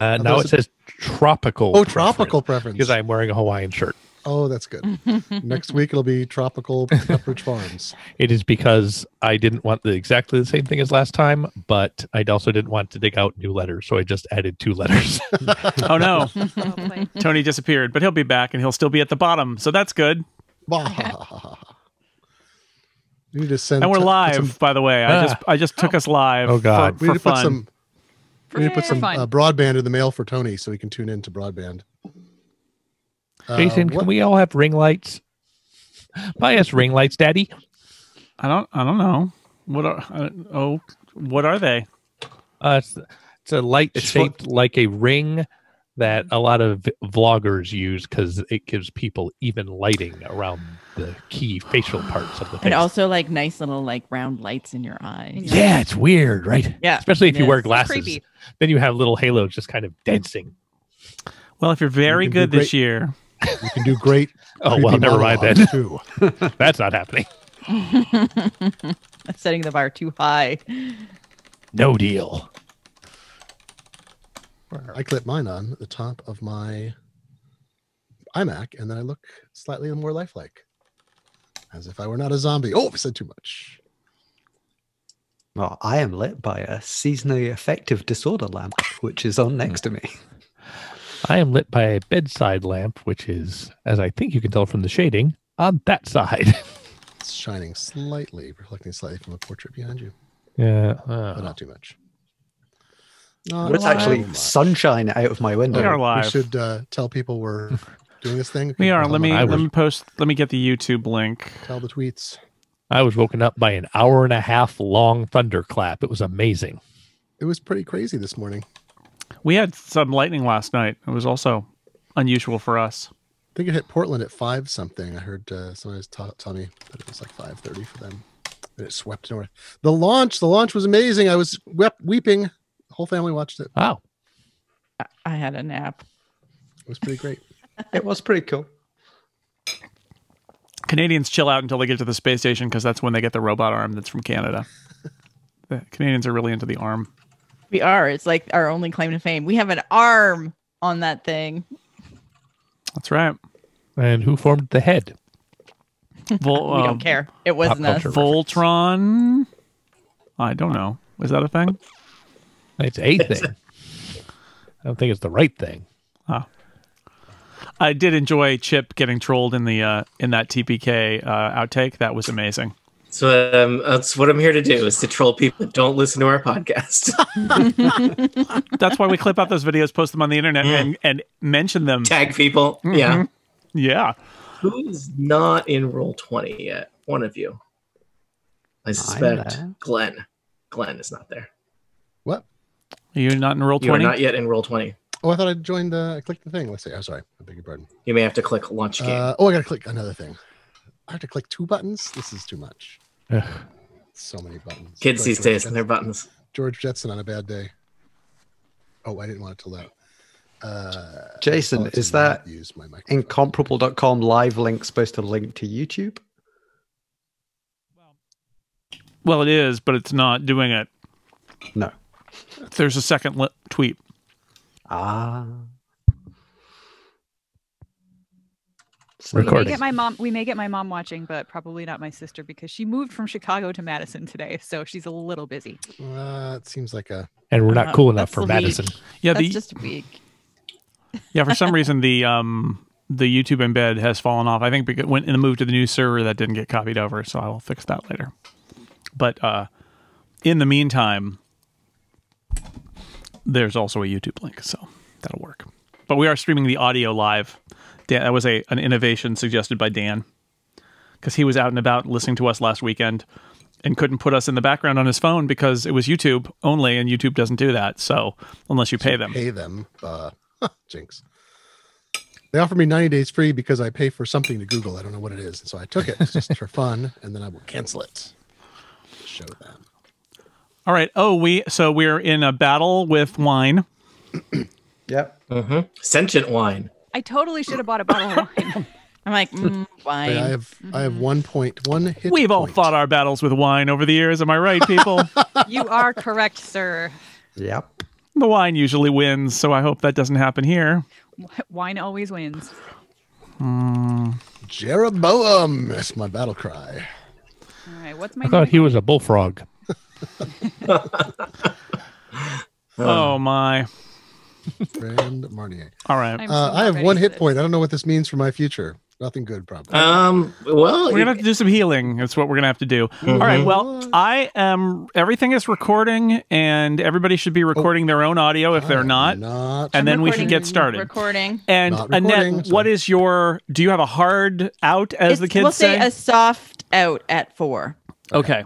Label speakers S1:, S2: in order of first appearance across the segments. S1: Uh, now
S2: those
S1: it
S2: are-
S1: says tropical.
S2: Oh, tropical preference.
S1: Because I'm wearing a Hawaiian shirt.
S2: Oh, that's good. Next week it'll be tropical Pepperidge Farms.
S1: It is because I didn't want the exactly the same thing as last time, but I also didn't want to dig out new letters, so I just added two letters.
S2: Uh,
S3: Oh no,
S4: Well played.
S3: Tony disappeared, but he'll be back and he'll still be at the bottom, so that's good.
S2: Bah. We need to send.
S3: And we're
S2: t- put
S3: live,
S2: some-
S3: by the way. I
S1: Ah.
S3: just I just took us live.
S1: Oh, God.
S3: for,
S2: we
S3: for
S2: need to
S3: fun.
S2: put some.
S4: For,
S2: we need to put
S4: for
S2: some
S4: fun.
S2: uh, broadband in the mail for Tony so he can tune in to broadband. Uh,
S1: Jason,
S2: what-
S1: can we all have ring lights? Buy us ring lights, Daddy.
S3: I don't I don't know what are I, oh what are they?
S1: Uh, it's, it's a light
S5: It's what-
S1: shaped like a ring that a lot of v- vloggers use because it gives people even lighting around the key facial parts of the face.
S6: And also like nice little like round lights in your eyes.
S4: Yeah.
S1: yeah, it's weird, right?
S6: Yeah,
S1: Especially if
S6: it
S1: you wear
S6: is.
S1: glasses.
S4: creepy.
S1: Then you have little halos just kind of dancing.
S3: Well, if you're very
S2: You can do
S3: good this
S2: great-
S3: year,
S2: You can do great.
S1: Oh, well,
S2: creepy
S1: never mind
S2: monologues,
S1: then.
S2: Too.
S1: That's not happening.
S6: That's setting the bar too high.
S1: No deal.
S2: I clip mine on the top of my iMac, and then I look slightly more lifelike, as if I were not a zombie. Oh, I said too much.
S5: Well, I am lit by a seasonally affective disorder lamp, which is on next to me.
S1: I am lit by a bedside lamp, which is, as I think you can tell from the shading, on that side.
S2: It's shining slightly, reflecting slightly from the portrait behind you,
S1: yeah.
S2: but
S1: uh,
S2: not too much.
S5: Well,
S2: Not
S5: It's actually
S2: too much.
S5: sunshine out of my
S3: we
S5: window.
S3: are live.
S2: We should uh, tell people we're doing this thing.
S3: we are. Let me
S1: I
S3: let
S1: was-
S3: me post. Let me get the YouTube link.
S2: tell the tweets.
S1: I was woken up by an hour and a half long thunderclap. It was amazing.
S2: It was pretty crazy this morning.
S3: We had some lightning last night. It was also unusual for us.
S2: I think it hit Portland at five something. I heard uh, somebody was ta- tell me that it was like five thirty for them. And it swept north. The launch, the launch was amazing. I was wept, weeping. The whole family watched it.
S1: Wow.
S6: I had a nap.
S2: It was pretty great.
S5: It was pretty cool.
S3: Canadians chill out until they get to the space station because that's when they get the robot arm that's from Canada. the Canadians are really into the arm.
S6: We are. It's like our only claim to fame. We have an arm on that thing.
S3: That's right.
S1: And who formed the head?
S3: Vol-
S6: we
S3: um,
S6: don't care. It wasn't us.
S1: culture.
S3: Voltron. I don't know. Is that a thing?
S1: It's a thing. I don't think it's the right thing.
S3: I did enjoy Chip getting trolled in the uh, in that TPK uh, outtake. That was amazing.
S7: So um, that's what I'm here to do: is to troll people that don't listen to our podcast.
S3: That's why we clip out those videos, post them on the internet,
S7: Yeah.
S3: and, and mention them.
S7: Tag people. Yeah.
S3: Yeah.
S7: Who's not in roll twenty yet? One of you. I suspect
S5: there.
S7: Glenn. Glenn is not there.
S2: What?
S3: Are you not in roll
S7: You are
S3: twenty?
S7: not yet in roll twenty.
S2: Oh, I thought I joined the. I clicked the thing. Let's see. I'm sorry. I beg your pardon.
S7: You may have to click launch game.
S2: Uh, oh, I gotta click another thing. I have to click two buttons. This is too much.
S1: Ugh.
S2: So many buttons.
S7: Kids
S2: Sorry,
S7: these
S2: George
S7: days
S2: Jetson.
S7: and their buttons.
S2: George Jetson on a bad day. Oh, I didn't want it to load. Uh,
S5: Jason,
S2: Alexa,
S5: is that
S2: not use my microphone.
S5: incomparable.com live link supposed to link to YouTube?
S3: Well, it is, but it's not doing it.
S5: No.
S3: There's a second li- tweet.
S5: Ah. So-
S4: We may
S1: Recording.
S4: get my mom. We may get my mom watching, but probably not my sister because she moved from Chicago to Madison today, so she's a little busy.
S2: Uh, it seems like a.
S1: And we're
S6: Uh,
S1: not cool enough
S6: that's
S1: for
S6: the
S1: Madison.
S6: leak.
S3: Yeah,
S6: That's
S3: the
S6: just weak.
S3: yeah for some reason the um the YouTube embed has fallen off. I think because when in the move to the new server that didn't get copied over, so I will fix that later. But uh in the meantime, there's also a YouTube link, so that'll work. But we are streaming the audio live. Dan, that was a an innovation suggested by Dan because he was out and about listening to us last weekend and couldn't put us in the background on his phone because it was YouTube only, and YouTube doesn't do that. So unless you pay them,
S2: Pay them. Uh, jinx. They offered me 90 days free because I pay for something to Google. I don't know what it is. And so I took it just for fun, and then I will cancel it. Show them.
S3: All right. Oh, we so we're in a battle with wine.
S5: Yep.
S7: hmm Sentient wine.
S4: I totally should have bought a bottle of wine.
S6: I'm like, mm, wine.
S2: But I have I have one point one hit.
S3: We've all
S2: point.
S3: fought our battles with wine over the years. Am I right, people?
S4: you are correct, sir.
S5: Yep.
S3: The wine usually wins, so I hope that doesn't happen here.
S4: Wh- Wine always wins.
S2: Jeroboam. That's my battle cry.
S4: All right, what's my?
S1: I thought
S4: next
S1: he was a bullfrog.
S2: Uh.
S3: oh my!
S2: Brand Marnier.
S3: All right,
S4: I'm so
S2: Uh,
S4: not
S2: I have
S4: ready
S2: one
S4: for
S2: hit
S4: this.
S2: point. I don't know what this means for my future. Nothing good, probably.
S7: Um. Well,
S3: we're gonna have to do some healing. That's what we're gonna have to do. All
S2: Mm-hmm.
S3: right. Well, I am. Everything is recording, and everybody should
S2: Oh.
S3: be recording their own audio if they're
S2: I'm
S3: Uh, not.
S2: Not.
S3: And then we should
S6: Recording,
S3: get started.
S6: Recording.
S3: And
S2: Not recording,
S3: Annette,
S2: so-
S3: what is your? Do you have a hard out, as the
S6: It's-
S3: kids
S6: we'll
S3: say?
S6: say a soft out at four.
S3: okay.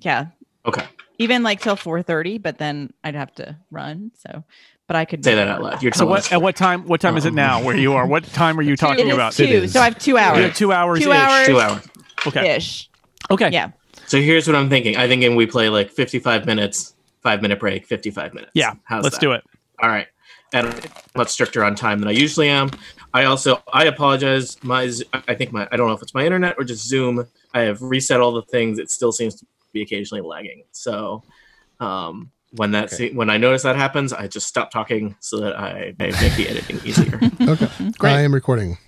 S6: Yeah,
S7: okay.
S6: even like till four thirty, but then I'd have to run. So, but I could
S7: Say that out loud. You're
S3: So
S7: telling
S3: what?
S7: us.
S3: At what time? What time is it
S2: Uh-huh.
S3: now? Where you are? What time are you talking
S6: It is
S3: about?
S1: It
S6: two,
S1: is.
S6: so I have two
S3: You
S6: hours.
S3: have two hours.
S6: Two hours.
S7: Two hours.
S3: Okay.
S6: ish.
S3: Okay.
S6: Yeah.
S7: So here's what I'm thinking. I think we play like 55 minutes, five minute break, 55 minutes.
S3: Yeah.
S7: How's
S3: Let's
S7: that?
S3: do it.
S7: All right. And I'm much stricter on time than I usually am. I also I apologize. My Z- I think my I don't know if it's my internet or just Zoom. I have reset all the things. It still seems to be occasionally lagging. So um, when that
S2: Okay.
S7: se- when I notice that happens, I just stop talking so that I may make the editing easier.
S2: Okay.
S3: Mm-hmm. Great.
S2: I am recording.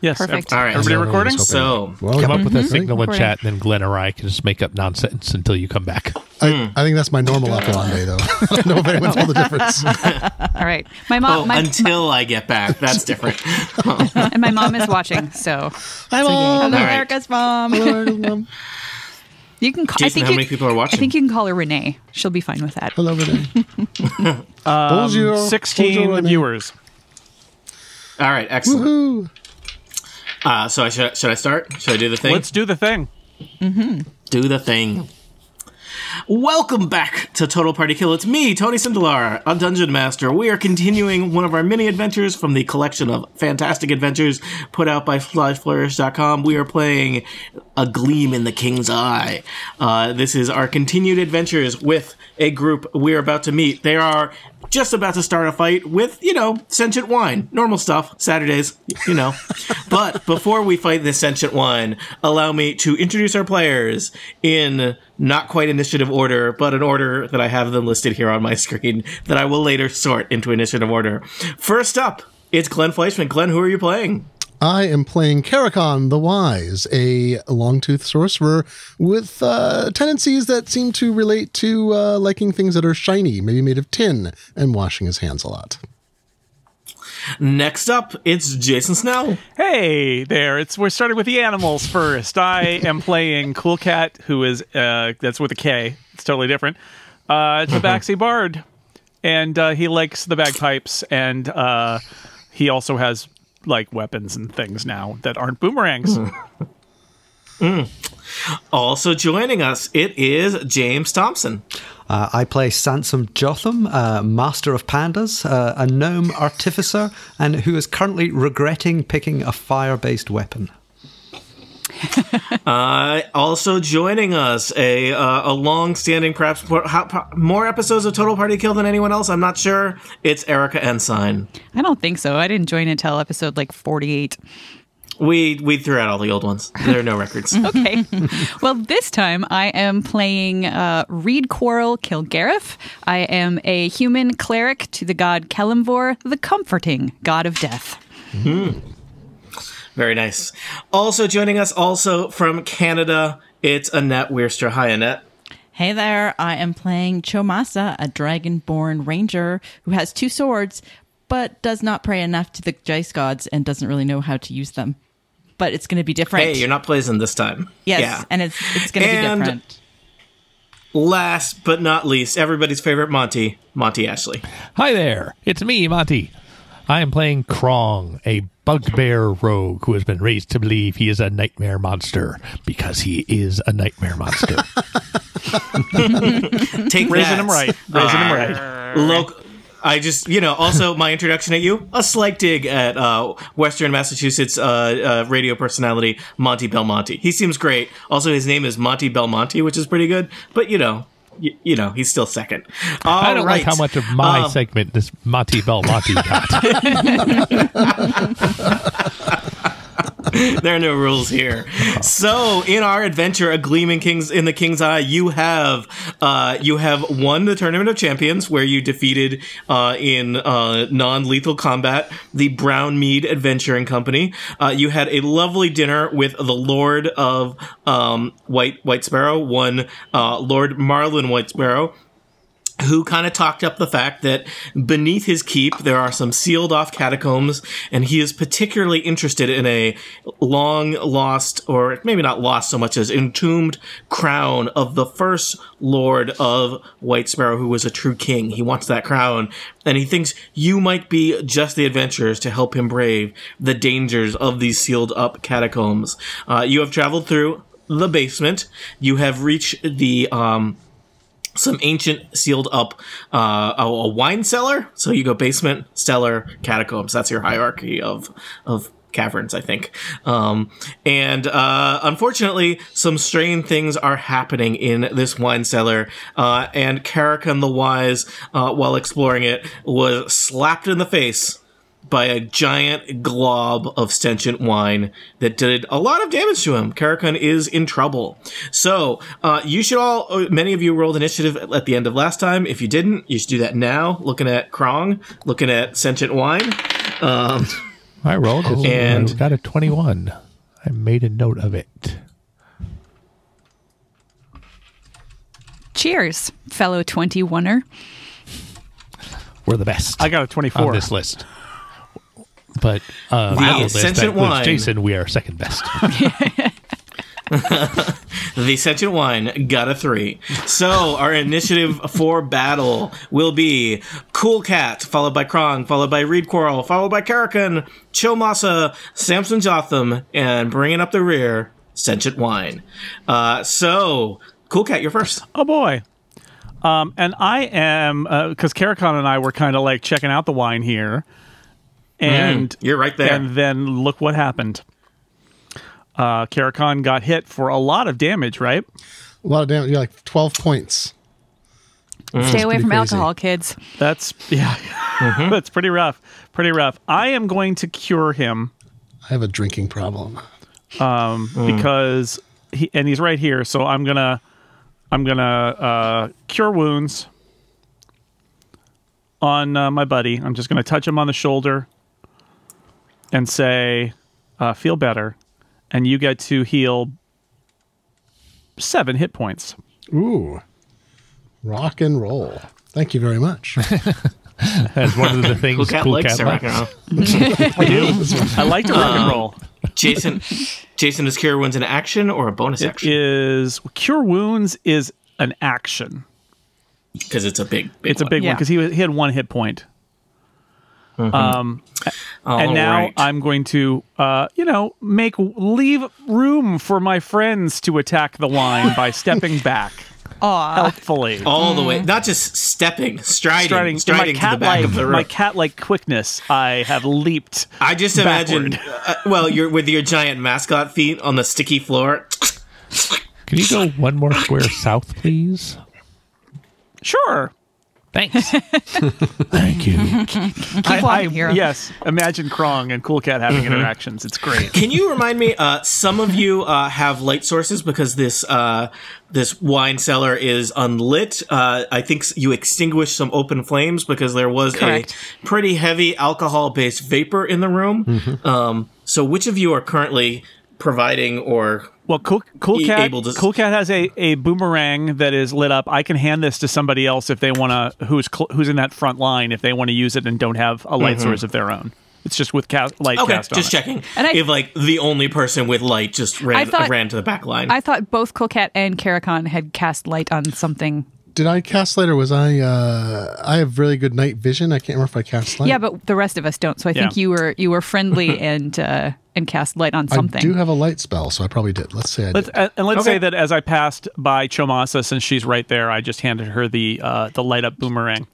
S3: Yes.
S6: Perfect.
S7: All right.
S3: Everybody
S2: I was
S3: recording?
S2: hoping-
S7: So-
S2: well,
S1: Come up with a
S6: Mhm.
S1: signal in
S6: Recording.
S1: chat, and then Glenn or I can just make up nonsense until you come back.
S2: I, I think that's my normal operandi, though. I don't know if anyone told the difference.
S4: one? All right, my mom.
S7: oh,
S4: my,
S7: until I get back, that's different.
S4: and my mom is watching, so
S2: Hi, mom.
S6: Hello,
S7: right.
S6: Erica's mom.
S2: Hello, mom.
S4: you can. Call, I
S7: Jason,
S4: think
S7: how
S4: you,
S7: many people are
S4: I
S7: watching?
S4: think you can call her Renee. She'll be fine with that.
S2: Hello, Renee.
S3: Um,
S2: Bonjour.
S3: Sixteen
S2: Bonjour, Renee.
S3: viewers.
S7: All right, excellent.
S2: Woohoo.
S7: Uh, so I should should I start? Should I do the thing?
S3: Let's do the thing.
S7: do the thing. Welcome back to Total Party Kill. It's me, Tony Sindelar, a dungeon master. We are continuing one of our mini adventures from the collection of fantastic adventures put out by FlyFlourish.com. We are playing A Gleam in the King's Eye. Uh, this is our continued adventures with a group we are about to meet. They are just about to start a fight with, you know, sentient wine. Normal stuff, Saturdays, you know. but before we fight this sentient wine, allow me to introduce our players in not quite initiative order, but an order that I have them listed here on my screen that I will later sort into initiative order. First up, it's Glenn Fleischman. Glenn, who are you playing?
S2: I am playing Karakon the Wise, a long-tooth sorcerer with uh, tendencies that seem to relate to uh, liking things that are shiny, maybe made of tin, and washing his hands a lot.
S7: Next up, it's Jason Snell.
S3: Hey there! It's we're starting with the animals first. I am playing Cool Cat, who is uh, that's with a K. It's totally different. Uh, it's a Baxi Bard, and uh, he likes the bagpipes, and uh, he also has like weapons and things now that aren't boomerangs.
S7: Also joining us, it is James Thompson.
S5: Uh, I play Sansom Jotham, uh, master of pandas, uh, a gnome artificer, and who is currently regretting picking a fire based weapon.
S7: Uh, also joining us, a uh, a long-standing, perhaps more, how, pro- more episodes of Total Party Kill than anyone else. I'm not sure. It's Erica Ensign.
S4: I don't think so. I didn't join until episode like forty-eight.
S7: We we threw out all the old ones. There are no records.
S4: okay. well, this time I am playing uh, Reed Quarrel Kilgareth. I am a human cleric to the god Kelimvor, the comforting god of death.
S7: Very nice. Also joining us, also from Canada, it's Annette Weirster. Hi, Annette.
S6: Hey there, I am playing Chomasa, a dragonborn ranger who has two swords, but does not pray enough to the Jace gods and doesn't really know how to use them. But it's going to be different.
S7: Hey, you're not pleasing this time.
S6: yes,
S7: Yeah.
S6: and it's it's going to be
S7: And-
S6: different.
S7: Last but not least, everybody's favorite Monty, Monty Ashley.
S1: Hi there, it's me, Monty. I am playing Krong, a bugbear rogue who has been raised to believe he is a nightmare monster because he is a nightmare monster.
S3: Raising
S7: Take that.
S3: him right, raising him right.
S7: Local. I just, you know, also my introduction at you, a slight dig at uh, Western Massachusetts uh, uh, radio personality Monty Belmonte. He seems great. Also, his name is Monty Belmonte, which is pretty good. But you know, y- you know, he's still second.
S1: I don't like
S7: Alright.
S1: how much of my
S7: Um,
S1: segment this Monty Belmonte got.
S7: there are no rules here. So, in our adventure, a gleam in kings in the king's eye, you have uh, you have won the tournament of champions, where you defeated uh, in uh, non-lethal combat the Brown Mead Adventuring Company. Uh, you had a lovely dinner with the Lord of um, White White Sparrow, one uh, Lord Marlin White Sparrow who kind of talked up the fact that beneath his keep there are some sealed off catacombs and he is particularly interested in a long lost or maybe not lost so much as entombed crown of the first lord of white sparrow who was a true king he wants that crown and he thinks you might be just the adventurers to help him brave the dangers of these sealed up catacombs uh, you have traveled through the basement you have reached the um, some ancient sealed up uh, a, a wine cellar. So you go basement, cellar, catacombs. That's your hierarchy of of caverns, I think. Um, and uh, unfortunately, some strange things are happening in this wine cellar. Uh, and Karakan the Wise, uh, while exploring it, was slapped in the face by a giant glob of sentient wine that did a lot of damage to him. Karakun is in trouble. So, uh, you should all, uh, many of you rolled initiative at at the end of last time. If you didn't, you should do that now. Looking at Krong, looking at sentient wine. Um,
S1: I rolled it,
S7: And-
S1: I got a 21. I made a note of it.
S4: Cheers, fellow 21er.
S2: Hmm.
S1: We're the best
S3: I got a
S1: on
S3: 24.
S1: this list. But uh,
S7: Wow.
S1: the list that
S7: Sentient
S1: includes
S7: wine.
S1: Jason, we are second best.
S7: the sentient wine got a three. So, our initiative for battle will be Cool Cat, followed by Krong, followed by Reed Quarrel, followed by Karakan, Chilmasa, Samson Jotham, and bringing up the rear, sentient wine. Uh, so, Cool Cat, you're first.
S3: Oh boy. Um, and I am because Karakon and I were kind of like checking out the wine here, and
S7: Mm, You're right there.
S3: and then look what happened. Uh, Karakon got hit for a lot of damage, right?
S2: A lot of damage. You're like 12 points.
S4: Stay away
S2: pretty
S4: from
S2: crazy.
S4: alcohol, kids.
S3: That's yeah,
S7: Mm-hmm.
S3: that's pretty rough. Pretty rough. I am going to cure him
S2: I have a drinking problem.
S3: because he and he's right here. So I'm gonna I'm gonna uh, cure wounds on uh, my buddy. I'm just gonna touch him on the shoulder and say, uh, "Feel better," and you get to heal seven hit points.
S2: Ooh. Rock and roll. Thank you very much.
S1: That's one of the things
S7: cool Cat likes to rock and roll.
S3: I do. I like to rock and roll.
S7: Jason, Jason, is Cure Wounds an action or a bonus
S3: It
S7: action?
S3: is cure wounds is an action.
S7: Because it's a big, big
S3: It's a big one
S6: Yeah.
S3: because he, was- he had one hit point.
S7: one.
S3: and now
S7: Alright.
S3: I'm going to, uh, you know, make leave room for my friends to attack the wine by stepping back helpfully,
S7: all the way, not just stepping, striding,
S3: Mm. striding,
S7: striding,
S3: in my
S7: to the back
S3: cat-like,
S7: of the room.
S3: my cat-like quickness. I have leaped.
S7: I just imagine,
S3: Backward.
S7: uh, well, you're with your giant mascot feet on the sticky floor.
S1: Can you go one more square south, please?
S3: Sure,
S1: Thanks. Thank you.
S4: Keep walking here.
S3: yes. Imagine Krong and Cool Cat having
S7: Mm-hmm.
S3: interactions. It's great.
S7: Can you remind me? Uh, some of you uh, have light sources because this uh, this wine cellar is unlit. Uh, I think s- you extinguished some open flames because there was
S4: Correct.
S7: a pretty heavy alcohol based vapor in the room. Um, so, which of you are currently providing or
S3: Well, Cool, cool
S7: Be
S3: Cat,
S7: E able to-
S3: Cool Cat has a, a boomerang that is lit up. I can hand this to somebody else if they want to. Who's cl- who's in that front line if they want to use it and don't have a light source of their own. It's just with cast, light
S7: Mm-hmm. Okay,
S3: cast on
S7: just
S3: it.
S7: checking.
S4: And I-
S7: if like the only person with light just ran
S4: thought-
S7: ran to the back line.
S4: I thought both Colcat and Karakon had cast light on something.
S2: Did I cast light or was I? Uh, I have really good night vision. I can't remember if I cast light.
S4: Yeah, but the rest of us don't. So I think
S3: Yeah.
S4: you were you were friendly and uh, and cast light on something.
S2: I do have a light spell, so I probably did. Let's say I
S3: Let's,
S2: did.
S3: uh, and let's
S7: Okay.
S3: say that as I passed by Chomasa, since she's right there, I just handed her the uh, the light up boomerang.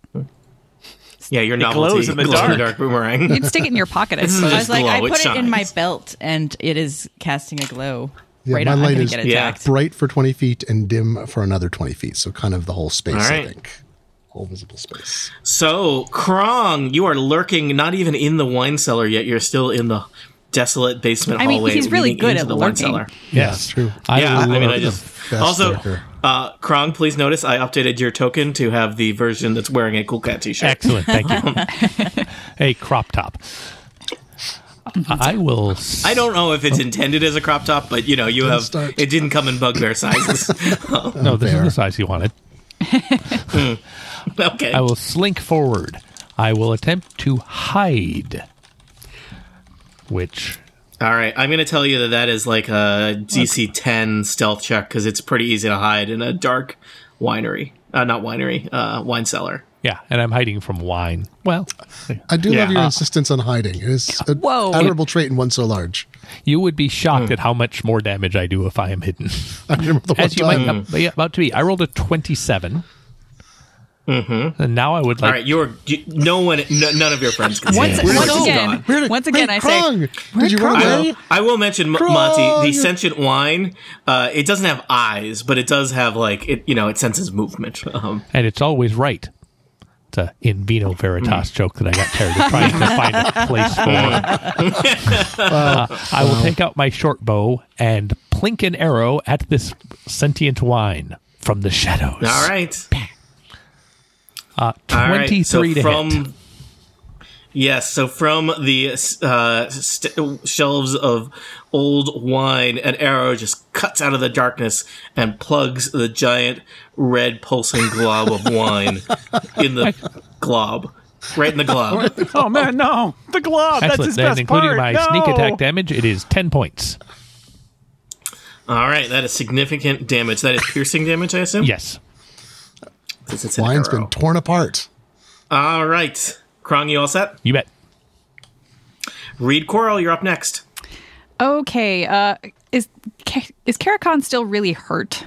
S7: yeah, your novelty
S3: glows in the
S7: glows in the
S3: dark.
S7: dark boomerang.
S4: You'd stick it in your pocket. I
S7: This is
S4: suppose.
S6: I was
S7: just
S6: like, I
S7: glow, it
S6: put it in my
S7: shines.
S6: belt, and it is casting a glow.
S2: Yeah,
S6: right
S2: my
S6: on. I'm
S2: light
S6: gonna
S2: is-
S6: get
S7: Yeah.
S6: attacked.
S2: bright for 20 feet and dim for another 20 feet. So kind of the whole space,
S7: All
S2: I
S7: right.
S2: think. Whole visible space.
S7: So, Krong, you are lurking, not even in the wine cellar yet. You're still in the desolate basement
S4: I mean,
S7: hallways
S4: he's really
S7: leading
S4: good
S7: into
S4: at
S7: the wine
S4: lurking.
S7: cellar.
S1: Yes,
S2: true.
S1: I
S7: yeah, I mean,
S1: love
S7: I
S1: the
S7: just
S2: best
S7: also
S2: lurker.
S7: uh, Krong. Please notice I updated your token to have the version that's wearing a cool cat T-shirt.
S1: Excellent. Thank you. a crop top. I I will. s-
S7: I don't know if it's intended as a crop top, but you know, you have
S2: start.
S7: it didn't come in bugbear sizes.
S1: No, this is the size you wanted.
S7: okay,
S1: I will slink forward. I will attempt to hide, which
S7: all right. I'm going to tell you that that is like a DC 10 stealth check because it's pretty easy to hide in a dark winery, uh, not winery, uh, wine cellar.
S1: yeah, and I'm hiding from wine. Well,
S2: I do love
S7: Yeah. Uh,
S2: your insistence on hiding. It is an
S4: Whoa.
S2: admirable trait in one so large.
S1: you would be shocked at how much more damage I do if I am hidden.
S2: I remember the one
S1: As you
S2: time.
S1: might
S7: um,
S1: yeah, about to be. I rolled a twenty-seven. Mm-hmm. And now I would
S7: All
S1: like
S7: right, you're you, no one, no, none of your friends can see.
S4: Once,
S7: you. We're
S4: once
S7: all
S4: again,
S7: gone.
S2: Where did-
S4: once again,
S2: Hey,
S4: I say,
S2: Krong,
S4: Where'd
S2: did you run
S4: Krong
S7: I
S2: away?
S7: will, I will mention M-
S2: Krong!
S7: Monty. The sentient wine, uh, it doesn't have eyes, but it does have like it. You know, it senses movement. Um,
S1: and it's always right. It's a in vino
S7: Mm.
S1: veritas joke that I got tired of trying to find a place for. Uh, I will take out my short bow and plink an arrow at this sentient wine from the shadows.
S7: all right.
S1: uh,
S7: All right,
S1: twenty-three to
S7: from,
S1: hit.
S7: Yes, so from the uh, st- shelves of old wine, an arrow just cuts out of the darkness and plugs the giant red pulsing glob of wine in the glob, right in the glob.
S3: Oh man, no, the glove. That's
S1: Excellent.
S3: his
S1: Then,
S3: best
S1: including
S3: part.
S1: my
S3: no!
S1: sneak attack damage, it is ten points.
S7: All right, that is significant damage. That is piercing damage, I assume.
S1: Yes.
S7: Since it's an
S2: Wine's
S7: arrow.
S2: been torn apart.
S7: All right, Krong, you all set?
S1: You bet.
S7: Reed Coral, you're up next.
S4: okay, uh, is Ka- is Karakon still really hurt?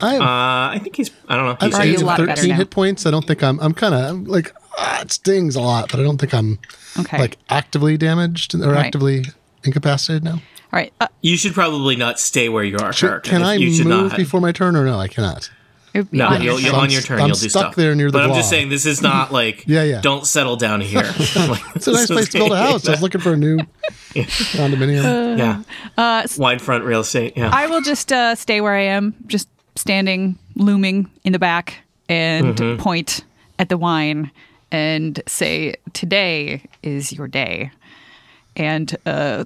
S2: I have,
S7: Uh, I think he's. I don't know.
S2: I have
S7: He's-
S4: Are you a lot better
S2: 13
S4: now?
S2: hit points. I don't think I'm. I'm kind of like ah, it stings a lot, but I don't think I'm
S4: Okay,
S2: like actively damaged or
S4: Right.
S2: actively incapacitated now.
S4: all right. Uh,
S7: you should probably not stay where you are,
S2: Should,
S7: Kirk.
S2: can I
S7: you
S2: move
S7: should not.
S2: before my turn or no? I cannot.
S4: it would be
S7: No,
S4: on
S7: you'll, you'll,
S4: your turn.
S7: on your turn,
S2: I'm
S7: you'll do
S2: stuck
S7: stuff.
S2: there near the
S7: but I'm
S2: blob.
S7: just saying, this is not like.
S2: Yeah, yeah.
S7: Don't settle down here. it's
S2: It's a nice place to build a house. I was looking for a new condominium.
S7: Yeah. Uh, Winefront real estate. Yeah.
S4: I will just uh, stay where I am, just standing, looming in the back, and
S7: Mm-hmm.
S4: point at the wine and say, "Today is your day." And a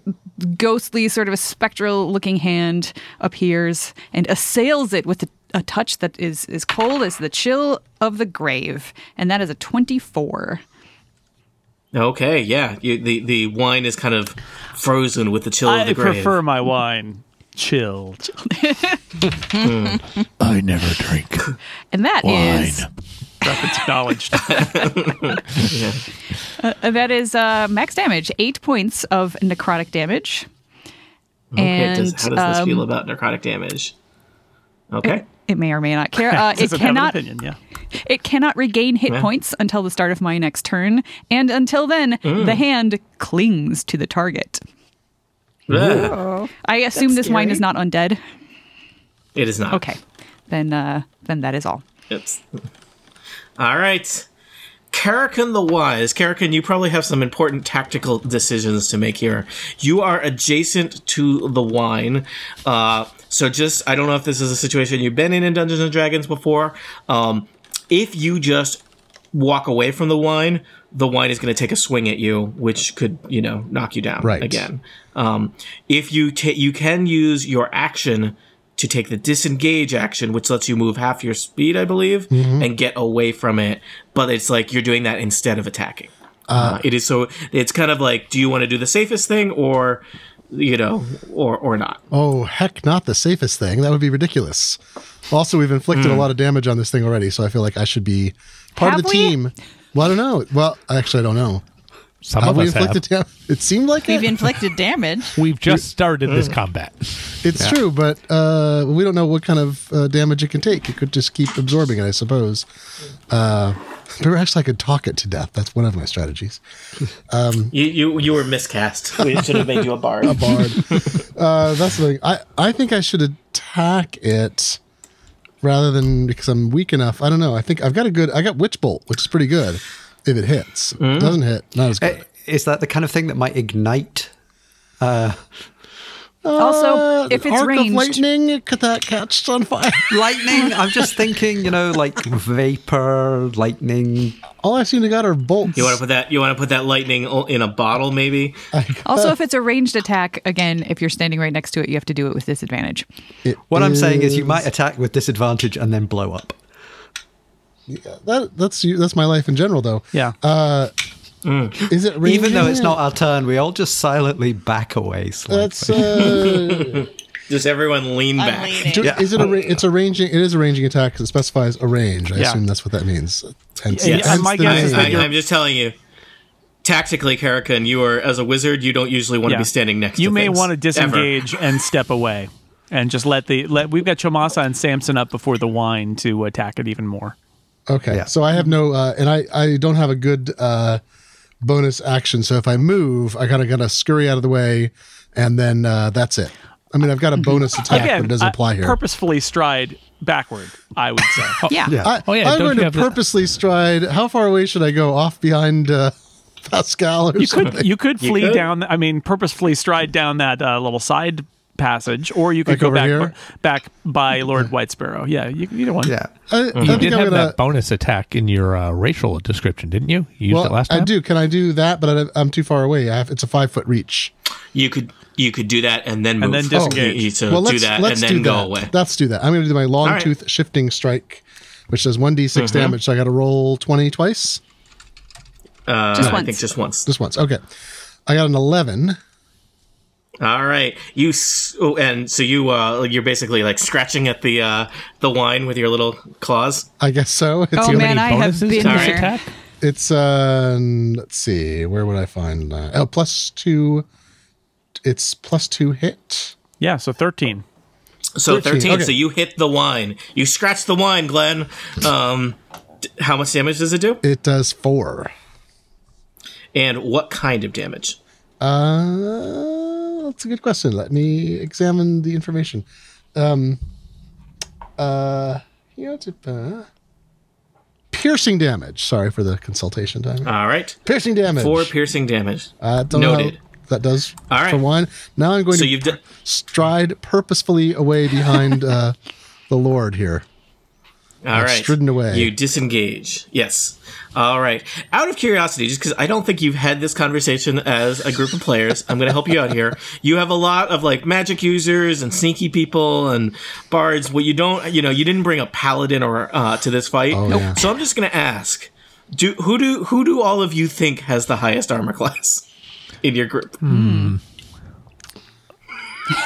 S4: ghostly, sort of a spectral-looking hand appears and assails it with a, a touch that is as cold as the chill of the grave, and that is a twenty-four.
S7: okay. Yeah. You, the the wine is kind of frozen with the chill of
S3: I
S7: the grave.
S3: prefer my wine chilled.
S1: I never drink
S4: And that is
S3: Reference acknowledged.
S4: Uh, That is uh, max damage, eight points of necrotic damage.
S7: okay. Does,
S4: and,
S7: how does this
S4: um,
S7: feel about necrotic damage? Okay.
S4: It may or may not care. Uh, it
S3: Doesn't have an
S4: cannot.
S3: opinion, yeah.
S4: It cannot regain hit
S7: Yeah.
S4: points until the start of my next turn, and until then, the hand clings to the target.
S7: Ugh.
S4: I assume this wine is not undead.
S7: It is not.
S4: Okay, then uh, then that is all.
S7: It's all right. Karakin the Wise. Karakin, you probably have some important tactical decisions to make here. You are adjacent to the wine. Uh, so just, I don't know if this is a situation you've been in in Dungeons and Dragons before. Um, if you just walk away from the wine, the wine is going to take a swing at you, which could, you know, knock you down
S2: Right.
S7: again. Um, if you ta- you can use your action to take the disengage action, which lets you move half your speed, I believe, and get away from it. But it's like you're doing that instead of attacking. Uh, it is so. It's kind of like, do you want to do the safest thing, or you know, or or not?
S2: Oh heck, not the safest thing. That would be ridiculous. Also, we've inflicted
S1: Hmm.
S2: a lot of damage on this thing already, so I feel like I should be part of
S4: Have
S2: the
S4: we?
S2: team. Well, I don't know. Well, actually, I don't know.
S1: Some
S2: Have
S1: of
S2: we
S1: us have.
S2: inflicted damage? It seemed like
S6: We've
S2: it.
S6: inflicted damage.
S1: We've just started this combat.
S2: It's true, but uh, we don't know what kind of uh, damage it can take. It could just keep absorbing it, I suppose. Uh, perhaps I could talk it to death. That's one of my strategies.
S7: You you you were miscast. We should have made you a bard.
S2: Bard. uh, that's the thing. I, I think I should attack it rather than because I'm weak enough. I don't know. I think I've got a good. I got Witch Bolt, which is
S5: Eh,
S2: pretty good if it hits. If it doesn't hit, not as good.
S5: Is that the kind of thing that might ignite
S4: also,
S2: Uh,
S4: if it's
S2: arc of
S4: ranged,
S2: lightning, could that catch on fire?
S5: lightning. I'm just thinking, you know, like vapor, lightning.
S2: All I've seen to got are bolts.
S7: You want to put that? You want to put that lightning o- in a bottle, maybe?
S4: also if it's a ranged attack, again, if you're standing right next to it, you have to do it with disadvantage.
S5: What I'm saying is, you might attack with disadvantage and then blow up.
S2: that, that's you- that's my life in general, though. Uh,
S3: Yeah.
S2: Is it ranged?
S5: Even though it's
S2: Yeah.
S5: not our turn, we all just silently back away. Slightly.
S2: That's uh,
S7: Just everyone lean
S6: I'm
S7: back.
S6: leaning.
S2: do-
S5: Yeah.
S2: is it a ra- it's a ranging it is a ranging attack 'cause it specifies a range. I
S3: Yeah.
S2: assume that's what that means. Hence,
S3: Yeah,
S7: Yes.
S2: hence
S3: my
S2: the
S3: guess
S7: I,
S3: is
S2: name.
S3: that you're-
S7: I, I'm just telling you. Tactically, Karakan, you are as a wizard. You don't usually want to
S3: Yeah.
S7: be standing next.
S3: You
S7: to
S3: may
S7: things,
S3: want to
S7: ever.
S3: disengage and step away, and just let the let. We've got Chomasa and Samson up before the wine to attack it even more.
S2: Okay,
S5: Yeah.
S2: so I have no, uh, and I I don't have a good uh, bonus action. So if I move, I gotta gotta scurry out of the way, and then uh, that's it. I mean, I've got a
S1: Mm-hmm.
S2: bonus attack, but it doesn't
S3: I
S2: apply here.
S3: Purposefully stride backward. I would say.
S4: Yeah.
S5: yeah.
S2: I,
S1: Oh, yeah, don't
S2: I'm going
S1: you
S2: to
S1: have the-
S2: purposely stride. How far away should I go? Off behind uh, Pascal or
S3: You
S2: something?
S3: could you could flee
S7: could.
S3: down. I mean, purposefully stride down that uh, little side passage, or you could
S2: Like
S3: go
S2: over
S3: back
S2: here?
S3: bu- back by Lord White Sparrow. Yeah, you, either one.
S5: yeah.
S2: I, I
S1: You
S2: think
S1: did
S2: I'm
S1: have
S2: gonna-
S1: that bonus attack in your uh, racial description, didn't you? You used it
S2: Well,
S1: last time.
S2: I do. Can I do that? But I, I'm too far away. I have, it's a five foot reach.
S7: You could you could do that and then move.
S3: then
S2: Oh.
S3: disengage.
S7: You, you- so do that and then
S2: do
S7: go
S2: that.
S7: away.
S2: Let's do that. I'm going to do my long
S7: right.
S2: tooth shifting strike, which does 1d6 damage. So I got to roll 20 twice.
S7: Uh,
S4: Just
S7: I
S4: once.
S7: think just once.
S2: Just once. Okay. I got an 11.
S7: All right. You s- oh, and so you uh, you're basically like scratching at the uh, the wine with your little claws.
S2: I guess so. It's,
S4: Oh
S2: the-
S4: man, I have
S1: bonuses to
S4: been
S1: this
S7: there.
S1: attack?
S2: it's uh, let's see. Where would I find that? Oh, plus two. It's plus two hit.
S3: Yeah. So thirteen.
S7: So
S2: 13,
S7: thirteen.
S2: okay.
S7: So you hit the wine. You scratch the wine, Glenn. Um, d- how much damage does it do?
S2: It does four.
S7: And what kind of damage?
S2: Uh, that's a good question. Let me examine the information. Um, uh, yeah, piercing damage. Sorry for the consultation time.
S7: All right.
S2: piercing damage.
S7: Uh,
S2: Uh,
S7: Four piercing damage.
S2: I don't know
S7: noted.
S2: how that does
S7: All right.
S2: for one. Now I'm going
S7: So
S2: to
S7: you've d-
S2: stride purposefully away behind uh, the Lord here.
S7: All right.
S2: stridden away.
S7: You disengage. Yes. All right. Out of curiosity, just because I don't think you've had this conversation as a group of players, I'm going to help you out here. You have a lot of like magic users and sneaky people and bards. What you don't, you know, you didn't bring a paladin or uh, to this fight.
S2: Nope. Oh, yeah.
S7: So I'm just going to ask: Do who do who do all of you think has the highest armor class in your group?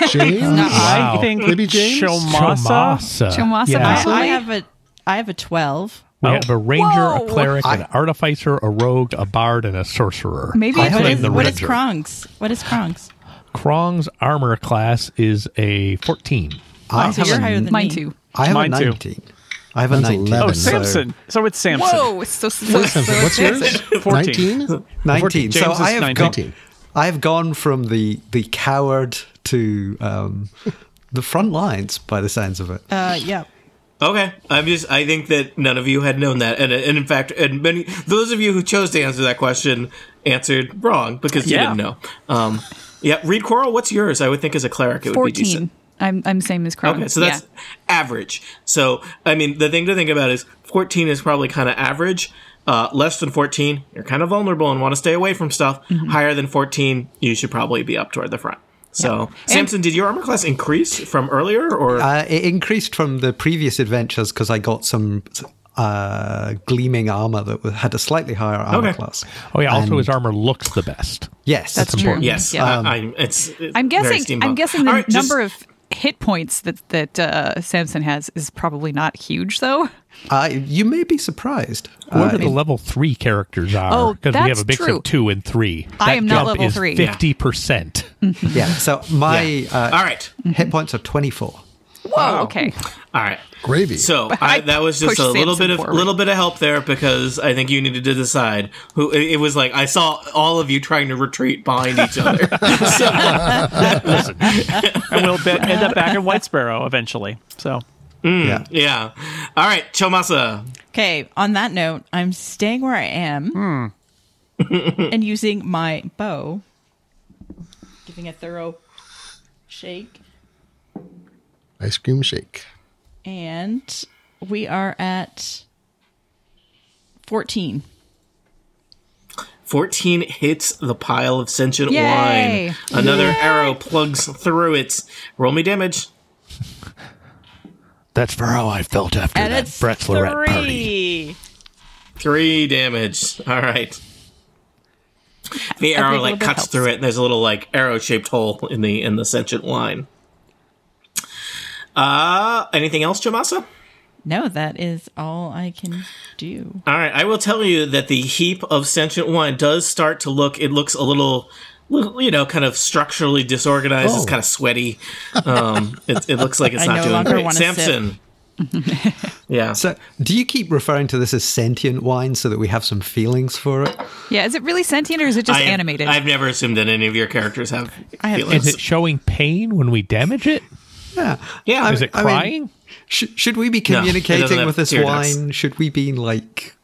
S2: James,
S1: Wow.
S3: I think
S2: Maybe James?
S3: Chomasa.
S1: Chomasa.
S4: Chomasa
S1: Yeah.
S4: Absolutely.
S6: I, I have a I have a twelve.
S1: We have a ranger,
S4: Whoa.
S1: a cleric, an artificer, a rogue, a bard, and a sorcerer.
S4: Maybe
S1: I
S4: it's-
S6: what
S1: claim
S6: is,
S1: the
S6: what is
S1: ranger.
S6: Krongs? What is Krongs?
S1: Krong's armor class is a 14.
S5: I
S6: so
S5: have,
S6: you're
S5: a,
S6: higher than
S4: Mine
S6: me.
S4: too.
S5: I have a
S3: Mine too.
S5: 19. I have a
S2: Mine's
S5: 19.
S2: 11.
S3: Oh,
S2: So-
S3: Samson. So it's Samson.
S4: Whoa, it's so, so, so,
S2: Samson, what's yours?
S3: Fourteen.
S2: 19?
S5: 19. So
S3: James is
S5: I have,
S3: 19.
S5: gone, I have gone from the, the coward to um, the front lines by the sounds of it.
S6: Uh, yeah.
S7: Okay, I'm just. I think that none of you had known that, and, and in fact, and many those of you who chose to answer that question answered wrong because you
S3: Yeah.
S7: didn't know. Um, yeah, Reed Coral, what's yours? I would think as a cleric, it would be
S4: fourteen.
S7: decent.
S4: I'm I'm same as Crown.
S7: Okay, so that's average. So I mean, the thing to think about is 14 is probably kind of average. Uh, less than 14, you're kind of vulnerable and want to stay away from stuff. Higher than 14, you should probably be up toward the front. So, Samson, did your armor class increase from earlier, or
S5: Uh, it increased from the previous adventures because I got some uh, gleaming armor that wa- had a slightly higher armor
S7: Okay.
S5: class.
S1: Oh, yeah. Also,
S5: And-
S1: his armor looks the best.
S5: Yes,
S4: That's true.
S5: important.
S7: yes?
S4: Mm-hmm. Yeah.
S7: Uh, I'm, it's, it's
S4: I'm
S7: very
S4: guessing. I'm
S7: steampunk.
S4: guessing the
S7: All right, just-
S4: number of hit points that that uh, Samson has is probably not huge, though.
S5: Uh, you may be surprised. Uh,
S1: Whoever the level three characters are,
S4: Uh, Oh,
S1: because we have
S4: that's
S1: a mix
S4: true.
S1: of two and three.
S4: I
S1: That
S4: am not
S1: jump
S4: level
S1: is
S4: three. Yeah.
S1: Fifty percent.
S5: Yeah. So my
S7: Yeah.
S5: uh,
S7: All right.
S5: hit points are 24.
S4: Whoa, okay.
S7: All right.
S2: Gravy.
S7: So I, that was just
S4: pushed
S7: a little
S4: Samson
S7: bit of
S4: forward.
S7: little bit of help there because I think you needed to decide who. It, it was like I saw all of you trying to retreat behind each other.
S3: and we'll be, end up back in White Sparrow eventually. So
S5: Yeah.
S7: yeah. All right, Chomasa.
S6: Okay. On that note, I'm staying where I am and using my bow. Give giving a thorough shake.
S2: Ice cream shake.
S6: And we are at 14.
S7: 14 hits the pile of sentient
S4: Yay!
S7: wine. Another arrow plugs through it. Roll me damage.
S1: That's for how I felt after
S6: And
S1: that
S6: it's
S1: Bretzlerette
S6: three.
S1: party.
S7: Three damage. All right. The
S6: think
S7: arrow
S6: a
S7: like
S6: little bit
S7: cuts
S6: helps.
S7: through it. And there's a little like arrow shaped hole in the in the sentient wine. Uh, anything else, Jamasa?
S6: No, that is all I can do.
S7: All right, I will tell you that the heap of sentient wine does start to look. It looks a little, little you know, kind of structurally disorganized. It's
S2: Oh.
S7: kind of sweaty. Um, it, it looks like it's
S6: I
S7: not
S6: no
S7: doing
S6: longer
S7: great.
S6: wanna sip.
S7: Samson. yeah.
S5: So, do you keep referring to this as sentient wine so that we have some feelings for it?
S4: Yeah, is it really sentient or is it just
S7: I-
S4: animated?
S7: I've never assumed that any of your characters have
S6: I have-
S7: feelings.
S1: Is it showing pain when we damage it?
S5: Yeah.
S7: Yeah.
S5: I
S7: Is
S1: it
S5: I mean,
S1: crying?
S5: sh- should we be
S7: doesn't
S5: communicating
S7: have
S5: with this
S7: tear ducts.
S5: wine? Should we be like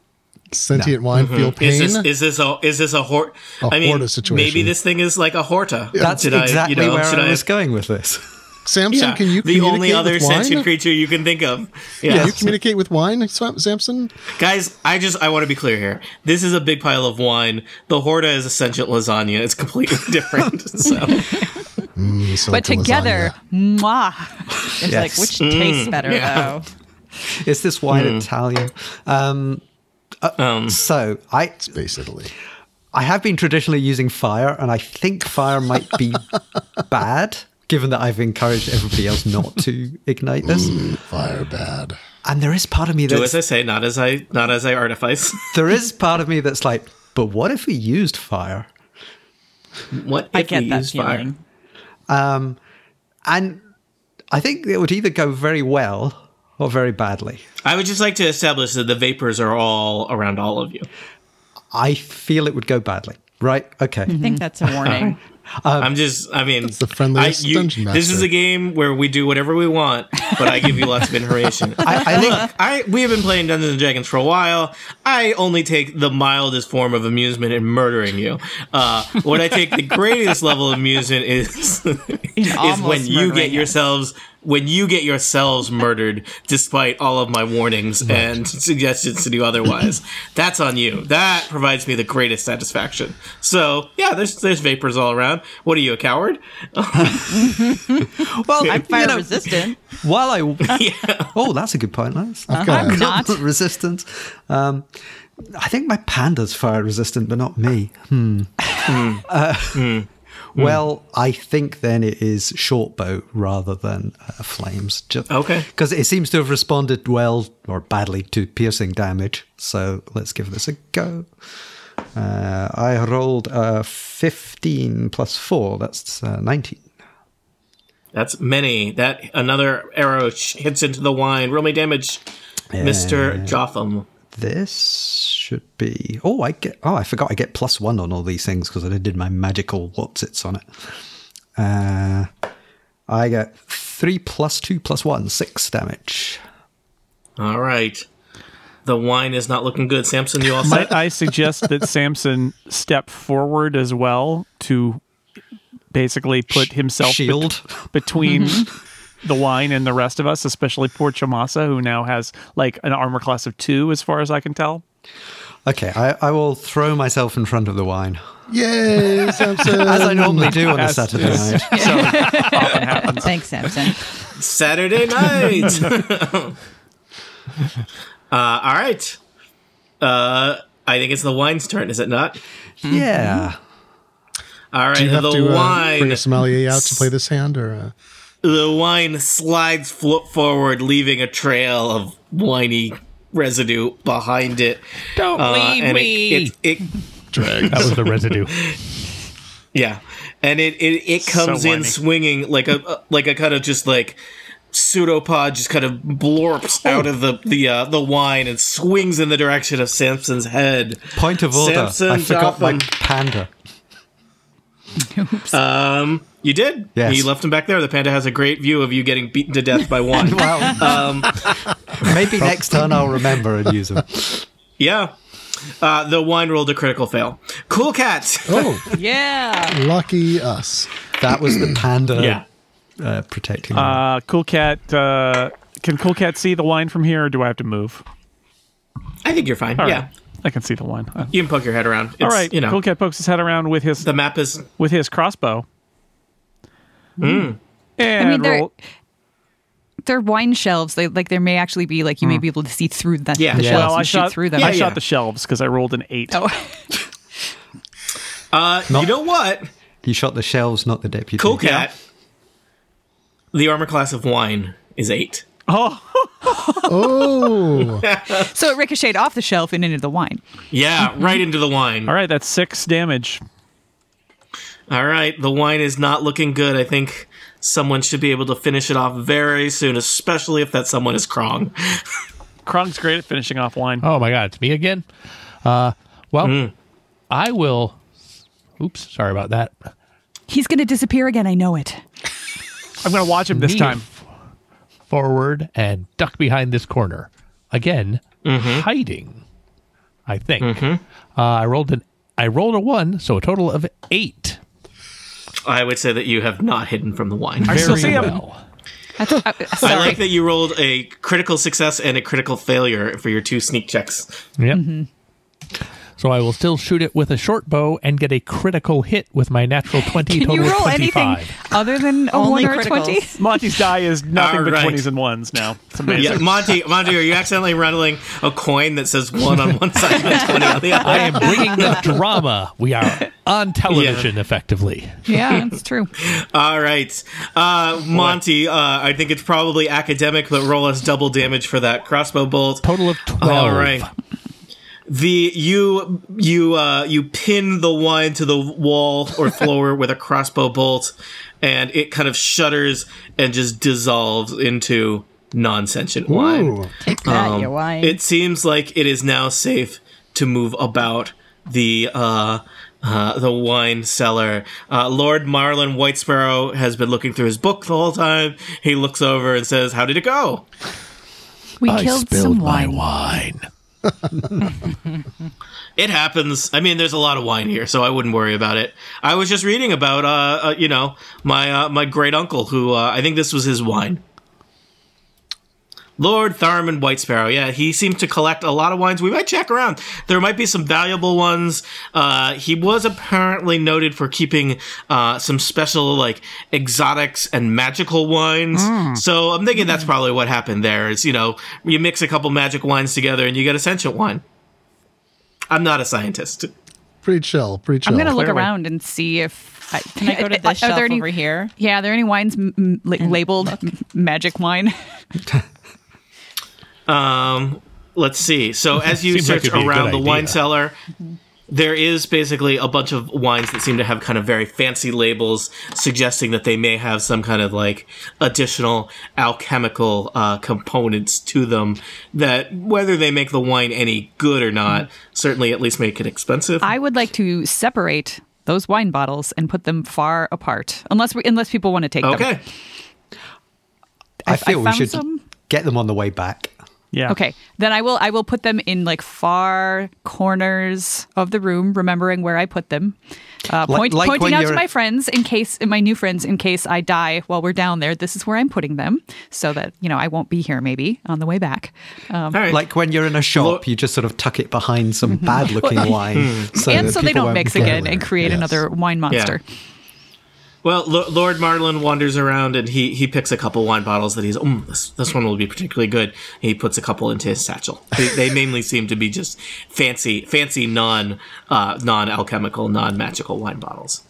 S2: Sentient wine feel pain.
S7: Mm-hmm. Is this is this a is this a hor?
S2: A
S7: I mean,
S2: horta situation.
S7: maybe this thing is like a horta.
S5: that's
S7: Did
S5: exactly
S7: I, you know,
S5: where
S7: should
S5: I was going with this?
S2: Samson,
S7: Yeah,
S2: can you
S7: the
S2: communicate
S7: only other
S2: with wine?
S7: sentient creature you can think of. Yeah,
S2: Can you communicate with wine, Sam- Samson?
S7: guys, I just I want to be clear here. This is a big pile of wine. The horta is a sentient lasagna. It's completely different. so
S4: but together, mwah.
S6: It's like,
S5: Yes.
S6: which
S7: Mm.
S6: tastes better, though?
S5: Is this wine
S7: Hmm.
S5: Italian? Um, uh,
S7: Um.
S5: so I
S2: Basically.
S5: I have been traditionally using fire, and I think fire might be bad, given that I've encouraged everybody else not to ignite this.
S2: Fire bad.
S5: And there is part of me
S7: Hmm. do as I
S5: that's
S7: say, not as I not as I artifice.
S5: there is part of me that's like, but what if we used fire?
S7: what if
S6: I get
S7: we
S6: that
S7: use fire?
S6: feeling.
S5: And I think it would either go very well or very badly.
S7: I would just like to establish that the vapors are all around all of you.
S5: I feel it would go badly. Right? Okay.
S7: Mm-hmm.
S6: I think that's a warning.
S7: I'm just, I mean,
S2: the friendliest
S7: I- you-
S2: dungeon
S7: This is
S2: master.
S7: a game where we do whatever we want, but I give you lots of information.
S5: I, I think
S7: I we have been playing Dungeons and Dragons for a while. I only take the mildest form of amusement in murdering you. Uh, what I take the greatest level of amusement is is when
S6: almost
S7: you
S6: murdering
S7: get
S6: us.
S7: yourselves when you get yourselves murdered, despite all of my warnings and suggestions to do otherwise. That's on you. That provides me the greatest satisfaction. So yeah, there's there's vapors all around. What are you a coward?
S5: well,
S6: I'm
S5: you
S6: fire
S5: know,
S6: resistant.
S5: While I Oh, that's a good point, Lance.
S2: Got it.
S4: Not.
S5: resistance. Um, I think my panda's fire resistant, but not me. Hmm. Uh, Well, I think then it is short bow rather than uh, flames. Just,
S7: Okay.
S5: Because it seems to have responded well or badly to piercing damage. So let's give this a go. Uh, I rolled uh, 15 plus 4. That's uh, 19.
S7: That's many. That another arrow sh- hits into the wine. Roll me damage, Mister Jotham.
S5: this should be oh i get oh i forgot i get plus one on all these things because i did my magical what's it's on it uh i get three plus two plus one six damage
S7: All right. The wine is not looking good. Samson, you all set?
S3: Might I suggest that Samson step forward as well to basically put himself bet-
S5: shield
S3: between
S7: Mm-hmm.
S3: the wine and the rest of us, especially poor Chamasa, who now has like an armor class of two, as far as I can tell.
S5: okay I, I will throw myself in front of the wine
S2: Yay, Samson.
S5: as i normally do on a
S3: Yes,
S5: saturday night
S6: Thanks, Samson.
S7: Saturday night. uh, all right. Uh, I think it's the wine's turn, is it not?
S5: yeah
S7: All right.
S2: you have
S7: the
S2: to uh,
S7: wine.
S2: bring a sommelier out to play this hand, or uh,
S7: the wine slides flo- forward, leaving a trail of winey residue behind it.
S1: Don't
S7: Uh,
S1: leave
S7: and it-
S1: me.
S7: it, it
S1: that was the residue.
S7: Yeah, and it it, it comes in
S3: whiny.
S7: swinging like a like a kind of just like pseudopod just kind of blorps out of the the uh, the wine and swings in the direction of Samson's head.
S5: point of order
S7: Samson
S5: i forgot my
S7: Jotham.
S5: panda
S7: You did.
S5: Yes.
S7: You left him back there. The panda has a great view of you getting beaten to death by wine.
S5: well Um, maybe next turn i'll remember and use them
S7: yeah. Uh, the wine rolled a critical fail. Cool cat.
S2: oh,
S6: Yeah.
S2: lucky us.
S5: That was the panda
S7: Yeah.
S5: uh, protecting.
S3: Uh, cool cat. Uh, can cool cat see the wine from here, or do I have to move?
S7: I think you're fine.
S3: All
S7: yeah.
S3: right. I can see the wine. Uh,
S7: You can poke your head around. It's,
S3: all right,
S7: You know,
S3: cool cat pokes his head around with his
S7: the map is.
S3: with his crossbow.
S7: Hmm.
S3: And
S4: I mean, they're
S3: roll-
S4: they're wine shelves. They like there may actually be like you may be able to see through that.
S7: Yeah.
S4: the
S7: Yeah.
S4: shelves
S3: well,
S4: and
S3: Oh, I
S4: shoot
S3: shot
S4: through them.
S3: I
S7: Yeah, yeah.
S3: shot the shelves because I rolled an eight.
S4: Oh.
S7: Uh, You know what?
S5: you shot the shells, not the deputy.
S7: Cool cat. The armor class of wine is eight.
S2: Oh,
S4: so it ricocheted off the shelf and into the wine.
S7: Yeah,
S1: Mm-hmm.
S7: right into the wine.
S3: All right, that's six damage.
S7: All right, the wine is not looking good. I think someone should be able to finish it off very soon, especially if that someone is Krong.
S3: Krong's great at finishing off wine.
S1: Oh my god, it's me again. Uh, well, I will. Oops, sorry about that.
S4: He's going to disappear again. I know it.
S3: I'm going to watch him this
S1: Knee
S3: time.
S1: f- forward and duck behind this corner again, hiding. I think uh, I rolled an I rolled a one, so a total of eight.
S7: I would say that you have not hidden from the wine.
S3: I still
S1: Very
S3: see him.
S1: well.
S4: I thought, I-
S7: I
S4: sorry.
S7: like that you rolled a critical success and a critical failure for your two sneak checks.
S1: Yep. So I will still shoot it with a short bow and get a critical hit with my natural twenty.
S4: Can you
S1: total of
S4: roll anything
S1: twenty-five.
S4: other than a
S6: Only
S4: one or a
S6: criticals.
S4: twenty?
S3: Monty's die is nothing
S7: All
S3: but
S7: right.
S3: twenties and ones now. It's amazing.
S7: Yeah, Monty, Monty, are you accidentally rattling a coin that says one on one side and twenty on the
S1: I
S7: other?
S1: am bringing the drama. We are on television, effectively.
S4: Yeah, that's true.
S7: All right, uh, Monty. Uh, I think it's probably academic, but roll us double damage for that crossbow bolt.
S1: Total of twelve.
S7: All right. The you you uh you pin the wine to the wall or floor with a crossbow bolt, and it kind of shudders and just dissolves into non-sentient wine.
S2: Ooh.
S6: Not your wine.
S7: It seems like it is now safe to move about the uh, uh, the wine cellar. Uh, Lord Marlin White Sparrow has been looking through his book the whole time. He looks over and says, "How did it go?"
S4: We
S1: I
S4: killed
S1: spilled
S4: some
S1: my
S4: wine.
S1: wine.
S7: It happens. I mean, there's a lot of wine here, so I wouldn't worry about it. I was just reading about, uh, uh, you know, my uh, my great uncle, who uh, I think this was his wine. Lord Tharman White Sparrow. Yeah, he seems to collect a lot of wines. We might check around. There might be some valuable ones. Uh, he was apparently noted for keeping uh, some special, like, exotics and magical wines. So I'm thinking that's probably what happened there is, you know, you mix a couple magic wines together and you get a sentient wine. I'm not a scientist.
S2: pretty chill, pretty chill.
S4: I'm gonna look
S7: Clearly.
S4: around and see if I
S6: Can I go to
S4: Are
S6: this shelf
S4: there any-
S6: over here?
S4: Yeah, are there any wines m- m- like labeled m- magic wine?
S7: Um, let's see. So as you
S1: Seems like
S7: search
S1: it'd be a good
S7: around the wine
S1: idea.
S7: cellar, there is basically a bunch of wines that seem to have kind of very fancy labels, suggesting that they may have some kind of like additional alchemical uh, components to them. That whether they make the wine any good or not, certainly at least make it expensive.
S4: I would like to separate those wine bottles and put them far apart, unless we, unless people want to take them.
S7: okay.
S5: I feel we
S4: found
S5: should
S4: some.
S5: get them on the way back. Oh.
S3: Yeah.
S4: Okay, then I will I will put them in like far corners of the room, remembering where I put them, uh,
S5: Like-
S4: point,
S5: like when
S4: pointing out to
S5: you're-
S4: my friends in case my new friends in case I die while we're down there. This is where I'm putting them, so that you know I won't be here maybe on the way back. Um,
S7: All right.
S5: Like when you're in a shop,
S7: Look- Hmm.
S5: you just sort of tuck it behind some bad looking wine. So
S4: Mm-hmm. and
S5: that
S4: so they
S5: people
S4: don't
S5: won't
S4: mix
S5: get
S4: again
S5: away.
S4: and create
S5: Yes.
S4: another wine monster.
S7: Well, L- Lord Marlin wanders around and he he picks a couple wine bottles that he's, mm, this, this one will be particularly good. he puts a couple into his satchel. They, they mainly seem to be just fancy, fancy non uh, non alchemical, non magical wine bottles.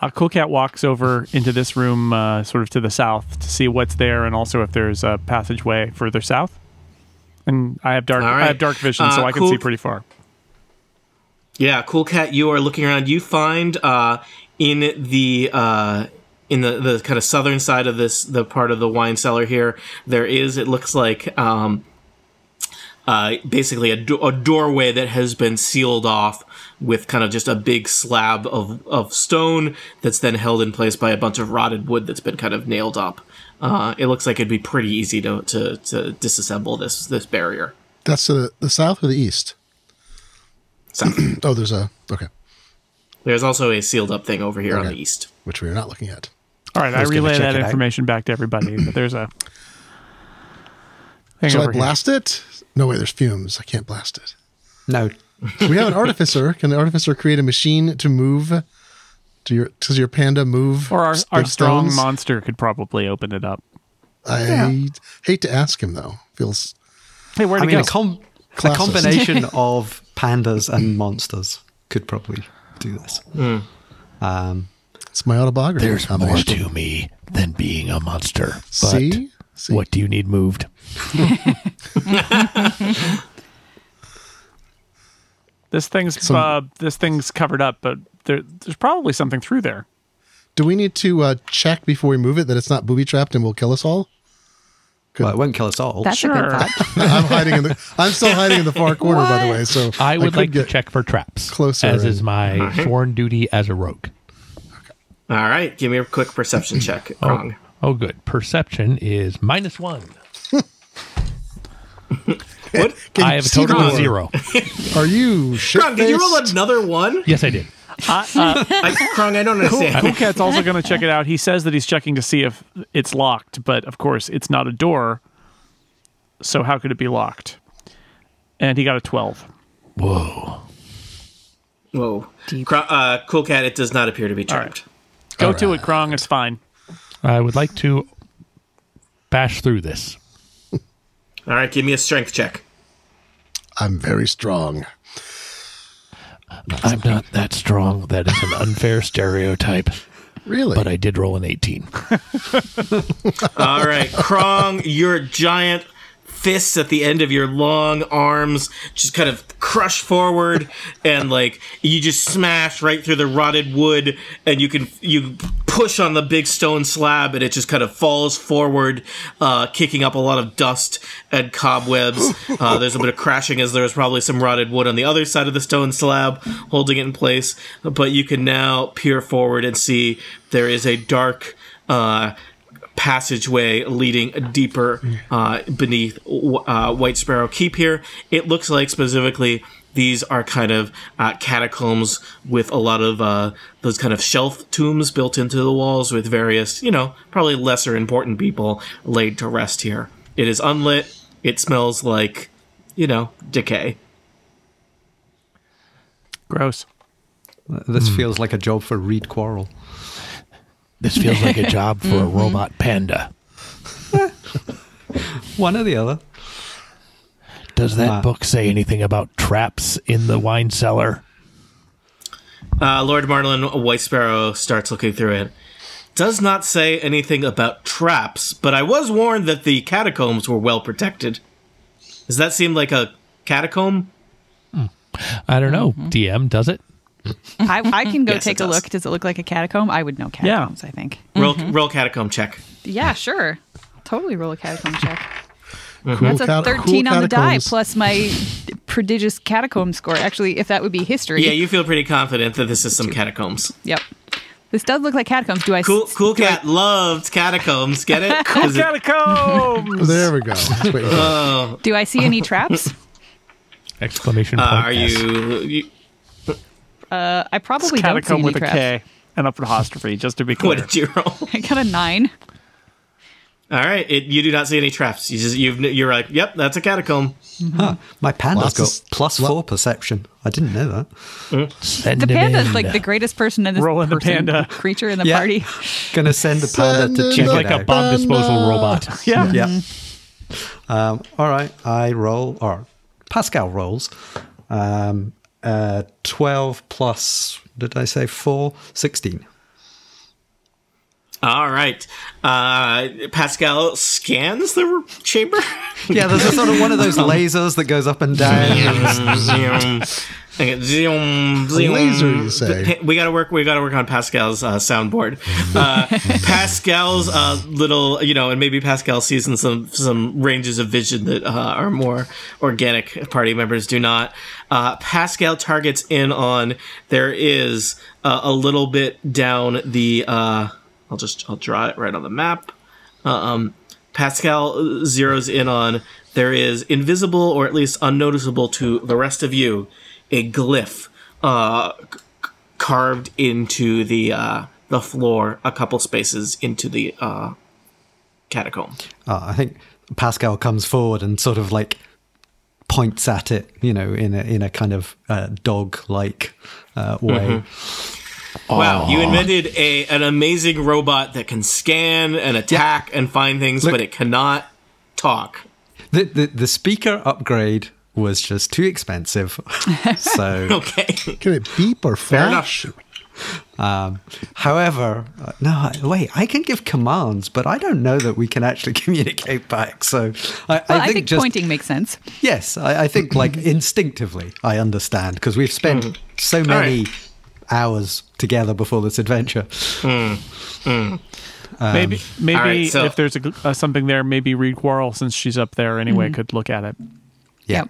S3: Uh, cool cat walks over into this room, uh, sort of to the south, to see what's there and also if there's a passageway further south. And I have dark.
S7: All right.
S3: I have dark vision,
S7: Uh,
S3: so I can
S7: Cool-
S3: see pretty far.
S7: Yeah, cool cat. You are looking around. You find uh, in the uh, in the, the kind of southern side of this the part of the wine cellar here. There is it looks like um, uh, basically a, do- a doorway that has been sealed off with kind of just a big slab of of stone that's then held in place by a bunch of rotted wood that's been kind of nailed up. Uh, it looks like it'd be pretty easy to, to, to disassemble this this barrier.
S2: That's to the, the south or the east?
S7: So,
S2: Oh, there's a okay.
S7: There's also a sealed up thing over here on the east.
S2: which we are not looking at.
S3: All right, I
S5: Let's go
S3: relay
S5: check
S3: that
S5: it out.
S3: information back to everybody. But there's a thing
S2: Shall I
S3: over here.
S2: blast it? No way, there's fumes. I can't blast it.
S5: No,
S2: We have an artificer. Can the artificer create a machine to move? Do your does your panda move?
S3: Or our,
S2: s-
S3: our
S2: those
S3: strong
S2: stones?
S3: monster could probably open it up.
S2: I hate to ask him though. Feels
S3: Hey, where'd
S5: I
S3: it
S5: mean a,
S3: go?
S5: com- a
S2: Classes.
S5: combination of pandas and monsters could probably do this. Um,
S2: it's my autobiography.
S1: There's more
S2: combination.
S1: to me than being a monster. But
S2: See? See?
S1: what do you need moved?
S3: this thing's uh, this thing's covered up, but there, there's probably something through there.
S2: Do we need to uh, check before we move it that it's not booby trapped and will kill us all?
S5: well, it won't kill us all.
S4: That's a
S3: Sure.
S4: good thought.
S2: I'm hiding in the. I'm still hiding in the far corner, by the way. So
S1: I would
S2: could
S1: like
S2: get-
S1: to check for traps.
S2: closer
S1: as
S2: and-
S1: is my sworn duty as a rogue.
S7: All right, give me a quick perception check. Wrong.
S1: Oh, good. Perception is minus one.
S7: What?
S2: Can
S1: I
S2: you
S1: have a
S2: see the
S1: total of
S2: door?
S1: zero.
S2: Are you
S7: Krong, did you roll
S2: shit-faced?
S7: another one?
S1: yes, I did.
S7: I, Krong, I don't understand.
S3: Kukat's also going to check it out. He says that he's checking to see if it's locked, but of course, it's not a door. So how could it be locked? And he got a 12.
S1: Whoa.
S7: Whoa. Kro- uh, cool Cat, it does not appear to be trapped.
S3: Go to it, Krong. It's fine.
S1: I would like to bash through this.
S7: All right, give me a strength check.
S2: I'm very strong.
S1: I'm not that strong. That is an unfair stereotype,
S2: Really?
S1: but I did roll an 18.
S7: All right, Krong, your giant fists at the end of your long arms just kind of crush forward and like you just smash right through the rotted wood and you can you push on the big stone slab and it just kind of falls forward uh, kicking up a lot of dust and cobwebs uh, there's a bit of crashing as there's probably some rotted wood on the other side of the stone slab holding it in place but you can now peer forward and see there is a dark uh, passageway leading deeper uh, beneath uh, White Sparrow Keep here. It looks like specifically these are kind of uh, catacombs with a lot of uh, those kind of shelf tombs built into the walls with various, you know, probably lesser important people laid to rest here. It is unlit. It smells like, you know, decay.
S3: Gross.
S5: This
S2: Hmm.
S5: feels like a job for Reed Quarrel.
S1: This feels like a job for
S4: Mm-hmm.
S1: a robot panda.
S5: One or the other.
S1: Does that book say anything about traps in the wine cellar?
S7: Uh, Lord Marlin White Sparrow starts looking through it. Does not say anything about traps, but I was warned that the catacombs were well protected. Does that seem like a catacomb?
S1: I don't know.
S4: Mm-hmm.
S1: DM, does it?
S4: I, I can go
S7: Yes,
S4: take
S7: it
S4: a
S7: does.
S4: look. Does it look like a catacomb? I would know catacombs, I think.
S7: Roll, roll catacomb check.
S4: Yeah, sure. Totally roll a catacomb check.
S2: Cool
S4: That's a
S2: cat-
S4: 13
S2: cool
S4: on the die
S2: catacombs.
S4: plus my prodigious catacomb score. Actually, if that would be history.
S7: Yeah, you feel pretty confident that this is some catacombs.
S4: Yep. This does look like catacombs. Do I s-
S7: Cool, cool cat loved catacombs. Get it? cool
S3: Catacomb!
S2: Oh, There we go. Let's wait for it.
S7: Uh,
S4: do I see any traps?
S1: Exclamation point.
S7: uh, are
S1: S.
S7: you, you?
S4: Uh, I probably don't see
S3: Catacomb
S4: any
S3: with a
S4: traps.
S3: K and up apostrophe, just to be
S7: What
S3: clear.
S7: did you roll?
S4: I got a nine.
S7: All right, it, you do not see any traps. You just you've, you're like, yep, that's a catacomb.
S5: My panda's
S2: Lots of
S5: got
S2: s-
S5: plus
S2: lo-
S5: four perception. I didn't know that.
S1: Send
S4: The
S1: him
S4: panda
S1: in.
S4: is like the greatest person in this
S3: Roll in the
S4: person,
S3: panda.
S4: creature in the
S5: Yeah.
S4: party.
S5: Gonna send the panda
S2: Send
S5: to
S2: it
S5: check
S1: He's
S5: it
S1: like a
S5: out.
S1: bomb disposal
S2: Panda.
S1: robot.
S3: Yeah.
S5: Yeah. Um, all right, I roll, or Pascal rolls. Um, uh, 12 plus, did I say 4? 16.
S7: All right. Uh, Pascal scans the r- chamber
S5: Yeah, there's a sort of one of those lasers that goes up and down.
S7: Okay, zoom, zoom.
S2: Laser, you say?
S7: Pa- We gotta work. We gotta work on Pascal's uh, soundboard. Uh, Pascal's uh, little, you know, and maybe Pascal sees in some some ranges of vision that uh, are more organic. Party members do not. Uh, Pascal targets in on. There is uh, a little bit down the. Uh, I'll just I'll draw it right on the map. Um, Pascal zeroes in on there is invisible or at least unnoticeable to the rest of you a glyph uh, c- c- carved into the uh, the floor a couple spaces into the uh, catacomb.
S5: Uh, I think Pascal comes forward and sort of like points at it, you know, in a, in a kind of uh, dog like uh, way.
S7: Wow, you invented a an amazing robot that can scan and attack and find things,
S5: Look-
S7: but it cannot talk.
S5: The, the the speaker upgrade was just too expensive, so.
S7: Okay.
S2: Can it beep or
S7: enough.
S2: flash?
S5: Um, however, uh, no, I- wait, I can give commands, but I don't know that we can actually communicate back. So I,
S4: Well,
S5: I think, just
S4: pointing makes sense.
S5: yes, I, I think like instinctively I understand because we've spent
S3: Mm.
S5: so many
S7: right.
S5: hours together before this adventure.
S3: maybe maybe
S7: all right, so-
S3: if there's a, uh, something there, maybe Reed Quarrel, since she's up there anyway, could look at it.
S5: Yeah.
S4: Yep.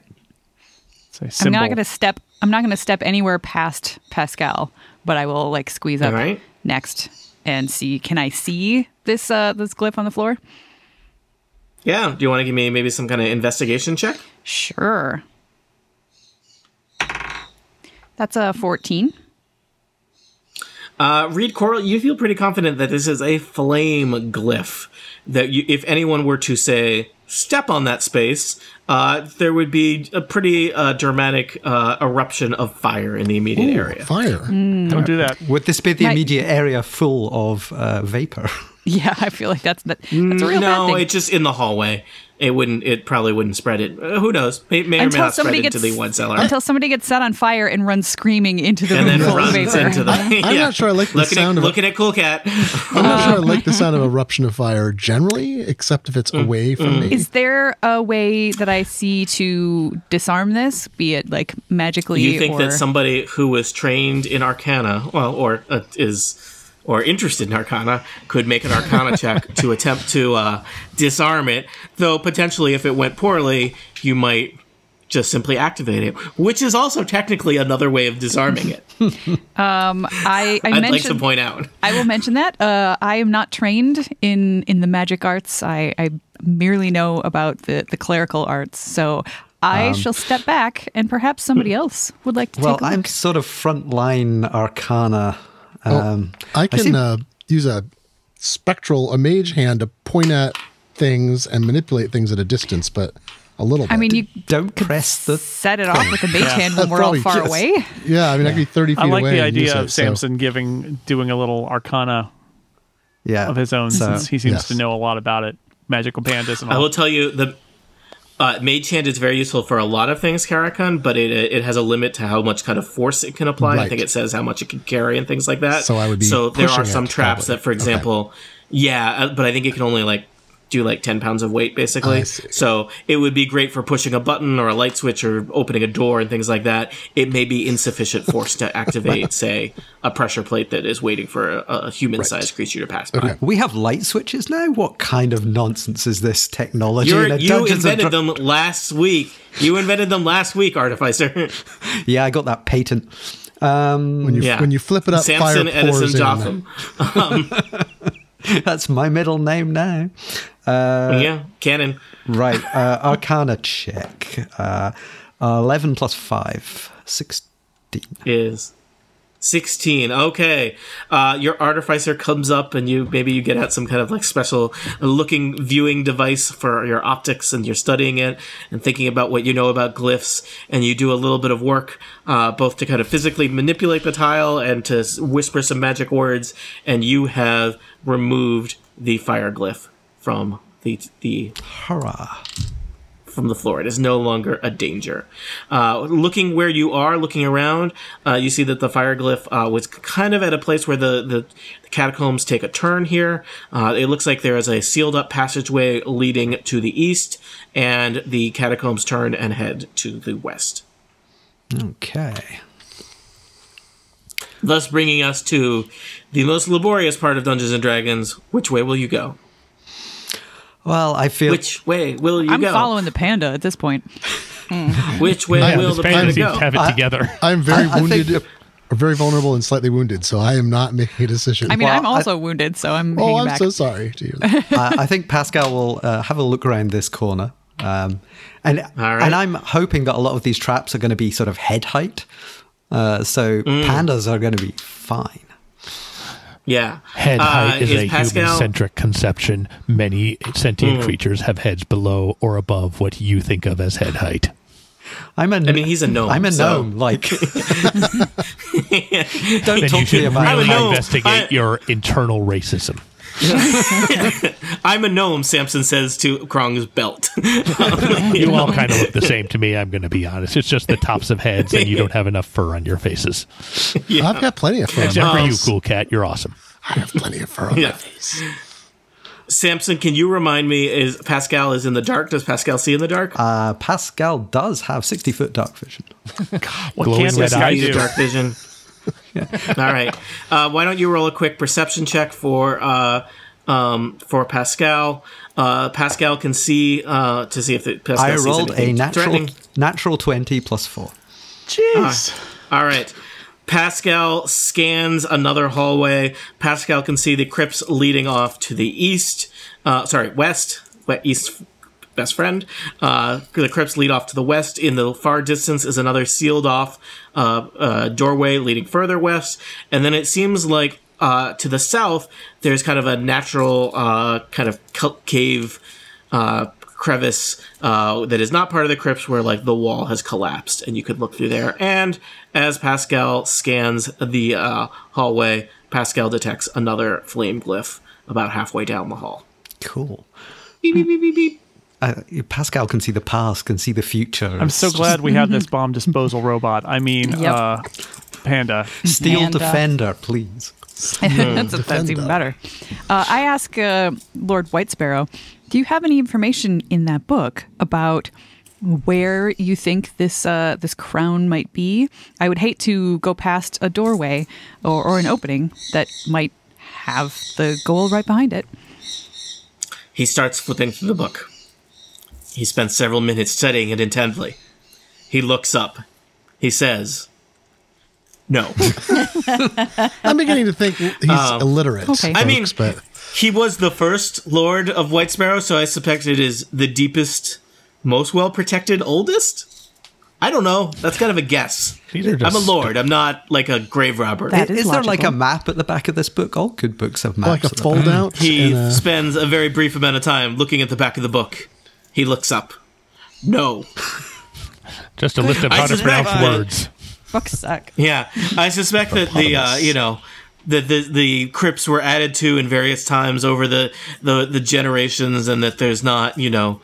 S3: Say
S4: Mm-hmm. I'm
S3: symbol.
S4: not going to step. I'm not going to step anywhere past Pascal, but I will like squeeze up
S7: All right.
S4: next and see. Can I see this uh this glyph on the floor?
S7: Yeah. Do you want to give me maybe some kind of investigation check?
S4: Sure. That's a 14.
S7: Uh, Reed Coral, you feel pretty confident that this is a flame glyph. That you, if anyone were to say step on that space, uh, there would be a pretty uh, dramatic uh, eruption of fire in the immediate area.
S2: Fire.
S7: Mm.
S3: Don't do that.
S5: Would this be the
S4: Right.
S5: immediate area full of uh, vapor?
S4: Yeah, I feel like that's that, that's a real bad
S7: no,
S4: thing.
S7: it's just in the hallway. It wouldn't. It probably wouldn't spread it. Uh, who knows? May, may or may
S4: until
S7: not spread
S4: somebody gets
S7: into the wine cellar.
S4: until somebody gets set on fire and runs screaming into the
S7: and
S4: room
S7: then
S4: full of
S7: runs
S4: vapor.
S7: into the.
S2: I'm not sure I like the
S7: looking
S2: sound
S7: at,
S2: of it.
S7: looking at Cool Cat.
S2: I'm not sure I like the sound of eruption of fire generally, except if it's away
S7: Mm.
S2: from me.
S4: Is there a way that I see to disarm this, be it like magically
S7: you think
S4: or
S7: that somebody who was trained in arcana well or uh, is or interested in arcana could make an arcana check to attempt to uh, disarm it though potentially if it went poorly you might just simply activate it which is also technically another way of disarming it
S4: I, I
S7: i'd like to
S4: mentioned
S7: point out
S4: I will mention that uh, I am not trained in in the magic arts. I, I merely know about the the clerical arts. So I shall step back, and perhaps somebody else would like to
S5: well,
S4: take a
S5: I'm
S4: look.
S5: sort of frontline arcana. Um,
S2: I can
S5: see-
S2: uh, use a spectral, a mage hand to point at things and manipulate things at a distance, but a little bit.
S4: I mean, you
S5: don't press the
S4: set it off with a mage hand when
S2: That's
S4: we're all
S2: probably
S4: far
S2: just-
S4: away.
S2: Yeah, I mean, I could be 30 feet
S3: I
S2: away.
S3: like the
S2: and use
S3: idea
S2: it,
S3: of
S2: so-
S3: Samson giving doing a little arcana
S5: yeah
S3: of his own since he seems
S2: Yes.
S3: to know a lot about it. Magical pandas and
S7: i
S3: all.
S7: will tell you the uh, mage hand is very useful for a lot of things karakun but it it has a limit to how much kind of force it can apply i
S2: Right.
S7: think it says how much it can carry and things like that
S2: So I would be
S7: so there are
S2: pushing
S7: some
S2: it,
S7: traps
S2: probably.
S7: that for example yeah uh, but i think it can only like do like 10 pounds of weight basically
S2: I see.
S7: so it would be great for pushing a button or a light switch or opening a door and things like that it may be insufficient force to activate say a pressure plate that is waiting for a, a human-sized creature to pass by
S5: We have light switches now. What kind of nonsense is this technology?
S7: You're,
S5: in a
S7: you
S5: Dungeons and
S7: invented
S5: Dra-
S7: them last week. You invented them last week, Artificer.
S5: Yeah, I got that patent. Um,
S2: when you,
S7: Yeah.
S2: when you flip it up,
S7: Samson,
S2: fire pours
S7: Edison,
S2: in.
S7: Jotham.
S5: that's my middle name now.
S2: Uh,
S7: yeah, canon.
S5: Right, uh, Arcana check. Uh, Eleven plus five, 16.
S7: is 16 okay uh, your artificer comes up and you maybe you get out some kind of like special looking viewing device for your optics and you're studying it and thinking about what you know about glyphs and you do a little bit of work uh, both to kind of physically manipulate the tile and to s- whisper some magic words and you have removed the fire glyph from the the
S5: Hurrah!
S7: from the floor. It is no longer a danger. Uh, looking where you are, looking around, uh, you see that the fire glyph uh, was kind of at a place where the, the, the catacombs take a turn here. Uh, it looks like there is a sealed up passageway leading to the east, and the catacombs turn and head to the west.
S5: Okay.
S7: Thus, bringing us to the most laborious part of Dungeons and Dragons. Which way will you go?
S5: Well, I feel
S7: Which way will you
S4: I'm
S7: go?
S4: following the panda at this point.
S7: Which way will
S1: this
S7: the
S1: band
S7: player
S1: seems
S7: go? uh,
S1: to have it together.
S2: I'm very
S5: I- I think
S2: wounded,
S5: the-
S2: or very vulnerable and slightly wounded, so I am not making a decision.
S4: I mean,
S5: Well,
S4: I'm
S5: I-
S4: also wounded, so I'm
S2: oh,
S4: hanging
S2: I'm
S4: back.
S2: so sorry to you.
S5: I, I think Pascal will uh, have a look around this corner. Um, and
S7: right.
S5: and I'm hoping that a lot of these traps are going to be sort of head height, Uh, so
S7: Mm.
S5: pandas are going to be fine.
S7: Yeah.
S1: Head
S7: Uh,
S1: height is, a
S7: Pascal-
S1: human-centric conception. Many sentient creatures have heads below or above what you think of as head height.
S5: I'm a. I
S7: mean, he's a gnome,
S5: I'm a
S7: so-
S5: gnome. Like, don't
S1: Then you
S5: talk to me
S1: should
S5: about
S7: I'm a
S1: really
S7: gnome.
S1: investigate
S7: I-
S1: your internal racism.
S7: I'm a gnome, Samson says to Krong's belt. Um,
S1: You all kind of look the same to me. I'm going to be honest. It's just the tops of heads, and you don't have enough fur on your faces.
S2: I've got plenty of fur. on
S1: Except
S2: my
S1: for you,
S2: face.
S1: cool cat. You're awesome.
S2: I have plenty of fur on
S7: Yeah.
S2: my face.
S7: Samson, can you remind me, is Pascal is in the dark? Does Pascal see in the dark?
S5: Uh, Pascal does have 60 foot dark vision.
S3: What
S1: Glowing red
S3: can this
S1: eyes.
S3: guy
S7: use
S3: do?
S7: dark vision. All right. Uh, why don't you roll a quick perception check for uh, um, for Pascal? Uh, Pascal can see uh, to see if the Pascal
S5: I
S7: sees
S5: rolled a
S7: anything
S5: natural
S7: threatening.
S5: natural 20 plus 4.
S3: Jeez.
S7: All right. Pascal scans another hallway. Pascal can see the crypts leading off to the east. Uh, sorry, west. West east best friend. Uh, the crypts lead off to the west. In the far distance is another sealed off uh, uh, doorway leading further west. And then it seems like uh, to the south, there's kind of a natural uh, kind of cu- cave uh, crevice uh, that is not part of the crypts where like the wall has collapsed and you could look through there and as pascal scans the uh, hallway pascal detects another flame glyph about halfway down the hall
S5: Cool.
S7: beep beep beep beep beep
S5: Uh, Pascal can see the past, can see the future.
S3: I'm so glad we have this bomb disposal robot. I mean,
S4: Yep.
S3: uh, Panda.
S5: Steel
S4: uh,
S6: Panda.
S5: defender, please.
S4: that's, that's even better. Uh, I ask uh, Lord White Sparrow, do you have any information in that book about where you think this uh, this crown might be? I would hate to go past a doorway or, or an opening that might have the goal right behind it.
S7: he starts flipping through the book he spends several minutes studying it intently he looks up he says no
S2: I'm beginning to think he's illiterate.
S4: okay. I
S2: folks,
S7: mean-
S2: but
S7: He was the first lord of White Sparrow, so I suspect it is the deepest, most well protected, oldest. I don't know. That's kind of a guess.
S1: These are
S7: I'm a
S1: just-
S7: lord. I'm not like a grave robber.
S4: That
S5: is
S4: is
S5: there like a
S4: logical.
S5: map at the back of this book? All good books have maps.
S2: like a
S5: at the
S2: fold out.
S7: he
S2: and uh, a-
S7: spends a very brief amount of time looking at the back of the book. He looks up. No.
S1: Just a list of
S7: I
S1: how to
S7: suspect
S1: pronounce
S7: that-
S1: words.
S6: Books suck.
S7: Yeah, I suspect that the uh, you know the, the the crypts were added to in various times over the, the the generations, and that there's not you know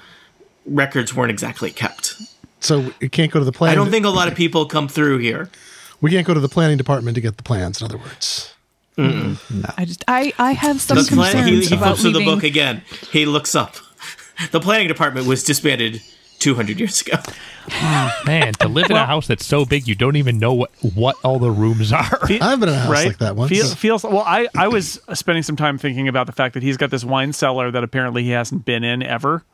S7: records weren't exactly kept.
S2: so we can't go to the plan.
S7: I don't think a lot of people come through here.
S2: we can't go to the planning department to get the plans. In other words,
S4: I just I, I have some
S7: The
S4: concerns
S7: plan- he, he
S4: about
S7: flips through the
S4: leaving.
S7: book again. He looks up. The planning department was disbanded 200 years ago.
S1: Man, to live in a house that's so big you don't even know what, what all the rooms are.
S2: I've been in a house
S3: right?
S2: like that once.
S3: Feel- feels well. I I was spending some time thinking about the fact that he's got this wine cellar that apparently he hasn't been in ever.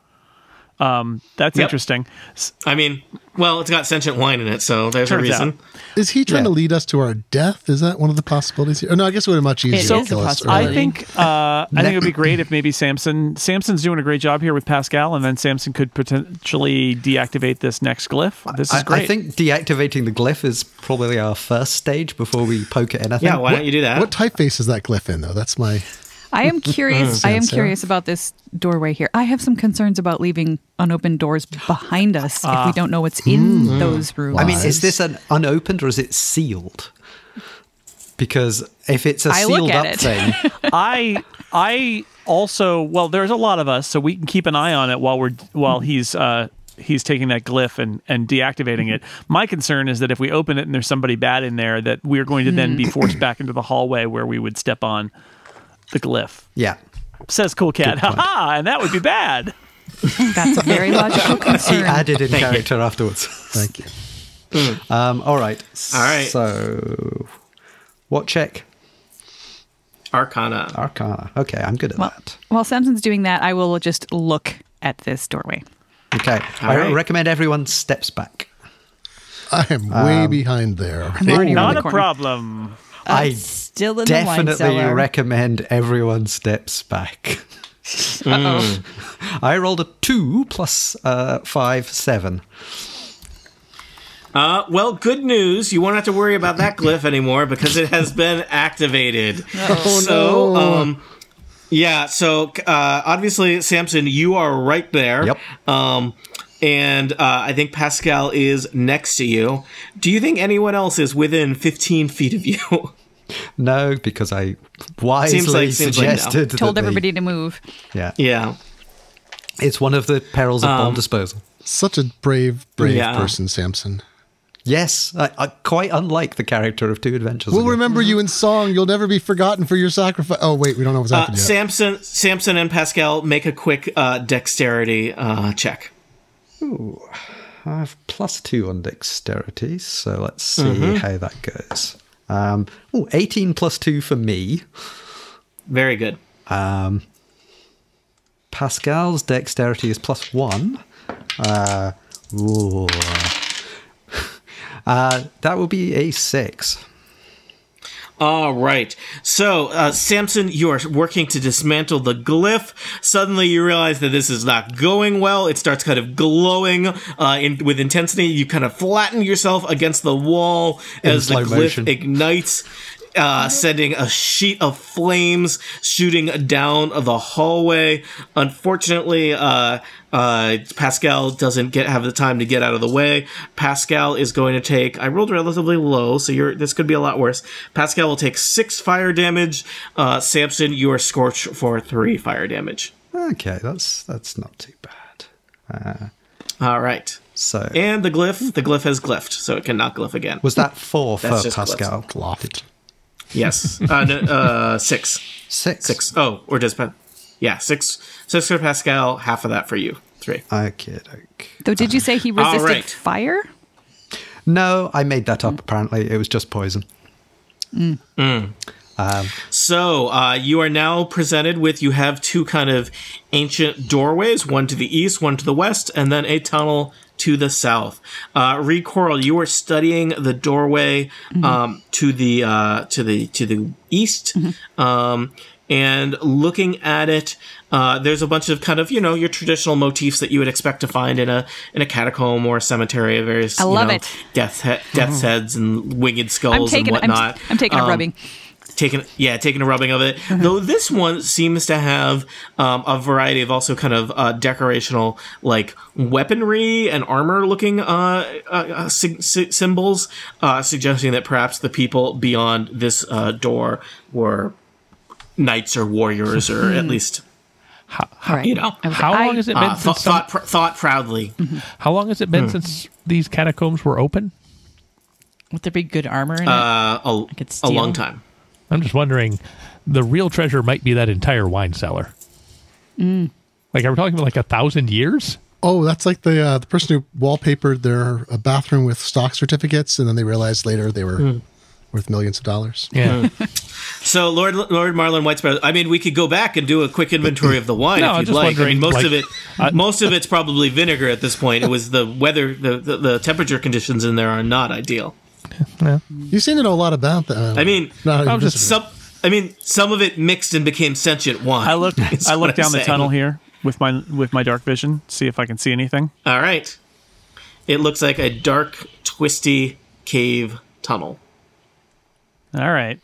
S3: Um, that's
S7: Yep.
S3: interesting. S-
S7: I mean, well, it's got sentient wine in it, so there's a
S3: Turns
S7: reason.
S3: out.
S2: Is he trying to lead us to our death? Is that one of the possibilities here? Oh, No, I guess it would be much easier
S6: is
S2: to
S6: a
S2: kill us.
S6: possibility.
S3: I
S2: early.
S3: think uh, I think it would be great if maybe Samson Samson's doing a great job here with Pascal, and then Samson could potentially deactivate this next glyph. This is
S5: I,
S3: great.
S5: I think deactivating the glyph is probably our first stage before we poke at anything.
S7: Yeah, why don't you do that?
S2: What typeface is that glyph in, though? That's my.
S4: I am curious. I am
S2: Sense, yeah.
S4: curious about this doorway here. I have some concerns about leaving unopened doors behind us if we don't know what's in those rooms.
S5: Ah. Hmm. I mean, is this an unopened or is it sealed? Because if it's a
S4: I look
S5: sealed
S4: at
S5: up
S4: it.
S5: thing,
S3: I I also well, there's a lot of us, so we can keep an eye on it while we're while he's uh he's taking that glyph and and deactivating it. My concern is that if we open it and there's somebody bad in there, that we're going to then be forced back into the hallway where we would step on the glyph.
S5: yeah.
S3: Says Cool Cat, ha ha, and that would be bad.
S4: That's a very logical
S5: He
S4: concern.
S5: added in character afterwards.
S2: Thank you.
S5: Um, all right.
S7: All right.
S5: So, what check?
S7: Arcana.
S5: Arcana. Okay, I'm good at
S4: Well,
S5: that.
S4: while Samson's doing that, I will just look at this doorway.
S5: Okay. I
S7: right.
S5: recommend everyone steps back.
S2: I am way behind there.
S4: I'm already around
S3: Not
S4: the
S3: a
S4: corner.
S3: problem.
S5: I
S6: Still in the wine
S5: definitely
S6: cellar.
S5: recommend everyone steps back.
S7: Mm.
S5: I rolled a two plus uh, five, seven.
S7: Uh, well, good news. You won't have to worry about that glyph anymore because it has been activated. so, um, yeah, so uh, obviously, Samson, you are right there.
S5: Yep.
S7: Um, and uh, I think Pascal is next to you. Do you think anyone else is within 15 feet of you?
S5: No, because I wisely
S7: like- seems like no.
S5: suggested. that
S4: Told
S5: they-
S4: everybody to move.
S5: yeah.
S7: yeah. Um,
S5: It's one of the perils of bomb disposal.
S2: Such a brave, brave
S7: Yeah.
S2: person, Samson.
S5: Yes, I, I, quite unlike the character of two adventures.
S2: We'll
S5: ago.
S2: remember you in song. You'll never be forgotten for your sacrifice. Oh, wait, we don't know what's
S7: Uh,
S2: happening yet.
S7: Samson, Samson and Pascal make a quick uh, dexterity uh, check.
S5: I have plus two on dexterity, so let's see how that goes. Um, ooh, 18 plus two for me.
S7: Very good.
S5: Pascal's dexterity is plus one. Uh, ooh. Uh, that will be a six.
S7: All right. So, uh, Samson, you are working to dismantle the glyph. Suddenly, you realize that this is not going well. It starts kind of glowing uh, in, with intensity. You kind of flatten yourself against the wall as the
S5: slow
S7: glyph
S5: motion.
S7: ignites. Uh, sending a sheet of flames shooting down the hallway. Unfortunately, uh, uh, Pascal doesn't get have the time to get out of the way. Pascal is going to take. I rolled relatively low, so you're this could be a lot worse. Pascal will take six fire damage. Uh, Samson, you are scorched for three fire damage.
S5: Okay, that's that's not too bad.
S7: All right,
S5: So
S7: and the glyph. The glyph has glyphed, so it cannot glyph again.
S5: was that four for
S7: That's just close.
S5: Pascal?
S2: Loft.
S7: Yes, uh, no, uh, six.
S5: Six.
S7: Six. Oh, or does Pat? Yeah, six. Six for Pascal. Half of that for you. Three.
S5: Okay, okay.
S4: Though, did you say he resisted
S7: right.
S4: fire?
S5: No, I made that up. Apparently, it was just poison.
S7: So uh, you are now presented with you have two kind of ancient doorways, one to the east, one to the west, and then a tunnel to the south. Uh, Reed Coral, you are studying the doorway
S4: Mm-hmm.
S7: um, to the uh, to the to the east.
S4: Mm-hmm.
S7: Um, and looking at it, uh, there's a bunch of kind of you know your traditional motifs that you would expect to find in a in a catacomb or a cemetery. Various,
S4: I love
S7: you know,
S4: it. Mm-hmm.
S7: Death he- death's heads and winged skulls
S4: I'm taking.
S7: and
S4: I'm,
S7: whatnot.
S4: I'm taking a
S7: Um,
S4: rubbing.
S7: taking yeah taking a rubbing of it though this one seems to have um, a variety of also kind of uh, decorational like weaponry and armor looking uh, uh, uh, sy- sy- symbols uh, suggesting that perhaps the people beyond this uh, door were knights or warriors or at least
S4: All right.
S7: you know
S4: I was
S1: How
S4: like,
S1: long
S4: I-
S1: has it been
S7: uh,
S1: since
S7: thought,
S1: some-
S7: thought, pr- thought proudly
S1: How long has it been since these catacombs were open?
S6: Would there be good armor in it?
S7: uh, a,
S6: could
S7: a
S6: steal.
S7: long time
S1: I'm just wondering. The real treasure might be that entire wine cellar. Like, are we talking about like a thousand years?
S2: Oh, that's like the uh, the person who wallpapered their uh, bathroom with stock certificates, and then they realized later they were worth millions of dollars.
S1: Yeah.
S7: So, Lord Lord Marlon Whitesparrow. I mean, we could go back and do a quick inventory of the wine
S1: No,
S7: if
S1: I'm
S7: you'd
S1: just
S7: like. I
S1: wondering,
S7: mean, most
S1: like-
S7: of it, most of it's probably vinegar at this point. It was the weather, the, the, the temperature conditions in there are not ideal.
S2: You seem to know a lot about that.
S7: I mean,
S2: not
S1: I'm just-
S7: some. I mean, some of it mixed and became sentient wine.
S3: I look.
S7: is
S3: I
S7: what
S3: look
S7: I'm
S3: down the
S7: saying.
S3: tunnel here with my with my dark vision. See if I can see anything.
S7: All right, it looks like a dark, twisty cave tunnel.
S3: All right,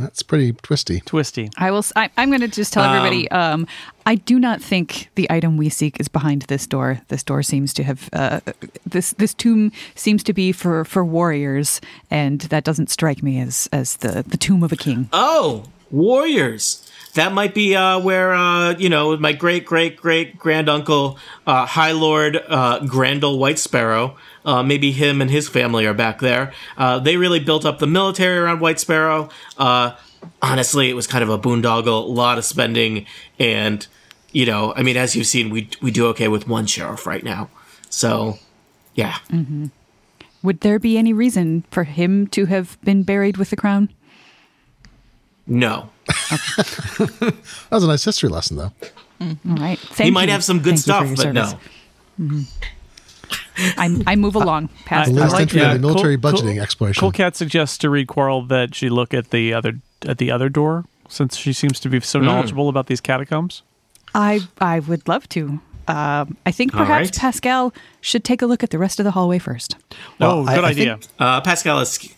S2: that's pretty twisty.
S3: twisty.
S4: I will. s- I, am going to just tell everybody. Um, I do not think the item we seek is behind this door. This door seems to have. Uh, this this tomb seems to be for for warriors, and that doesn't strike me as as the the tomb of a king.
S7: Oh, warriors. That might be uh, where uh, you know my great great great grand uncle, uh, High Lord uh, Grandal White Sparrow. Uh, maybe him and his family are back there. Uh, they really built up the military around White Sparrow. Uh, honestly, it was kind of a boondoggle, a lot of spending, and you know, I mean, as you've seen, we we do okay with one sheriff right now. So, yeah.
S4: Mm. Would there be any reason for him to have been buried with the crown?
S7: No,
S2: That was a nice history lesson, though.
S4: All right. Thank
S7: he might
S4: you.
S7: have some good
S4: Thank you for
S7: stuff,
S4: your
S7: but
S4: service.
S7: no.
S4: I, I move along past.
S2: The
S3: I
S2: latest
S3: like
S2: entry
S3: that.
S2: of the military
S3: Cool-
S2: budgeting
S3: cool-
S2: exploration.
S3: Cool Cat suggests to Reed Quarrel that she look at the other at the other door since she seems to be so knowledgeable about these catacombs.
S4: I I would love to. Um, I think
S7: All
S4: perhaps
S7: right.
S4: Pascal should take a look at the rest of the hallway first.
S5: Well,
S3: oh,
S5: I-
S3: good
S5: I
S3: idea.
S5: think-
S7: Uh, Pascal is.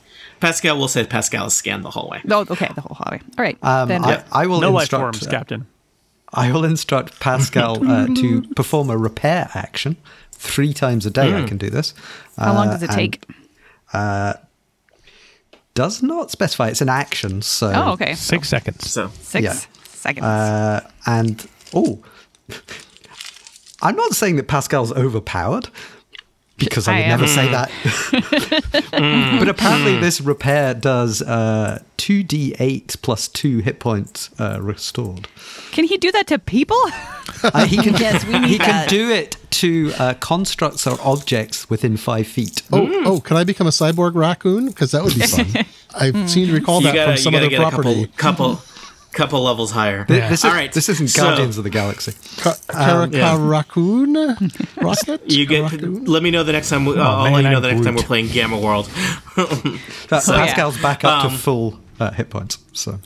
S7: Pascal will say Pascal has scanned the hallway.
S4: Oh, okay, the whole hallway. All right.
S5: Um,
S4: then
S5: I, I will
S3: No life
S5: instruct,
S3: forms, Captain.
S5: I will instruct Pascal uh, to perform a repair action three times a day. I can do this.
S4: Hmm. how long
S5: Uh,
S4: does it
S5: and
S4: take?
S5: Does not specify. It's an action. So
S4: Oh, okay.
S1: Six seconds.
S7: So
S4: Six
S5: uh, yeah.
S4: seconds.
S5: Uh, and oh, I'm not saying that Pascal's overpowered because I,
S4: I
S5: would
S4: am. Mm.
S5: never say that. but apparently, this repair does uh, 2d8 plus two hit points uh, restored.
S4: Can he do that to people?
S5: Uh, he can,
S6: Yes, we need
S5: he can
S6: that.
S5: do it to uh, constructs or objects within five feet.
S2: Oh,
S7: Hmm.
S2: oh, can I become a cyborg raccoon? Because that would be fun. I seem to recall
S7: Hmm. you
S2: that
S7: gotta,
S2: from
S7: you
S2: some
S7: gotta
S2: other
S7: get a couple,
S2: property.
S7: couple, couple levels higher.
S5: Th- This, is,
S7: All right.
S5: this isn't
S7: so-
S5: Guardians of the Galaxy.
S2: Ca- Cara-
S7: yeah.
S2: Raccoon? Rocket?
S7: You get.
S2: Raccoon?
S7: Let me know the next time. We, uh, I'll
S1: man,
S7: let you know
S1: I'm
S7: the next time
S1: Groot.
S7: we're playing Gamma World.
S5: Uh, Pascal's back up
S7: Um,
S5: to full uh, hit points. So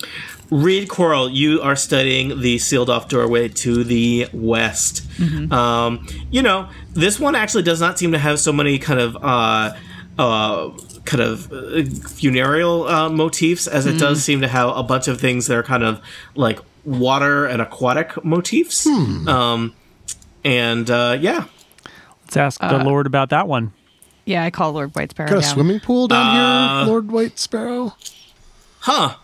S7: Reed Quarrel, you are studying the sealed off doorway to the west. Um, you know, this one actually does not seem to have so many kind of. Uh, uh, kind of uh, funereal uh, motifs as it does seem to have a bunch of things that are kind of like water and aquatic motifs um, and uh, yeah
S3: Let's ask the Lord about that one.
S4: yeah, I call Lord White Sparrow
S2: Got a
S4: down.
S2: swimming pool
S7: Uh,
S2: down here, Lord White Sparrow?
S7: Huh.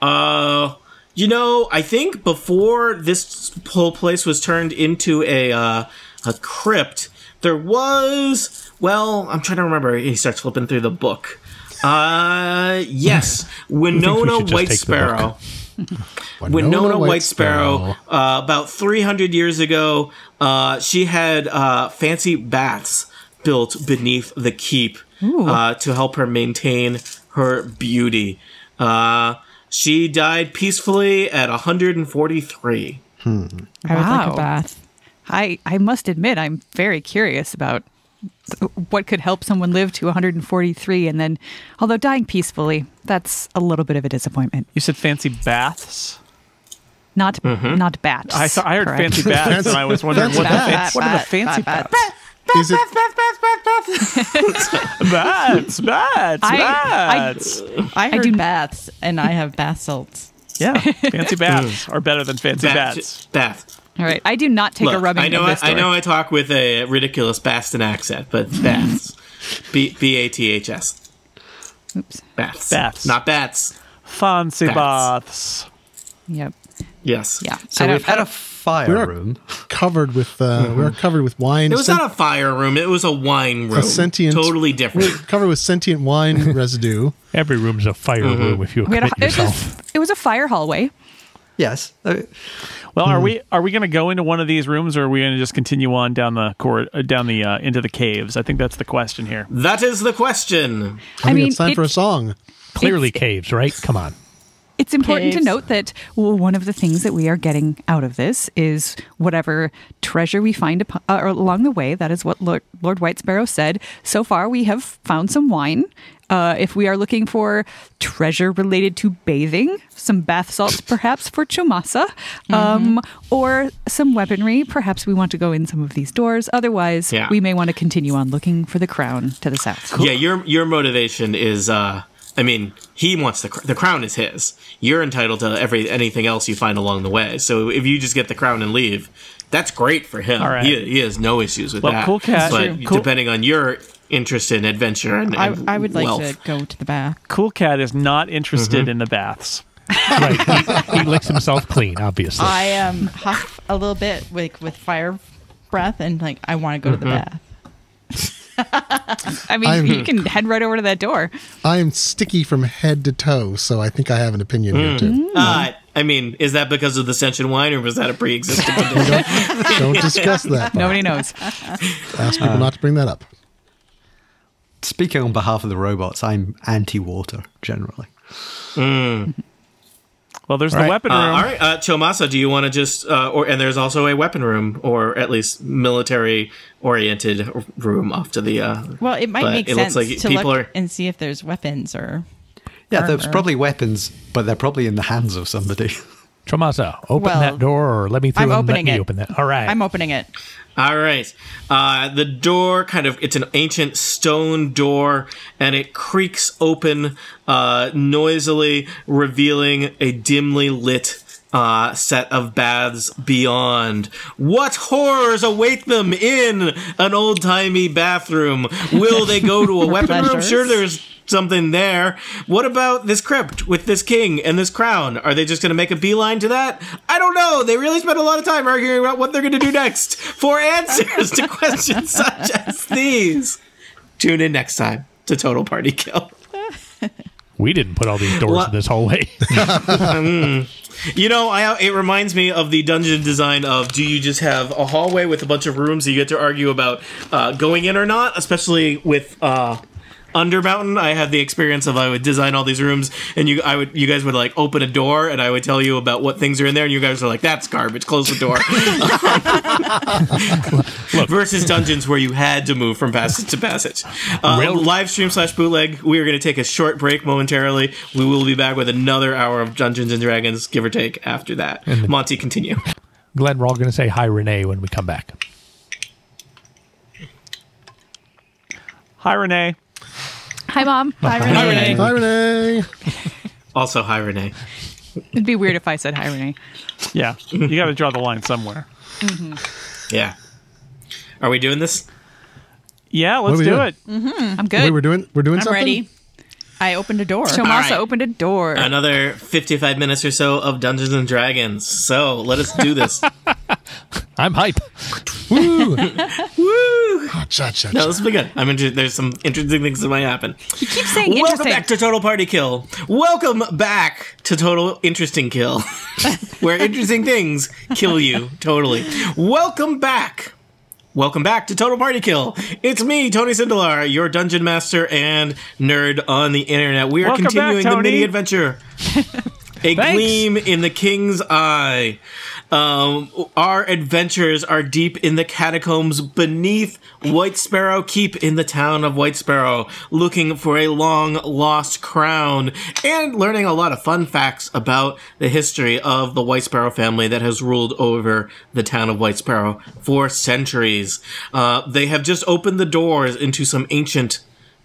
S7: Uh, you know, I think before this whole place was turned into a uh, a crypt, there was. Well, I'm trying to remember. He starts flipping through the book. Uh, yes, Winona
S1: should just
S7: White
S1: take the book.
S7: Sparrow. Winona White, Sparrow, Uh, about 300 years ago, uh, she had uh, fancy baths built beneath the keep uh, to help her maintain her beauty. Uh, she died peacefully at 143.
S6: I would like
S4: Wow.
S6: a bath.
S4: I, I must admit, I'm very curious about th- what could help someone live to 143 and then, although dying peacefully, that's a little bit of a disappointment.
S3: You said fancy baths.
S4: Not
S7: Mm-hmm.
S4: not bats.
S3: I thought I heard
S4: correct?
S3: fancy baths, and I was wondering what the, fa-
S4: Bat, bat,
S3: what are the
S4: bat,
S3: fancy
S4: bat,
S3: bats?
S2: Is it
S3: Bats, bats,
S4: I-
S3: bats.
S6: I heard
S4: do-
S6: baths, and I have bath salts.
S3: yeah, fancy baths are better than fancy
S7: Bath-
S3: bats.
S7: Bath.
S4: All right. I do not take a
S7: Look,
S4: rubbing
S7: I know
S4: of
S7: I,
S4: this
S7: I
S4: door.
S7: know I talk with a ridiculous Baston accent, but baths. B B A T H S.
S4: Oops.
S7: Baths.
S3: Baths.
S7: Not bats.
S3: Fancy
S7: Bats.
S3: baths.
S4: Yep.
S7: Yes.
S4: Yeah. I
S5: so
S4: don't-
S5: we've had a
S2: We're-
S5: fire room.
S2: covered with, uh, we we're covered with wine?
S7: Mm-hmm. It was not a fire room. It was a wine room.
S2: sentient-
S7: Totally
S2: we're
S7: different.
S2: covered with sentient wine residue.
S1: Every room's a fire room if you
S4: we had a,
S1: commit
S4: it,
S1: yourself.
S4: was, it was a fire hallway.
S5: Yes. Uh,
S3: Well,
S7: Hmm.
S3: are we are we going to go into one of these rooms, or are we going to just continue on down the cor- uh, down the uh, into the caves? I think that's the question here.
S7: That is the question.
S2: I,
S4: I
S2: think
S4: mean,
S2: it's time for a
S4: it-
S2: song.
S1: Clearly caves, right? Come on.
S4: It's important to
S6: Caves.
S4: note that well, one of the things that we are getting out of this is whatever treasure we find upon, uh, or along the way. That is what Lord, Lord White Sparrow said. So far, we have found some wine. Uh, if we are looking for treasure related to bathing, some bath salts perhaps for Chomasa, um, or some weaponry, perhaps we want to go in some of these doors. Otherwise,
S7: Yeah.
S4: we may want to continue on looking for the crown to the south.
S7: Yeah, your your motivation is. uh I mean, he wants the cr- the crown is his. You're entitled to every anything else you find along the way. So if you just get the crown and leave, that's great for him.
S3: right.
S7: He, he has no issues with
S3: Well,
S7: that.
S3: cool cat.
S7: But
S3: Cool-
S7: depending on your interest in adventure and,
S6: I,
S7: and
S6: I would like
S7: wealth,
S6: to go to the bath.
S3: Cool cat is not
S7: Mm-hmm.
S3: interested in the baths.
S1: Right. He, he licks himself clean, obviously.
S6: I um huff a little bit like with fire breath, and like I want to go to the
S7: Mm-hmm.
S6: bath.
S4: I mean,
S2: I'm-
S4: you can head right over to that door.
S2: I am sticky from head to toe, so I think I have an opinion here too.
S7: Uh, I mean, is that because of the sentient wine, or was that a pre-existing condition? Mm.
S2: Don't discuss that.
S4: Nobody knows.
S2: Ask
S7: Uh,
S2: people not to bring that up.
S5: speaking on behalf of the robots, I'm anti-water generally.
S3: Well, there's the
S1: Right.
S3: weapon
S7: Uh,
S3: room.
S7: all right, uh, Chomasa, do you want to just, uh, or and there's also a weapon room, or at least military-oriented room off to the. Uh,
S6: Well, it might
S7: But
S6: make
S7: it looks
S6: sense
S7: like
S6: to
S7: people
S6: look
S7: are-
S6: and see if there's weapons or
S5: Yeah, there's
S6: Armor.
S5: probably weapons, but they're probably in the hands of somebody.
S1: Chomasa, open
S6: Well,
S1: that door or let me through
S6: I'm
S1: and let
S6: opening
S1: me
S6: it.
S1: open that. All right.
S6: I'm opening it.
S7: All right. Uh, the door kind of, it's an ancient stone door and it creaks open uh, noisily, revealing a dimly lit uh, set of baths beyond. What horrors await them in an old timey bathroom? Will they go to a weapon room?
S6: Pleasures.
S7: Sure, there's something there. What about this crypt with this king and this crown? Are they just going to make a beeline to that? I don't know. They really spent a lot of time arguing about what they're going to do next for answers to questions such as these. Tune in next time to Total Party Kill.
S1: we didn't put all these doors
S7: What-
S1: in this hallway.
S7: You know, I it reminds me of the dungeon design of do you just have a hallway with a bunch of rooms that you get to argue about uh, going in or not, especially with uh Undermountain, I had the experience of I would design all these rooms, and you, I would, you guys would like open a door, and I would tell you about what things are in there, and you guys are like, "That's garbage, close the door." Versus dungeons where you had to move from passage to passage. Uh,
S1: Rail-
S7: live stream slash bootleg. We are going to take a short break momentarily. We will be back with another hour of Dungeons and Dragons, give or take, after that. Monty, continue.
S1: Glenn, we're all going to say hi, Renee, when we come back.
S3: Hi, Renee.
S4: Hi, Mom. Hi,
S7: Hi,
S4: Renee.
S7: Renee.
S2: Hi, Renee.
S7: Also, hi, Renee.
S4: It'd be weird if I said hi, Renee.
S3: Yeah, you got to draw the line somewhere.
S7: Yeah. Are we doing this?
S3: Yeah, let's
S2: we
S3: do
S2: doing?
S3: it.
S4: I'm
S2: Wait,
S4: good.
S2: we're doing we're doing
S6: I'm
S2: something.
S6: ready. I opened a door.
S4: Tomasa
S7: All right.
S4: opened a door.
S7: Another 55 minutes or so of Dungeons and Dragons. So let us do this.
S1: I'm hype.
S2: Woo!
S7: Woo!
S2: Ah, cha, cha,
S7: No,
S2: cha.
S7: this will be good. I'm inter- there's some interesting things that might happen.
S4: you keep saying
S7: Welcome
S4: interesting.
S7: back to Total Party Kill. Welcome back to Total Interesting Kill, where interesting things kill you totally. Welcome back. Welcome back to Total Party Kill. It's me, Tony Sindelar, your dungeon master and nerd on the internet. We are
S3: Welcome back,
S7: continuing the
S3: Tony.
S7: mini adventure. A gleam in the king's eye. Um, our adventures are deep in the catacombs beneath White Sparrow Keep in the town of White Sparrow, looking for a long lost crown and learning a lot of fun facts about the history of the White Sparrow family that has ruled over the town of White Sparrow for centuries. Uh, they have just opened the doors into some ancient,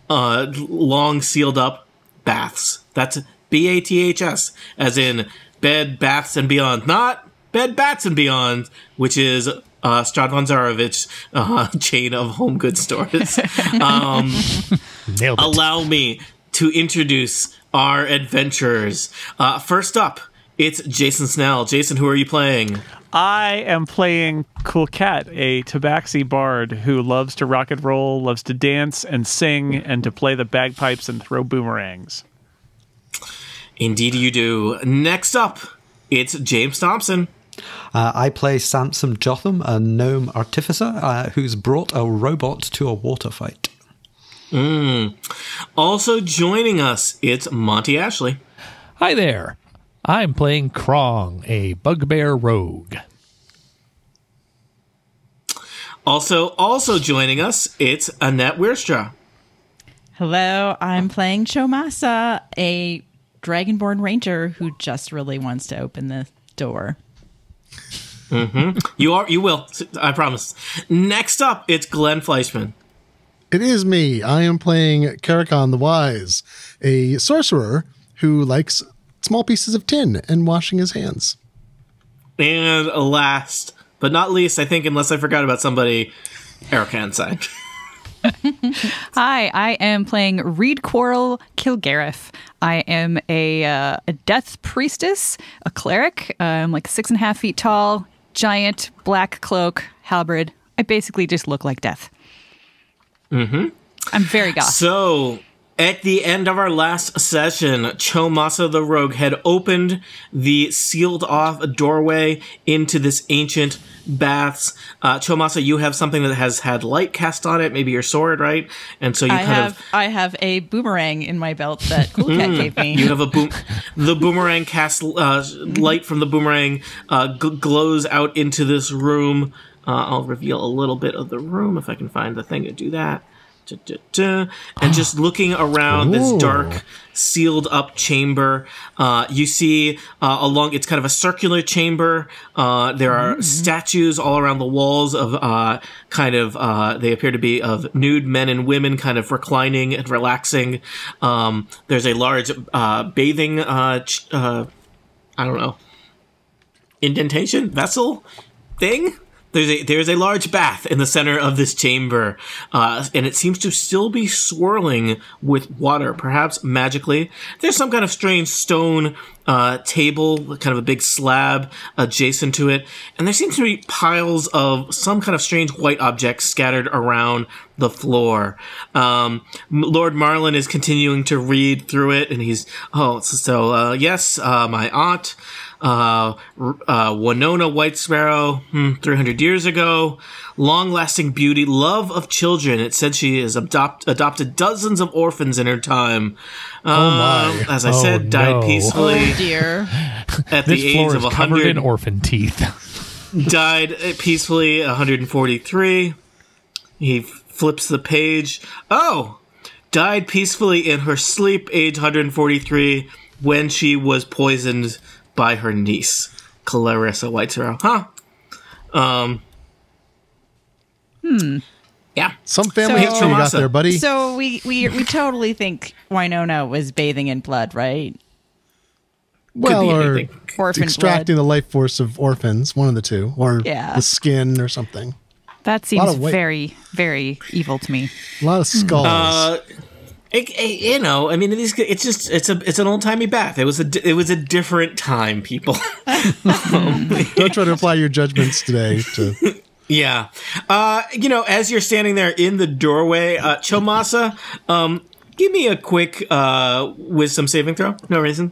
S7: uh, long sealed up baths. That's B A T H S, as in bed, baths, and beyond. Not bed, bats, and beyond, which is uh, Stradvan Zarovich's uh, chain of home goods stores. um,
S1: Nailed it.
S7: allow me to introduce our adventurers. Uh, first up, it's Jason Snell. Jason, who are you playing?
S3: I am playing Cool Cat, a tabaxi bard who loves to rock and roll, loves to dance and sing, and to play the bagpipes and throw boomerangs.
S7: Indeed, you do. Next up, it's James Thompson.
S5: Uh, I play Sansom Jotham, a gnome artificer uh, who's brought a robot to a water fight.
S7: Also joining us, it's Monty Ashley.
S1: Hi there. I'm playing Krong, a bugbear rogue.
S7: Also, also joining us, it's Annette Weirstra.
S6: Hello, I'm playing Chomasa, a dragonborn ranger who just really wants to open the door.
S7: You are, you will, I promise. Next up, it's Glenn Fleischman.
S2: It is me. I am playing Karakon the Wise, a sorcerer who likes small pieces of tin and washing his hands.
S7: And last but not least, I think, unless I forgot about somebody, Eric Hanside.
S4: Hi, I am playing Reed Quarrel Kilgareth. I am a, uh, a death priestess, a cleric. I'm like six and a half feet tall, giant black cloak, halberd. I basically just look like death. Mm-hmm. I'm very goth.
S7: So, at the end of our last session, Chomasa the Rogue had opened the sealed off doorway into this ancient baths. Uh, Chomasa, you have something that has had light cast on it, maybe your sword, right? And so you
S6: I
S7: kind
S6: have
S7: of.
S6: I have a boomerang in my belt that Cool Cat gave me.
S7: You have a boom. the boomerang casts uh, light from the boomerang uh, gl- glows out into this room. Uh, I'll reveal a little bit of the room if I can find the thing to do that. and just looking around this dark sealed up chamber uh, you see uh, along it's kind of a circular chamber uh, there are statues all around the walls of uh, kind of uh, they appear to be of nude men and women kind of reclining and relaxing um, there's a large uh, bathing uh, ch- uh, i don't know indentation vessel thing. There's a there's a large bath in the center of this chamber, uh, and it seems to still be swirling with water, perhaps magically. There's some kind of strange stone uh, table, kind of a big slab adjacent to it, and there seems to be piles of some kind of strange white objects scattered around the floor. Um, M- Lord Marlin is continuing to read through it, and he's oh so uh, yes, uh, my aunt uh, r- uh, Winona White Sparrow, hmm, 300 years ago. Long lasting beauty, love of children. It said she has adopt- adopted dozens of orphans in her time. oh, my. As I
S1: Oh,
S7: said, died
S1: no.
S7: peacefully
S6: Oh dear.
S1: This
S7: at the age
S1: floor
S7: of
S1: is covered
S7: 100.
S1: in orphan teeth.
S7: died peacefully at 143. He flips the page. Oh, died peacefully in her sleep, age 143, when she was poisoned by her niece, Clarissa Whitesparrow. Huh? Um. Hmm. Yeah.
S2: Some family
S6: So-
S2: history you got there, buddy.
S6: So we, we we totally think Winona was bathing in blood, right?
S2: well,
S7: be
S2: or
S7: anything.
S6: Orphan
S2: extracting the life force of orphans, one of the two, or
S6: Yeah.
S2: the skin or something.
S4: That
S2: Lot
S4: seems
S2: of weight.
S4: very, very evil to me.
S2: A lot of skulls.
S7: Uh, it, it- you know, I mean, it is, it's just it's a it's an old timey bath. It was a di- it was a different time, people.
S2: Don't try to apply your judgments today to
S7: Yeah. Uh, you know, as you're standing there in the doorway, uh, Chomasa, um, give me a quick uh, wisdom saving throw. No reason.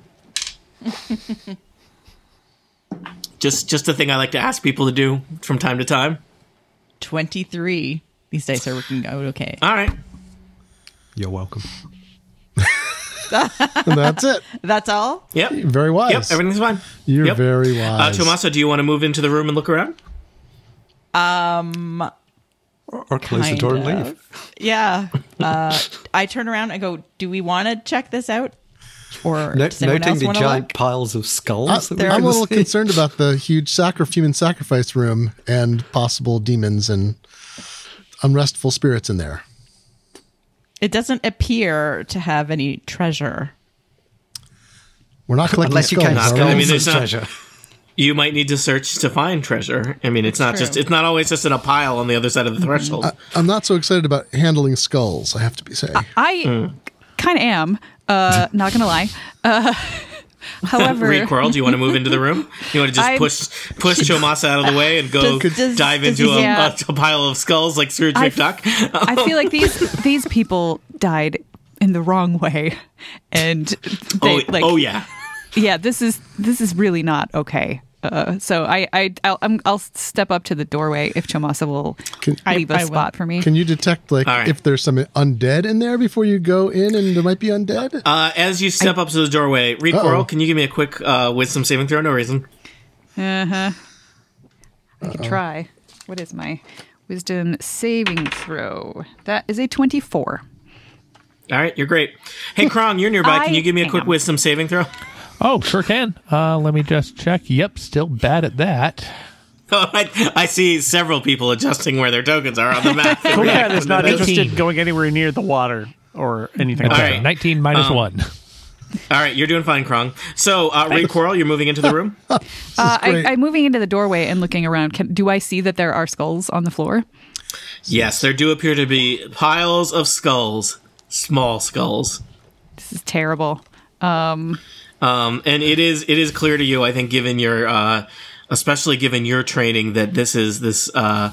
S7: just just a thing I like to ask people to do from time to time.
S6: blood. Twenty three. These dice are working out okay.
S7: All right.
S5: You're welcome.
S2: and that's it.
S6: That's all.
S7: Yep.
S2: Very wise.
S7: Yep. Everything's fine.
S2: You're
S7: yep.
S2: very
S7: Uh,
S2: wise.
S7: Chomasa, do you want to move into the room and look around?
S5: Or, or close the door and
S6: Kind
S5: leave.
S6: Yeah. Uh, I turn around and go, "Do we want to check this out?" Or
S5: No,
S6: does anyone
S5: noting
S6: else
S5: the
S6: want to
S5: giant
S6: look?
S5: piles of
S2: Uh,
S5: skulls. that we
S2: I'm
S5: can
S2: a little
S5: see.
S2: concerned about the huge sacri- human sacrifice room and possible demons and unrestful spirits in there.
S6: It doesn't appear to have any treasure.
S2: We're not collecting
S5: Unless you
S2: skulls.
S5: count
S2: are
S5: skulls
S2: we?
S7: I mean,
S5: as
S7: there's not-
S5: treasure.
S7: You might need to search to find treasure. I mean, it's not just
S6: True.
S7: it's not always just in a pile on the other side of the threshold.
S2: I'm not so excited about handling skulls. I have to be saying.
S4: I kind of am. Uh, not gonna lie. Uh, however,
S7: Reed Quarrel, do you want to move into the room? You want to just
S4: I'm-
S7: push push Chomasa out of the way and go
S6: Does- does-
S7: dive
S6: does
S7: into
S6: he-
S7: a,
S4: Yeah.
S7: a, pile of skulls like Scrooge
S4: I-
S7: McDuck?
S4: I feel like these these people died in the wrong way, and they
S7: oh,
S4: like
S7: oh yeah,
S4: yeah this is this is really not okay. Uh, so I I I'll, I'm, I'll step up to the doorway if Chomasa will
S2: Can-
S4: leave a
S6: I- I will.
S4: spot for me.
S2: Can you detect like
S7: All right.
S2: if there's some undead in there before you go in, and there might be undead?
S7: uh, as you step up to the doorway, Reed
S2: Uh-oh.
S7: Quarrel, can you give me a quick uh, wisdom saving throw? No reason.
S4: Uh-huh. I could try. What is my wisdom saving throw? That is a 24.
S7: All right, you're great. Hey Krong, you're nearby. Can
S4: I
S7: you give me a quick
S4: am.
S7: wisdom saving throw?
S1: Oh, sure can. Uh, let me just check. Yep, still bad at that.
S7: Oh, I, I see several people adjusting where their tokens are on the map.
S3: Kokat is not
S1: 19.
S3: interested in going anywhere near the water or anything like
S7: All
S3: that.
S7: right. Um,
S1: 19 minus 1.
S7: All right, you're doing fine, Krong. So uh, Reed Quarrel, you're moving into the room.
S4: Uh, I,
S2: great.
S4: I'm moving into the doorway and looking around. Can, do I see that there are skulls on the floor?
S7: yes, there do appear to be piles of skulls, small skulls.
S4: This is terrible.
S7: Um, and it is it is clear to you, I think, given your uh, especially given your training, that this is this uh,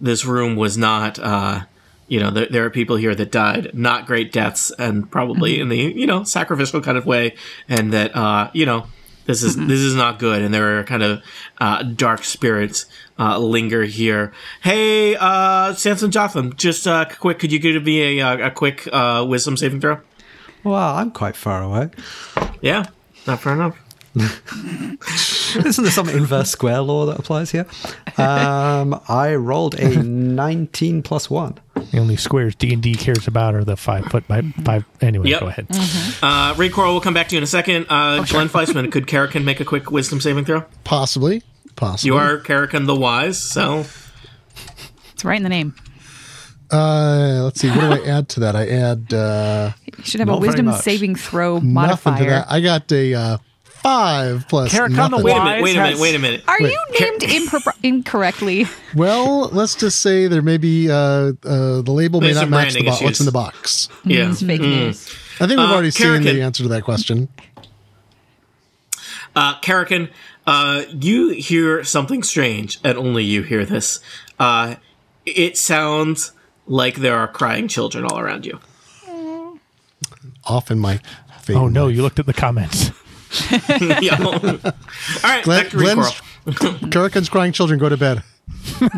S7: this room was not uh, you know there, there are people here that died not great deaths and probably in the you know sacrificial kind of way, and that uh, you know this is this is not good, and there are kind of uh, dark spirits uh, linger here. Hey, uh, Samson Jotham, just uh, quick, could you give me a, uh, a quick uh, wisdom saving throw?
S5: Well, I'm quite far away.
S7: Yeah, not far enough.
S5: Isn't there some inverse square
S4: Uh,
S5: law that applies here? Um, I rolled a 19 plus 1.
S1: The only squares D and D cares about are the five foot by five. Anyway,
S7: Yep.
S1: go ahead.
S6: Mm-hmm.
S7: Uh, Ray Coral, we'll come back to you in a second. Uh,
S4: Oh,
S7: Glenn Feisman, could Karakin make a quick wisdom saving throw?
S2: Possibly. Possibly.
S4: Mm-hmm.
S7: You are Karakin the Wise, so
S4: It's right in the name.
S2: Uh, let's see. What do I add to that? I add uh,
S4: You should have
S5: Not
S4: a
S5: very
S4: wisdom
S5: much.
S4: saving throw
S2: nothing to
S4: modifier.
S2: that. I got a uh, five plus.
S3: Carrick on the
S2: nothing.
S7: wait a
S3: Wise
S7: minute, wait a minute,
S3: has-
S7: wait a minute.
S4: Are you named impro- incorrectly?
S2: Well, let's just say there may be uh, uh, the label may
S7: There's
S2: not
S7: some
S2: match the
S7: branding
S2: bo- what's
S7: issues.
S2: in the box.
S7: Yeah.
S6: It's fake news.
S2: I think we've
S7: Uh,
S2: already seen
S7: Kerrigan.
S2: the answer to that question.
S7: Uh, Karakin, uh, you hear something strange, and only you hear this. Uh, it sounds like there are crying children all around you.
S2: Off in my. fate.
S1: Oh no, you looked at the comments.
S7: Yeah. all right,
S2: Glenn,
S7: back to Ray Coral.
S2: Glenn's Kerrigan's crying children go to bed.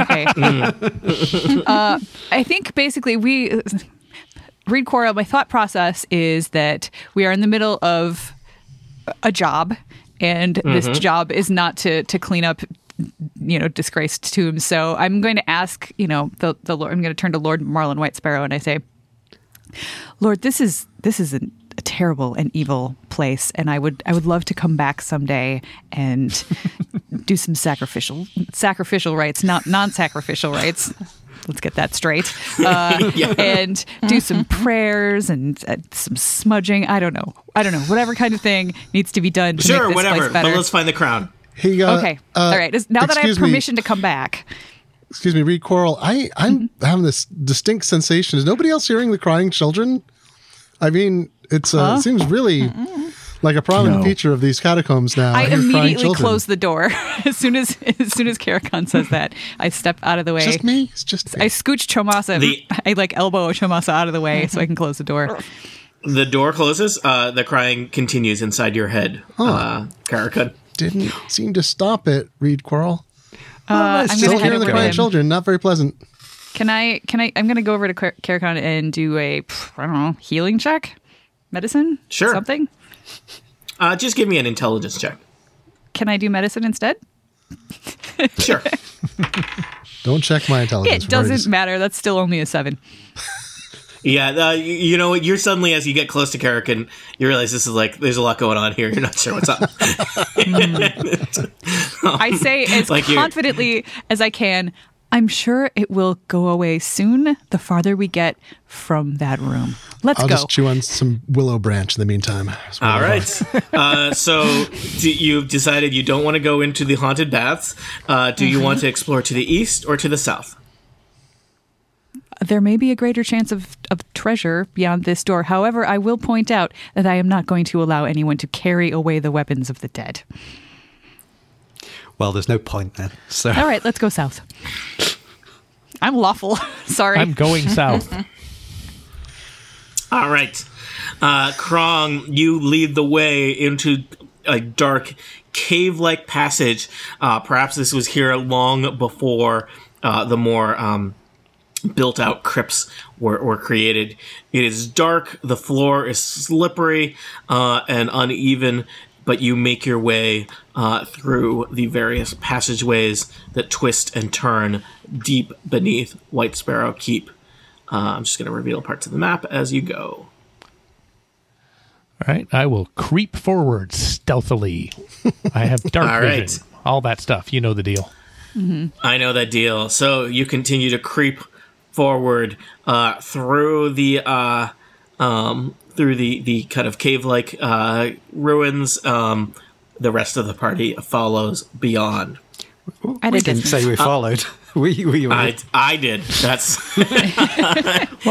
S4: Okay. uh, I think basically we read Quora. My thought process is that we are in the middle of a job, and this job is not to to clean up you know disgraced tombs. So I'm going to ask you know the the Lord. I'm going to turn to Lord Marlin White Sparrow and I say, Lord, this is this is an, a terrible and evil place, and I would I would love to come back someday and do some sacrificial sacrificial rites, not non-sacrificial rites. Let's get that straight, uh, and do some prayers and uh, some smudging. I don't know. I don't know. Whatever kind of thing needs to be done to
S7: Sure,
S4: make this
S7: whatever,
S4: place
S7: but
S4: better.
S7: let's find the crown.
S2: He, uh,
S4: okay.
S2: uh,
S4: All right. Is- Now that I have
S2: excuse me.
S4: permission to come back,
S2: excuse me, Reed Quarrel, I, I'm
S4: Mm-hmm.
S2: having this distinct sensation. Is nobody else hearing the crying children? I mean, it's uh, it seems really like a prominent
S5: No.
S2: feature of these catacombs now.
S4: Mm-hmm. I
S2: hear crying
S4: immediately
S2: children.
S4: close the door as soon as as soon as Karakon says that. I step out of the way.
S2: It's just me. It's just me.
S4: I scooch Chomasa.
S7: The-
S4: I like elbow Chomasa out of the way so I can close the door.
S7: The door closes. Uh, the crying continues inside your head, uh, Karakin.
S2: didn't seem to stop it. Reed Quarrel,
S4: Uh, I'm
S2: still
S4: gonna head
S2: hearing the
S4: over
S2: crying
S4: to him.
S2: children. Not very pleasant.
S4: Can I? Can I? I'm gonna go over to Kar- Karakon and do a pff, I don't know healing check, medicine,
S7: Sure.
S4: something.
S7: Uh, just give me an intelligence check.
S4: Can I do medicine instead?
S7: Sure.
S2: Don't check my intelligence.
S4: It
S2: We've already
S4: doesn't matter. That's still only a seven.
S7: yeah, uh, you, you know, you're suddenly, as you get close to Karakin, you realize this is like, there's a lot going on here. You're not sure what's up.
S4: I say as
S7: Oh, Like you-
S4: confidently as I can. I'm sure it will go away soon. The farther we get from that room, let's
S2: I'll
S4: go.
S2: just chew on some willow branch in the meantime. It's
S7: All
S2: whatever.
S7: right. Uh, so do, you've decided you don't want to go into the haunted baths. Uh, do you want to explore to the east or to the south?
S4: there may be a greater chance of, of treasure beyond this door. However, I will point out that I am not going to allow anyone to carry away the weapons of the dead.
S5: Well, there's no point then. So
S4: All right, let's go south. I'm lawful. Sorry.
S1: I'm going south.
S7: All right. Uh, Krong, you lead the way into a dark cave like passage. Uh, perhaps this was here long before uh, the more. Um, built out crypts were, were created. It is dark, the floor is slippery uh, and uneven, but you make your way uh, through the various passageways that twist and turn deep beneath White Sparrow Keep. Uh, I'm just going to reveal parts of the map as you go.
S1: All right, I will creep forward stealthily. I have dark
S7: All right.
S1: vision, all that stuff. You know the deal.
S7: I know that deal. So you continue to creep forward uh, through the uh, um, through the the kind of cave like uh, ruins. Um, the rest of the party follows beyond.
S4: At a
S5: we didn't
S4: distance.
S5: say we followed. we we were.
S7: Uh, I I did. That's
S3: Well,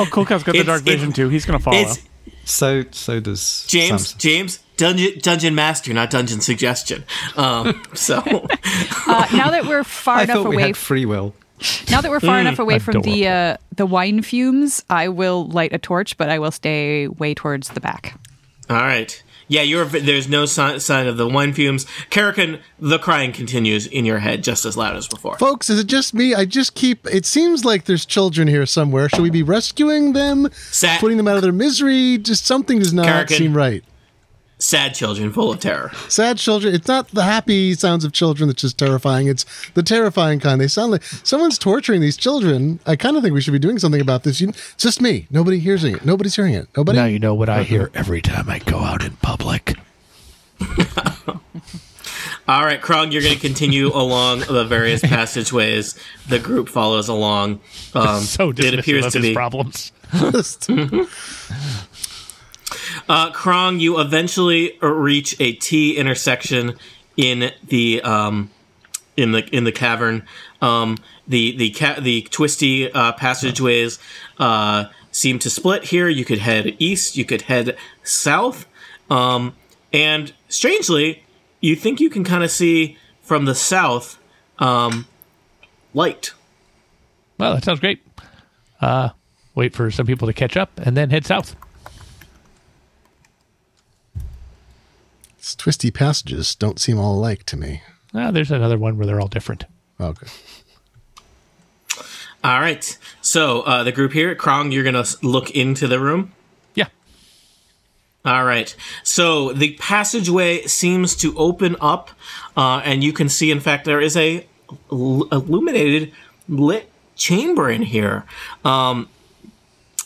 S3: Kulka's got the
S7: It's-
S3: dark
S7: it's-
S3: vision too. He's gonna follow.
S7: it's
S5: so so does
S7: James
S5: Samson.
S7: James dungeon dungeon master, not dungeon suggestion. Um, so
S4: Uh, now that we're far
S5: I
S4: enough
S5: thought we
S4: away,
S5: had Mm, free will.
S4: now that we're far enough away from the
S1: adorable.
S4: uh, the wine fumes, I will light a torch, but I will stay way towards the back.
S7: all right. Yeah, you're, there's no sign, sign of the wine fumes. Karakin, the crying continues in your head just as loud as before.
S2: Folks, is it just me? I just keep. It seems like there's children here somewhere. Should we be rescuing them,
S7: Sa-
S2: putting them out of their misery? Just something does not
S7: Kerrigan.
S2: seem right.
S7: sad children full of terror.
S2: sad children. It's not the happy sounds of children that's just terrifying. It's the terrifying kind. They sound like someone's torturing these children. I kind of think we should be doing something about this. You, it's just me. Nobody hears it. Nobody's hearing it. Nobody.
S1: Now you know what I hear every time I go out in public.
S7: All right, Krog, you're going to continue along the various passageways. The group follows along. Um,
S1: So dismissive of his problems.
S2: Just-
S7: Uh, Krong, you eventually uh, reach a T intersection in the um, in the in the cavern. Um, the the ca- the twisty uh, passageways uh, seem to split here. You could head east. You could head south. Um, and strangely, you think you can kind of see from the south um, light.
S1: Well, that sounds great. Uh, wait for some people to catch up and then head south.
S2: These twisty passages don't seem all alike to me. Oh,
S1: Ah, there's another one where they're all different.
S2: Okay.
S7: All right. So uh, the group here, Krong, you're gonna s- look into the room.
S1: Yeah.
S7: All right. So the passageway seems to open up, uh, and you can see, in fact, there is a l- illuminated lit chamber in here. Um,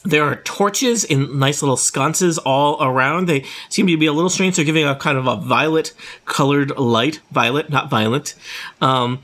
S7: there are torches in nice little sconces all around. They seem to be a little strange. They're giving a kind of a violet colored light. Violet, not violent. Um,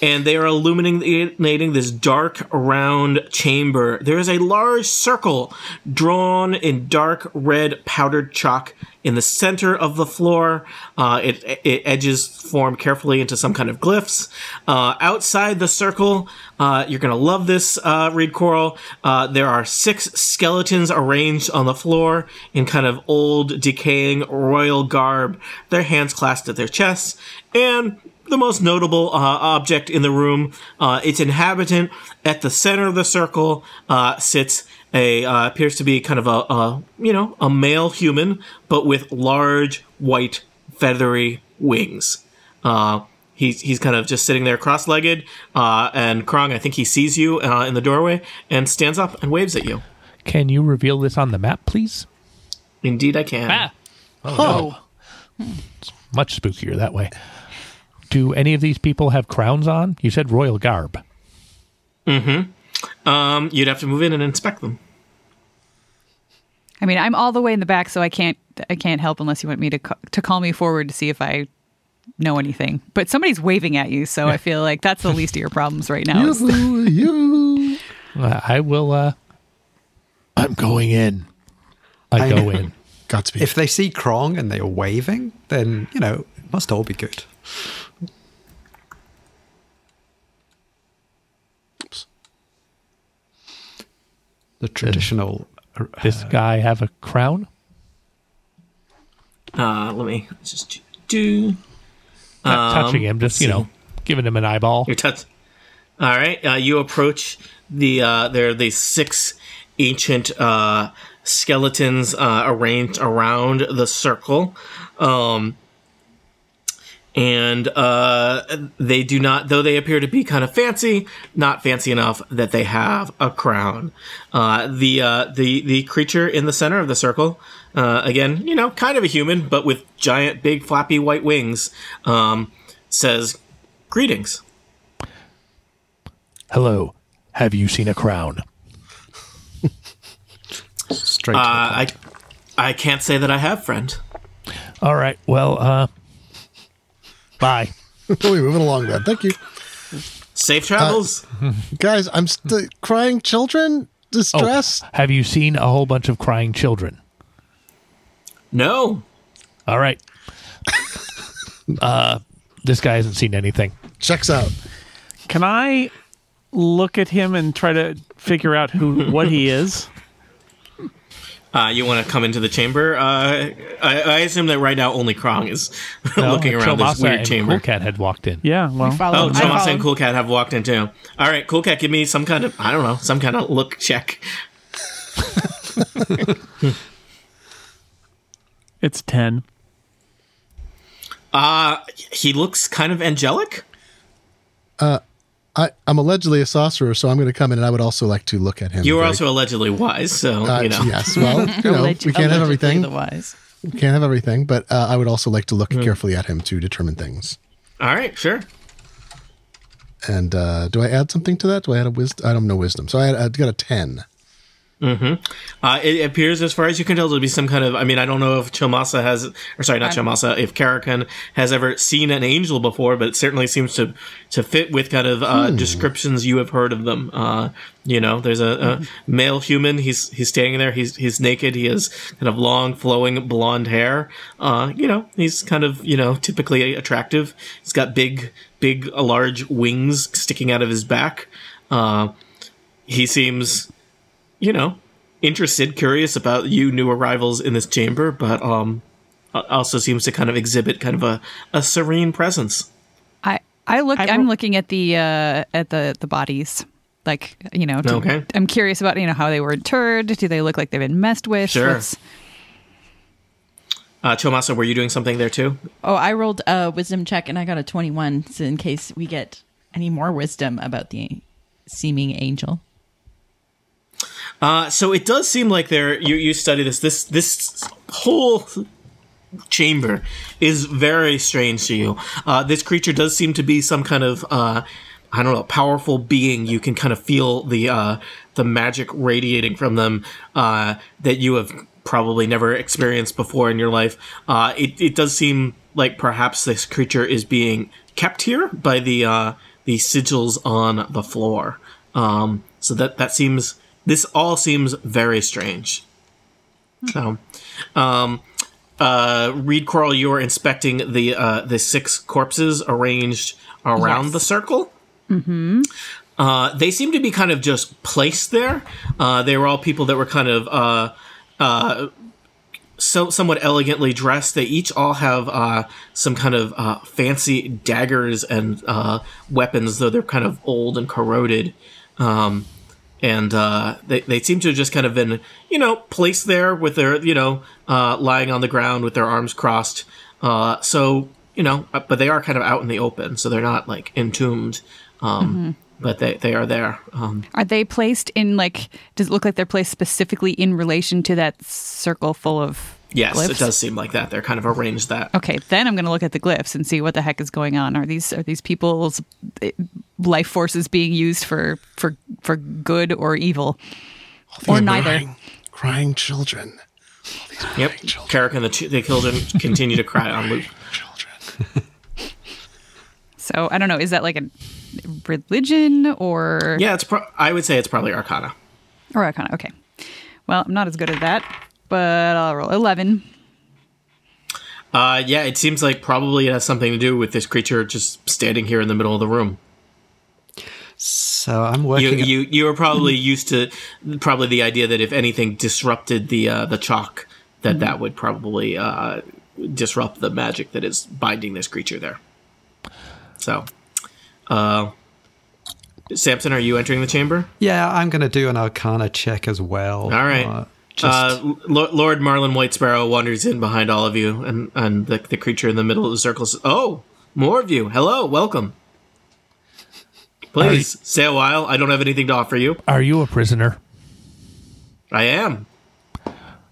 S7: and they are illuminating this dark round chamber. There is a large circle drawn in dark red powdered chalk in the center of the floor. Uh, it, it edges form carefully into some kind of glyphs. Uh, outside the circle, uh, you're going to love this, uh, Reed Coral. Uh, there are six skeletons arranged on the floor in kind of old, decaying royal garb, their hands clasped at their chests, and the most notable uh, object in the room, uh, its inhabitant at the center of the circle uh, sits a uh, appears to be kind of a, a you know a male human, but with large white feathery wings. Uh, he's he's kind of just sitting there cross-legged, uh, and Krong, I think he sees you uh, in the doorway and stands up and waves at you.
S1: Can you reveal this on the map, please?
S7: Indeed, I can.
S1: Ah. Oh, It's much spookier that way. Do any of these people have crowns on? You said royal garb.
S7: Um, you'd have to move in and inspect them.
S4: I mean, I'm all the way in the back, so I can't I can't help unless you want me to ca- to call me forward to see if I know anything. But somebody's waving at you, so I feel like that's the least of your problems right now. is-
S2: Yoo-hoo, yoo-hoo.
S1: Uh, I will. uh I'm going in. I,
S5: I-
S1: go in.
S2: Godspeed.
S5: If they see Krong and they are waving, then, you know, it must all be good. The traditional.
S1: This guy have a crown?
S7: Uh, let me just do. do.
S1: Not touching him, just you
S7: Um, see.
S1: know, giving him an eyeball.
S7: You're touch. All right, uh, you approach the. Uh, there are these six ancient uh, skeletons uh, arranged around the circle, um, and uh, they do not, though they appear to be kind of fancy, not fancy enough that they have a crown. Uh, the uh, the the creature in the center of the circle, uh, again, you know, kind of a human, but with giant, big, flappy white wings, um, says, "Greetings."
S1: Hello. Have you seen a crown?
S5: Straight. to the
S7: Uh, I I can't say that I have, friend.
S1: All right. Well, uh bye.
S2: We're moving along, man. Thank you,
S7: Safe travels.
S1: Uh,
S2: guys. I'm st- crying children.
S1: Oh,
S2: Distress.
S1: have you seen a whole bunch of crying children?
S7: no.
S1: All right. uh this guy hasn't seen anything.
S2: Checks out.
S3: Can I look at him and try to figure out who what he is?
S7: Uh, you want to come into the chamber? Uh, I, I assume that right now only Krong is looking
S1: No,
S7: around this
S1: Chomasa
S7: weird
S1: Uh, and
S7: chamber.
S1: Cool Cat had walked in.
S3: Yeah, well,
S7: Oh,
S6: Follow. I
S7: Tomasa and
S6: follow.
S7: Cool Cat have walked in too. All right, Cool Cat, give me some kind of I don't know, some kind of look check.
S3: it's ten.
S7: He looks kind of angelic.
S2: I, I'm allegedly a sorcerer, so I'm going to come in, and I would also like to look at him.
S7: You are
S2: very-
S7: also allegedly wise, so
S2: Uh,
S7: you know.
S2: Yes. Well, you know,
S6: Alleg-
S2: we can't have
S6: allegedly
S2: everything.
S6: the wise.
S2: Can't have everything, but uh, I would also like to look carefully at him to determine things.
S7: All right, sure.
S2: And uh, do I add something to that? Do I add a wisdom? I don't know wisdom, so I, I got a ten.
S7: Uh, it appears, as far as you can tell, to be some kind of. I mean, I don't know if Chomasa has, or sorry, not Chomasa, if Karakan has ever seen an angel before, but it certainly seems to to fit with kind of uh, descriptions you have heard of them. Uh, you know, there's a, a male human. He's he's standing there. He's he's naked. He has kind of long, flowing blonde hair. Uh, you know, he's kind of you know typically attractive. He's got big, big, uh, large wings sticking out of his back. Uh, he seems, you know, interested, curious about you new arrivals in this chamber, but um, a- also seems to kind of exhibit kind of a, a serene presence.
S4: I I look.
S6: I
S4: I'm
S6: will-
S4: looking at the uh, at the the bodies. Like you know, to-
S7: Okay.
S4: I'm curious about you know how they were interred. Do they look like they've been messed with?
S7: Sure.
S4: What's-
S7: Uh, Chomasa, were you doing something there too?
S6: Oh, I rolled a wisdom check and I got a 21 so in case we get any more wisdom about the seeming angel.
S7: Uh, so it does seem like there you you study this this this whole chamber is very strange to you. Uh, this creature does seem to be some kind of uh, I don't know powerful being. You can kind of feel the uh, the magic radiating from them uh, that you have probably never experienced before in your life. Uh, it it does seem like perhaps this creature is being kept here by the uh, the sigils on the floor. Um, so that that seems this all seems very strange. So. Um, uh, Reed Coral, you are inspecting the uh, the six corpses arranged around the circle. Mm-hmm. Uh, they seem to be kind of just placed there. Uh, they were all people that were kind of uh, uh, so somewhat elegantly dressed. They each all have uh, some kind of uh, fancy daggers and uh, weapons, though they're kind of old and corroded. Um, and uh, they, they seem to have just kind of been you know placed there with their you know uh, lying on the ground with their arms crossed uh, so you know uh, but they are kind of out in the open so they're not like entombed um, but they, they are there um,
S4: Are they placed in like? Does it look like they're placed specifically in relation to that circle full of?
S7: yes
S4: glyphs?
S7: it does seem like that they're kind of arranged that
S4: Okay, then I'm going to look at the glyphs and see what the heck is going on. Are these are these people's eh, life forces being used for for for good or evil, or neither?
S2: Crying, crying children.
S7: yep Carrick and the, ch- the children continue to cry on loop
S2: Children.
S4: So I don't know. Is that like a religion or
S7: yeah it's pro- i would say it's probably arcana
S4: Or Arcana. Okay. Well, I'm not as good at that, but I'll roll 11.
S7: uh, yeah it seems like probably it has something to do with this creature just standing here in the middle of the room
S5: So I'm working.
S7: you you you were probably used to probably the idea that if anything disrupted the uh, the chalk, that that would probably uh, disrupt the magic that is binding this creature there. So, uh, Samson, are you entering the chamber?
S5: yeah, I'm going to do an Arcana check as well.
S7: All right.
S5: Uh, just
S7: Uh, L- Lord Marlin White Sparrow wanders in behind all of you, and and the, the creature in the middle of the circle says, "Oh, more of you! Hello, welcome." Please stay a while. I don't have anything to offer you.
S1: Are you a prisoner?
S7: I am.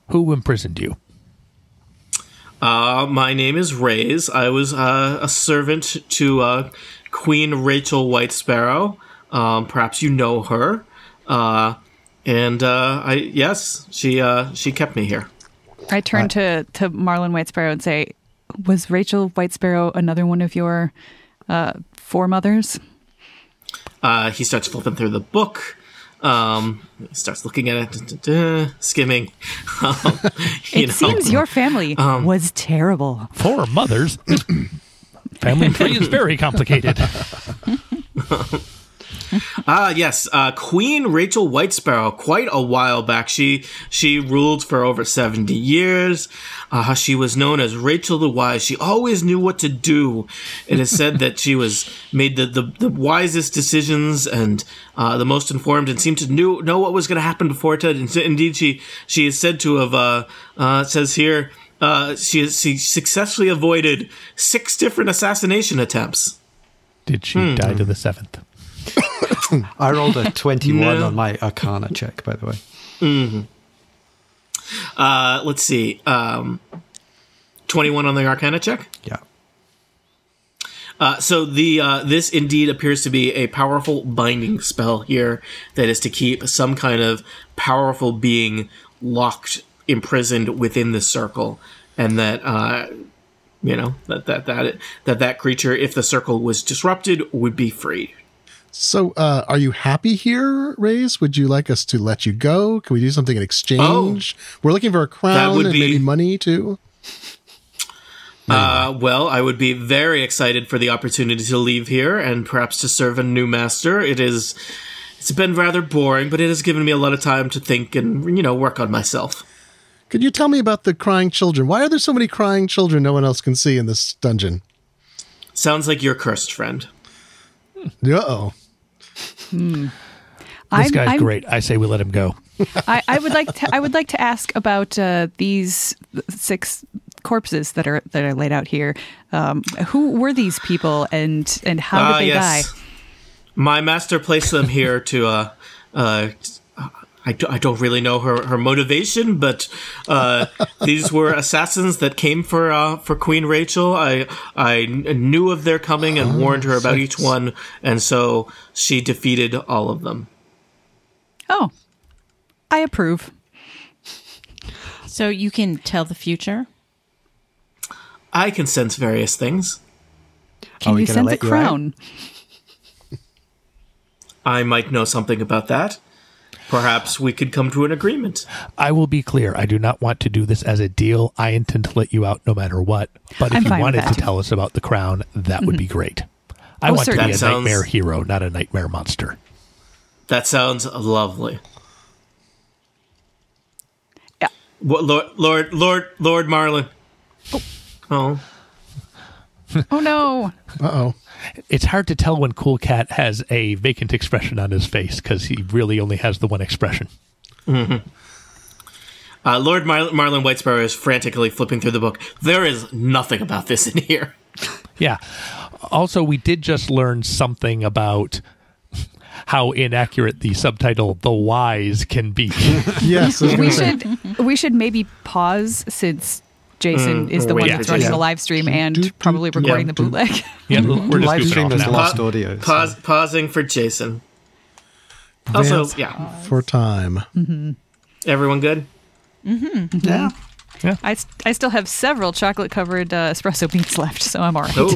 S1: Who imprisoned you?
S7: Uh, my name is Rays. I was uh, a servant to uh, Queen Rachel White Sparrow. Um, perhaps you know her. Uh, and uh, I yes, she uh, she kept me here.
S4: I turn to, to Marlon White Sparrow and say, Was Rachel White Sparrow another one of your uh, foremothers?
S7: Uh, he starts flipping through the book. Um, he starts looking at it, duh, duh, duh, skimming. Um, you
S4: It seems your family
S1: Um,
S4: was terrible.
S1: Four mothers. Family tree is very complicated.
S7: Ah, yes, uh, Queen Rachel White Sparrow. Quite a while back, she she ruled for over seventy years. Uh, she was known as Rachel the Wise. She always knew what to do. It is said that she was made the, the, the wisest decisions and uh, the most informed, and seemed to knew know what was going to happen before it did. And so- Indeed, she she is said to have uh, uh, it says here uh, she she successfully avoided six different assassination attempts.
S1: Did she
S7: Hmm.
S1: die to the seventh?
S5: I rolled a 21
S7: No.
S5: on my Arcana check, by the way.
S7: Uh, let's see. Um, 21 on the Arcana check.
S5: Yeah.
S7: Uh, so the uh, this indeed appears to be a powerful binding spell here that is to keep some kind of powerful being locked, imprisoned within the circle, and that uh, you know that that that that that creature, if the circle was disrupted, would be freed.
S2: So, uh, are you happy here, Rays? Would you like us to let you go? Can we do something in exchange? We're looking for a crown
S7: Oh. would
S2: and
S7: be-
S2: maybe money too.
S7: Uh, well, I would be very excited for the opportunity to leave here and perhaps to serve a new master. It is. It's been rather boring, but it has given me a lot of time to think and, you know, work on myself.
S2: Could you tell me about the crying children? Why are there so many crying children no one else can see in this dungeon?
S7: Sounds like your cursed friend.
S2: Uh oh.
S1: This
S4: I'm-
S1: guy's
S4: I'm-
S1: great. I say we let him go.
S4: I, I would like to. I would like to ask about uh, these six corpses that are that are laid out here. Um, who were these people, and and how
S7: Ah,
S4: did they die?
S7: My master placed them here to, uh, uh, I, do, I don't really know her, her motivation, but uh, these were assassins that came for uh, for Queen Rachel. I I kn- knew of their coming and warned her about each one, and so she defeated all of them.
S4: Oh, I approve.
S6: So you can tell the future.
S7: I can sense various things.
S5: Are
S4: Can
S5: we
S4: you
S5: gonna
S4: send the
S5: let you out?
S4: crown?
S7: I might know something about that. Perhaps we could come to an agreement.
S1: I will be clear. I do not want to do this as a deal. I intend to let you out no matter what. But if
S4: I'm fine
S1: you
S4: with
S1: wanted to
S4: that. Mm-hmm.
S1: tell us about the crown, that would be great. I
S4: Oh,
S1: want to
S4: certainly.
S1: be a
S7: That sounds-
S1: nightmare hero, not a nightmare monster.
S7: That sounds lovely.
S4: Yeah.
S7: What, Lord, Lord, Lord, Lord Marlin. Oh.
S4: Oh no!
S2: Uh oh.
S1: It's hard to tell when Cool Cat has a vacant expression on his face because he really only has the one expression.
S7: Uh, Lord Mar- Marlin Whitesparrow is frantically flipping through the book. There is nothing about this in here.
S1: Yeah. Also, we did just learn something about how inaccurate the subtitle "The Wise" can be.
S2: Yes. I was
S4: We
S2: gonna say.
S4: should we should maybe pause since Jason is the one
S7: yeah,
S4: that's running
S7: yeah.
S4: the live stream and probably recording the bootleg.
S1: yeah, we're just
S5: Live
S1: goofing
S5: stream
S1: off
S5: has
S1: now.
S5: lost audio. so-
S7: Pause, pausing for Jason. Also, yeah,
S2: for time.
S7: everyone good?
S5: Yeah.
S4: I, s- I still have several chocolate covered uh, espresso beans left, so I'm all right.
S7: Oh,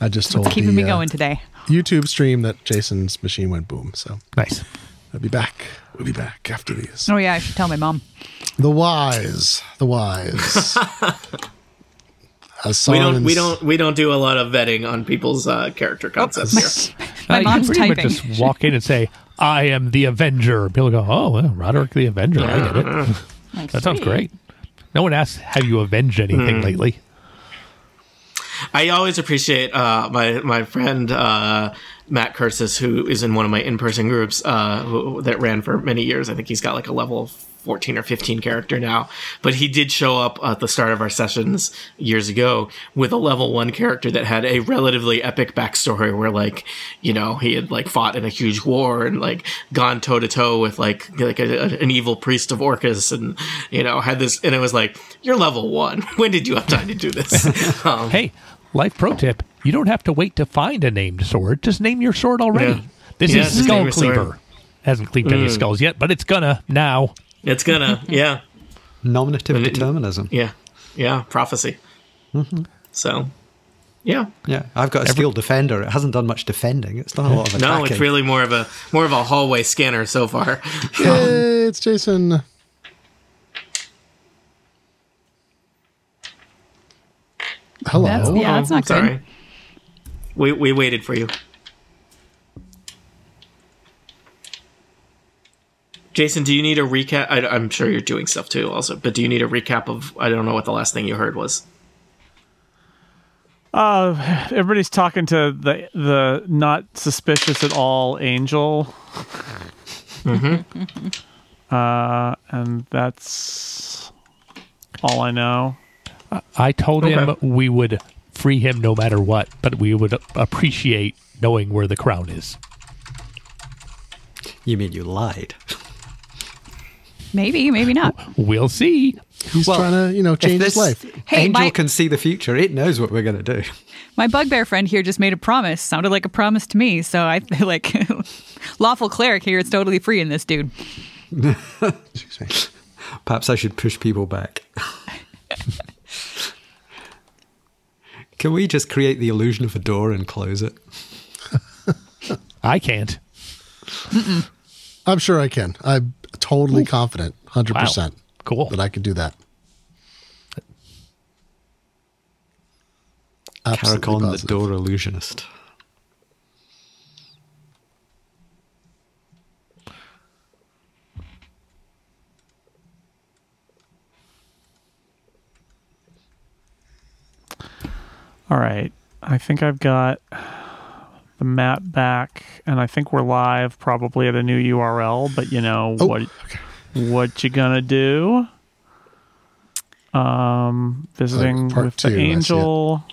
S2: I just told
S4: What's keeping
S2: the
S4: me
S2: uh,
S4: going today?
S2: YouTube stream that Jason's machine went boom. So
S1: Nice.
S2: I'll be back. We'll be back after these.
S4: Oh yeah, I should tell my mom.
S2: The wise. The wise.
S7: we don't, we don't, we don't do a lot of vetting on people's uh, character concepts here.
S4: My
S1: Uh,
S4: mom's
S1: you pretty
S4: typing.
S1: Much just walk in and say, "I am the Avenger." People go, "Oh, well, Roderick the Avenger." I get it. that sounds great. No one asks, "Have you avenged
S7: Hmm.
S1: anything lately?"
S7: I always appreciate uh, my my friend uh, Matt Curtis, who is in one of my in person groups uh, who, that ran for many years. I think he's got like a level fourteen or fifteen character now, but he did show up at the start of our sessions years ago with a level one character that had a relatively epic backstory, where like you know he had like fought in a huge war and like gone toe to toe with like like a, a- an evil priest of Orcus, and you know had this, and it was like you're level one. When did you have time to do this? um,
S1: Hey, life pro tip: you don't have to wait to find a named sword. Just name your sword already.
S7: Yeah.
S1: This
S7: Yeah,
S1: is
S7: just name
S1: Skull
S7: your sword. Hmm.
S1: Cleaver. Hasn't cleaved any skulls yet, but it's gonna now.
S7: It's gonna, yeah,
S5: Nominative
S7: it-
S5: determinism. Yeah.
S7: yeah, yeah, prophecy. So, yeah,
S5: I've got a skilled defender. It hasn't done much defending. It's done a lot of
S7: no,
S5: attacking.
S7: it's really more of a more of a hallway scanner so far.
S2: Yay, it's Jason. Hello.
S4: That's- yeah, that's not
S7: sorry.
S4: good.
S7: We we waited for you, Jason. Do you need a recap? I, I'm sure you're doing stuff too, also. But do you need a recap of? I don't know what the last thing you heard was.
S3: Uh, everybody's talking to the the not suspicious at all angel. Uh, and that's all I know.
S1: I told him
S7: Okay.
S1: we would free him no matter what, but we would appreciate knowing where the crown is.
S5: You mean you lied?
S4: Maybe, maybe not.
S1: oh. We'll see.
S2: He's trying to, you know,
S5: if
S2: change his
S5: this
S2: life.
S4: Hey,
S5: angel
S4: my-
S5: can see the future. It knows what we're going to do.
S4: My bugbear friend here just made a promise. Sounded like a promise to me. So I like lawful cleric here. It's totally free in this dude.
S2: Excuse me.
S5: Perhaps I should push people back. Can we just create the illusion of a door and close it?
S1: I can't.
S2: I'm sure I can. I'm totally confident, 100%
S1: Cool.
S2: that I could do that. Absolutely
S5: Caracon, the
S2: positive.
S5: door illusionist.
S3: All right. I think I've got the map back, and I think we're live probably at a new URL. But you know
S2: Oh,
S3: what? What you gonna do? Um, visiting
S2: part
S3: with
S2: two, I
S3: the
S2: see it.
S3: angel.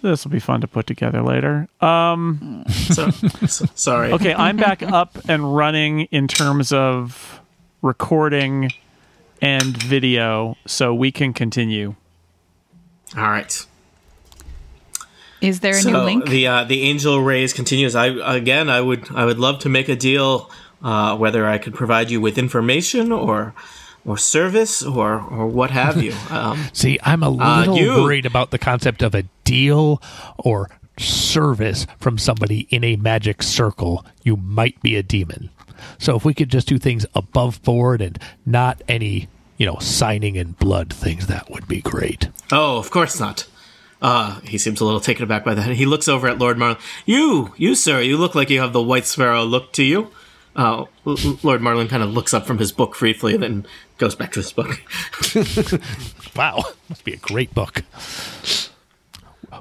S3: This will be fun to put together later.
S7: So, so- sorry.
S3: Okay, I'm back up and running in terms of recording and video, so we can continue.
S7: All right.
S4: Is there a new
S7: So
S4: link?
S7: the uh, the angel raise continues. I again, I would I would love to make a deal, uh, whether I could provide you with information or or service or or what have you. Um,
S1: See, I'm a
S7: Uh,
S1: little
S7: you-
S1: worried about the concept of a deal or service from somebody in a magic circle. You might be a demon. So if we could just do things above board and not any, you know, signing in blood things, that would be great.
S7: Oh, of course not. Uh, he seems a little taken aback by that. He looks over at Lord Marlin. You, you, sir, you look like you have the White Sparrow look to you. Uh, L- L- Lord Marlin kind of looks up from his book briefly, then goes back to his book.
S1: Wow, must be a great book.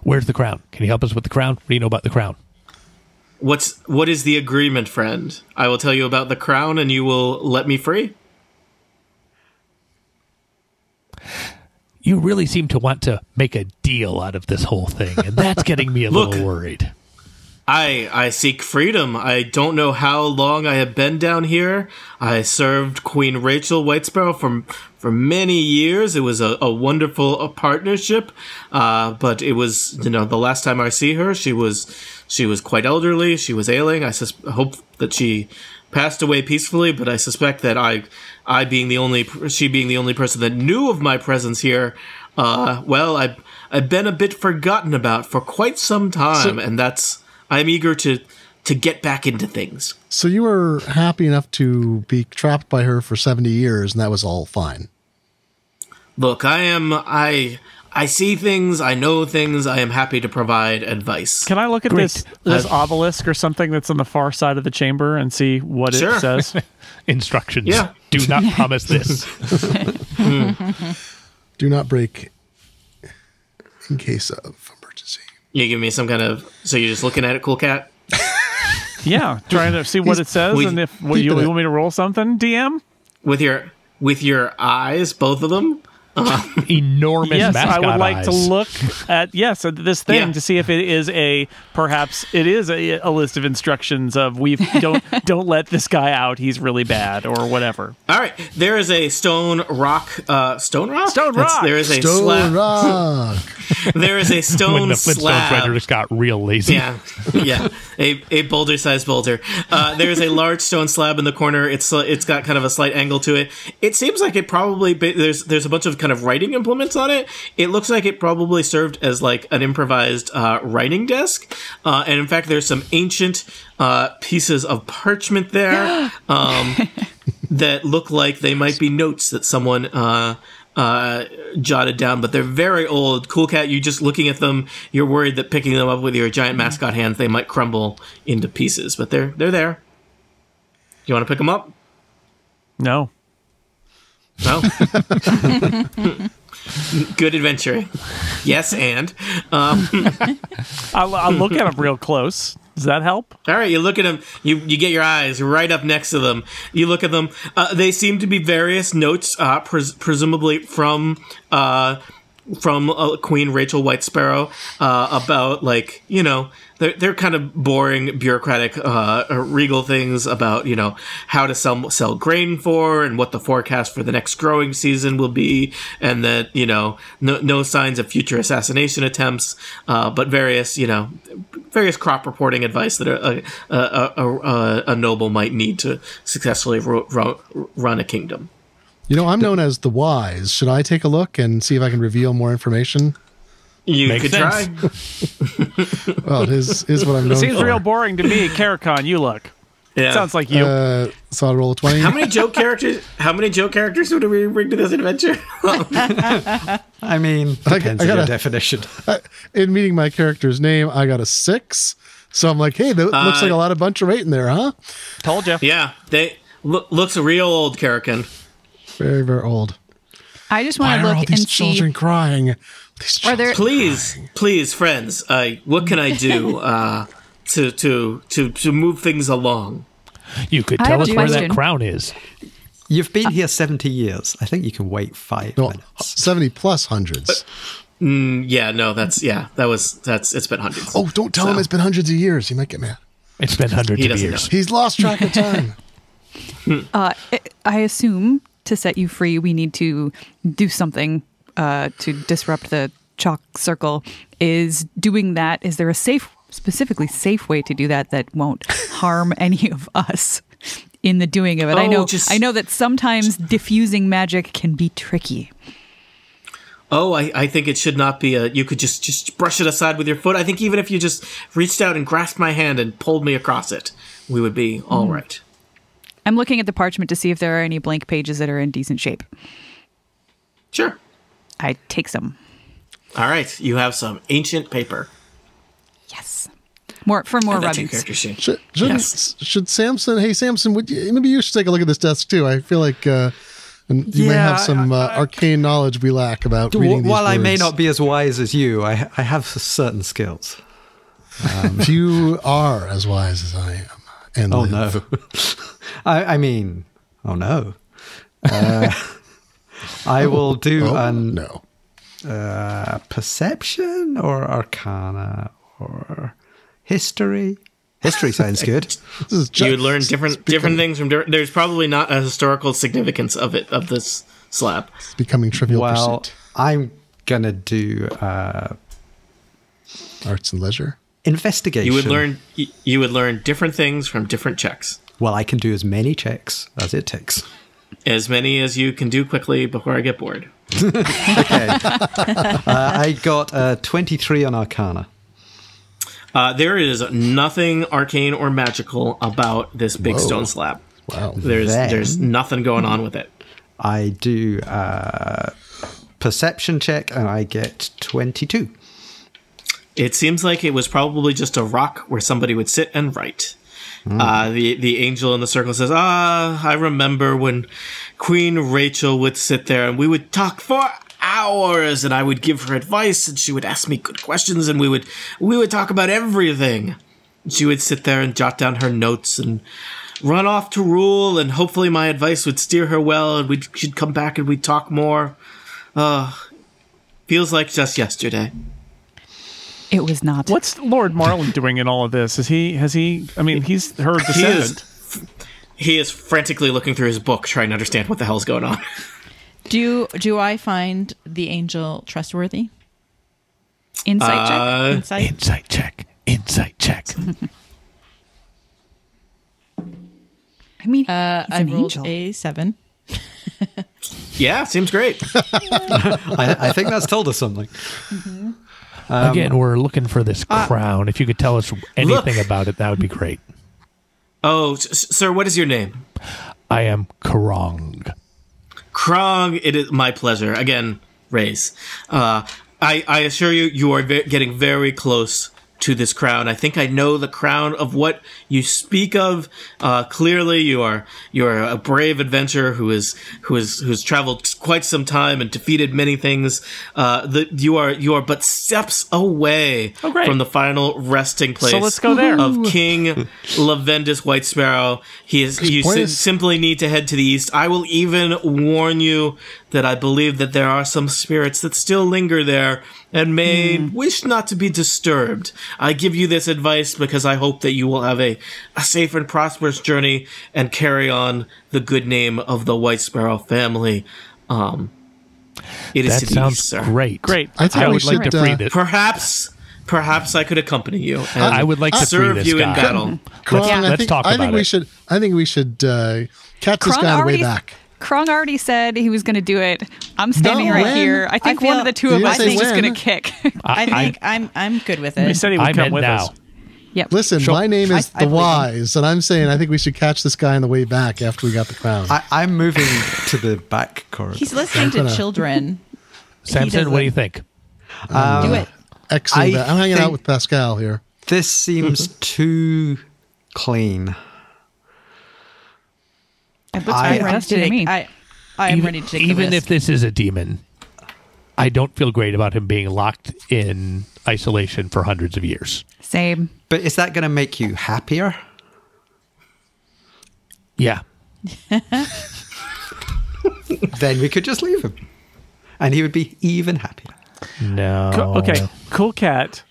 S1: Where's the crown? Can you help us with the crown? What do you know about the crown?
S7: What's what is the agreement, friend? I will tell you about the crown, and you will let me free.
S1: You really seem to want to make a deal out of this whole thing, and that's getting me a
S7: Look.
S1: little worried.
S7: I I seek freedom. I don't know how long I have been down here. I served Queen Rachel Whitesparrow for for many years. It was a, a wonderful uh partnership, uh, but it was you know the last time I see her, she was she was quite elderly. She was ailing. I sus- hope that she passed away peacefully, but I suspect that I I being the only she being the only person that knew of my presence here. Uh, well, I I've been a bit forgotten about for quite some time, and that's. I'm eager to to get back into things.
S2: So you were happy enough to be trapped by her for 70 years, and that was all fine.
S7: Look, I am I I see things, I know things, I am happy to provide advice.
S3: Can I look at this this
S7: Uh,
S3: obelisk or something that's on the far side of the chamber and see what
S7: Sure.
S3: it says?
S1: Instructions.
S7: Yeah.
S1: Do not promise this.
S2: Do not break in case of emergency.
S7: you give me some kind of so you're just looking at it, cool cat?
S3: yeah, trying to see what it says
S7: we-
S3: and if what, you,
S2: peeping
S3: you
S2: it.
S3: want me to roll something, DM?
S7: With your with your eyes, both of them?
S1: Enormous
S3: yes, I
S1: mascot
S3: would like to
S1: eyes.
S3: look at yes at this thing
S7: Yeah.
S3: to see if it is a perhaps it is a, a list of instructions of we don't don't let this guy out. He's really bad or whatever.
S7: Alright. There is a stone rock uh stone rock?
S3: Stone rock!
S7: there is a
S2: Stone
S7: slab
S2: rock.
S7: there is a
S1: when
S7: stone
S1: the Flintstones
S7: slab.
S1: writer just got real lazy.
S7: Yeah, yeah, a, a boulder sized boulder. Uh, there is a large stone slab in the corner. It's sli- it's got kind of a slight angle to it. It seems like it probably be, there's there's a bunch of kind of writing implements on it. It looks like it probably served as like an improvised uh, writing desk. Uh, and in fact, there's some ancient uh, pieces of parchment there um, that look like they might be notes that someone. Uh, uh, jotted down, but they're very old. Cool Cat, you just looking at them, you're worried that picking them up with your giant mascot hands, they might crumble into pieces, but they're they're there. You want to pick them up?
S3: No.
S7: No. Good adventuring. Yes, and um,
S3: I'll, I'll look at him real close. Does that help?
S7: all right. You look at them. You you get your eyes right up next to them. You look at them. Uh, they seem to be various notes, uh, pres- presumably from uh, from uh, Queen Rachel White Sparrow uh, about like you know they're they're kind of boring bureaucratic uh, uh, regal things about you know how to sell sell grain for and what the forecast for the next growing season will be and that you know no, no signs of future assassination attempts uh, but various you know various crop reporting advice that a a, a, a- a, a noble might need to successfully ro- ro- run a kingdom.
S2: You know, I'm known as the wise. Should I take a look and see if I can reveal more information?
S7: You
S1: Makes
S7: could
S1: sense.
S7: try.
S2: Well, it is is what I'm known
S3: Seems
S2: for.
S3: real boring to me. Caricon, you look.
S7: Yeah.
S3: Sounds like you.
S2: uh, so I roll a twenty.
S7: How many joke characters? How many joke characters would we bring to this adventure?
S5: I mean,
S2: I
S5: depends on
S2: gotta-
S5: your definition.
S2: In meeting my character's name, I got a six. So I'm like, hey, that looks like a lot of bunch of weight in there, huh?
S3: Told you.
S7: yeah, they loo- looks a real old Karakin.
S2: Very, very old.
S4: I just
S2: Why
S4: want to
S2: are all
S4: look
S2: these
S4: and
S2: children
S4: see.
S2: crying? These
S4: Are
S2: children.
S4: there
S7: Please, please, friends. Uh, what can I do uh, to to to to move things along?
S1: You could
S4: I
S1: tell
S4: have
S1: us
S4: a
S1: where that
S4: question.
S1: crown is.
S5: You've been here 70 years. I think you can wait five
S2: no,
S5: minutes.
S2: seventy plus hundreds.
S7: Yeah, no, that's yeah, that was that's it's been hundreds.
S2: Oh, don't tell him it's been hundreds of years. He might get mad.
S1: It's been hundreds
S7: He
S1: of
S7: doesn't
S1: years.
S2: He's lost track of time.
S4: Uh, I- I assume to set you free, we need to do something uh, to disrupt the chalk circle. Is doing that? Is there a safe, specifically safe way to do that that won't harm any of us in the doing of it? I
S7: Oh,
S4: know.
S7: just-
S4: I know that sometimes diffusing magic can be tricky.
S7: Oh, I, I think it should not be a. You could just just brush it aside with your foot. I think even if you just reached out and grasped my hand and pulled me across it, we would be all right.
S4: I'm looking at the parchment to see if there are any blank pages that are in decent shape.
S7: Sure.
S4: I take some.
S7: All right, you have some ancient paper.
S4: Yes. More for more
S7: Oh, that's your
S4: rubbings.
S7: character sheet.
S2: Should, should,
S7: Yes.
S2: should Samson? Hey, Samson, would you, maybe you should take a look at this desk too? I feel like uh, and you may have
S5: Yeah,
S2: some uh, arcane knowledge we lack about
S5: Wh-
S2: reading these
S5: While I may
S2: words.
S5: not be as wise as you, I, I have certain skills.
S2: Um, few are as wise as I am. And
S5: Oh
S2: live.
S5: no. I, I mean, oh no. Uh, I will do
S2: Oh,
S5: an
S2: no.
S5: uh, perception or arcana or history. History sounds good.
S2: This is
S7: you
S2: just-
S7: would learn different different things from different. There's probably not a historical significance of it of this slab.
S2: It's becoming trivial
S5: well,
S2: pursuit.
S5: I'm gonna do uh,
S2: Arts and leisure.
S5: investigation.
S7: You would learn you, you would learn different things from different checks,
S5: Well, I can do as many checks as it takes.
S7: as many as you can do quickly before I get bored.
S5: Okay. uh, I got uh, 23 on arcana.
S7: Uh, there is nothing arcane or magical about this big stone slab.
S2: Wow.
S7: There's
S5: Then-
S7: there's nothing going on with it.
S5: I do uh, perception check and I get 22.
S7: It seems like it was probably just a rock where somebody would sit and write. Uh, the the angel in the circle says, "Ah, I remember when Queen Rachel would sit there and we would talk for hours, and I would give her advice, and she would ask me good questions, and we would we would talk about everything. She would sit there and jot down her notes and." Run off to rule, and hopefully my advice would steer her well, and we'd, she'd come back and we'd talk more. Uh, feels like just yesterday.
S4: It was not.
S3: What's Lord Marlin doing in all of this? Is he? Has he? I mean, he's her
S7: He
S3: descendant.
S7: is, he is frantically looking through his book trying to understand what the hell's going on.
S6: Do do I find the angel trustworthy?
S4: Insight check.
S7: Uh,
S6: Insight.
S1: Insight check. Insight check.
S4: I mean,
S6: Uh,
S4: he's
S6: I
S4: an
S6: rolled
S4: angel.
S6: a seven.
S7: Yeah, seems great.
S5: I, I think that's told us something.
S3: Um,
S1: Again, we're looking for this
S3: uh,
S1: crown. If you could tell us anything about it, that would be great.
S7: Oh, s- s- sir, what is your name?
S1: I am Karong.
S7: Krong, it is my pleasure. Again, Rays. Uh, I, I assure you, you are ve- getting very close to this crown. I think I know the crown of what you speak of. Uh, clearly, you are you are a brave adventurer who is who is who's traveled quite some time and defeated many things. Uh, the, you are you are but steps away
S3: Oh, great.
S7: from the final resting place. Uh,
S3: let's go there.
S7: of King Lavendus White Sparrow. He is you
S2: point
S7: si-
S2: is-
S7: simply need to head to the east. I will even warn you that I believe that there are some spirits that still linger there and may
S1: Hmm.
S7: wish not to be disturbed. I give you this advice because I hope that you will have a, a safe and prosperous journey and carry on the good name of the White Sparrow family. Um, it is
S1: That
S7: to the east,
S1: sounds
S7: sir.
S1: great.
S3: Great.
S1: I,
S2: I think we
S1: would like
S2: should,
S1: to
S2: uh,
S1: free this.
S7: Perhaps, perhaps I could accompany you. And
S1: I would like to free
S7: serve
S1: this
S7: you
S1: guy.
S7: in battle.
S2: Krong,
S1: let's
S2: I think,
S1: talk
S2: I
S1: about
S2: think we
S1: it.
S2: should. I think we should uh, catch this
S4: Krong
S2: guy on the way
S4: already-
S2: back.
S4: Krong already said he was going to do it. I'm standing
S2: No,
S4: right
S2: when?
S4: here. I think
S6: I
S4: one
S6: feel-
S4: of the two of
S2: You
S4: us
S2: say
S4: is just
S2: when?
S4: going to kick.
S6: I think I, am I'm good with
S3: He
S6: it.
S3: said he would
S1: I'm
S3: come
S1: in
S3: with
S1: now.
S3: us.
S4: yep.
S2: Listen,
S1: Sure.
S2: my name is
S6: I- I
S2: the
S6: believe you.
S2: Wise, and I'm saying I think we should catch this guy on the way back after we got the crown.
S5: I, I'm moving to the back corridor.
S6: He's listening to children. He
S1: Samson, what do you
S6: doesn't-
S1: think?
S6: Do it.
S2: Excellent.
S5: I
S2: I'm hanging out
S5: think-
S2: with Pascal here.
S5: This seems too clean.
S4: It looks
S5: I-
S4: I,
S5: I'm
S6: ready
S4: arrested
S6: to take-
S4: me.
S6: I, I am
S1: even,
S6: ready to take
S1: even
S6: the
S1: if this is a demon, I don't feel great about him being locked in isolation for hundreds of years.
S4: Same.
S5: But is that going to make you happier?
S1: Yeah.
S5: Then we could just leave him. And he would be even happier.
S1: Oh, No.
S3: Co- okay, Cool Cat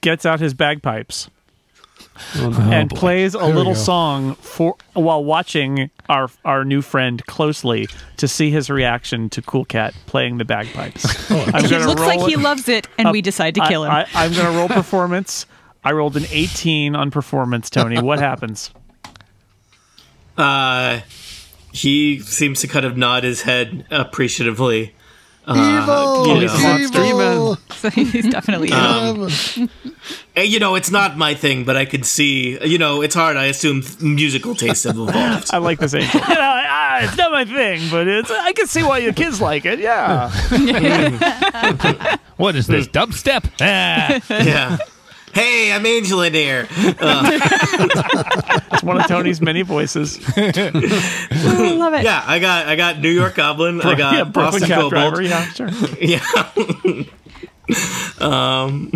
S3: gets out his bagpipes and
S1: Oh, boy.
S3: plays a
S2: we
S3: little
S2: go.
S3: song for while watching our our new friend closely to see his reaction to Cool Cat playing the bagpipes.
S1: Oh,
S3: I'm
S4: He
S3: gonna
S4: looks like
S3: roll
S4: he
S3: it-
S4: loves it,
S7: Uh,
S4: and we decide to
S3: I-
S4: kill him.
S3: I, am going to roll performance. I rolled an 18 on performance, Tony. What happens?
S7: Uh, he seems to kind of nod his head appreciatively. Uh,
S2: evil,
S7: you know.
S2: evil.
S4: so he's definitely.
S7: Eh, You know, it's not my thing, but I could see. You know, it's hard. I assume th- musical tastes have evolved.
S3: I like this angel. you know, ah, it's not my thing, but it's, I can see why your kids like it. Yeah.
S1: What is this? Dubstep? Ah.
S7: yeah. Hey, I'm Angel in here.
S3: It's one of Tony's many voices.
S4: I love it.
S7: Um, Yeah, I got I got New York Goblin. I got
S3: yeah, broken
S7: Boston
S3: cab
S7: Kobold.
S3: driver. Yeah, sure.
S7: Yeah. Um,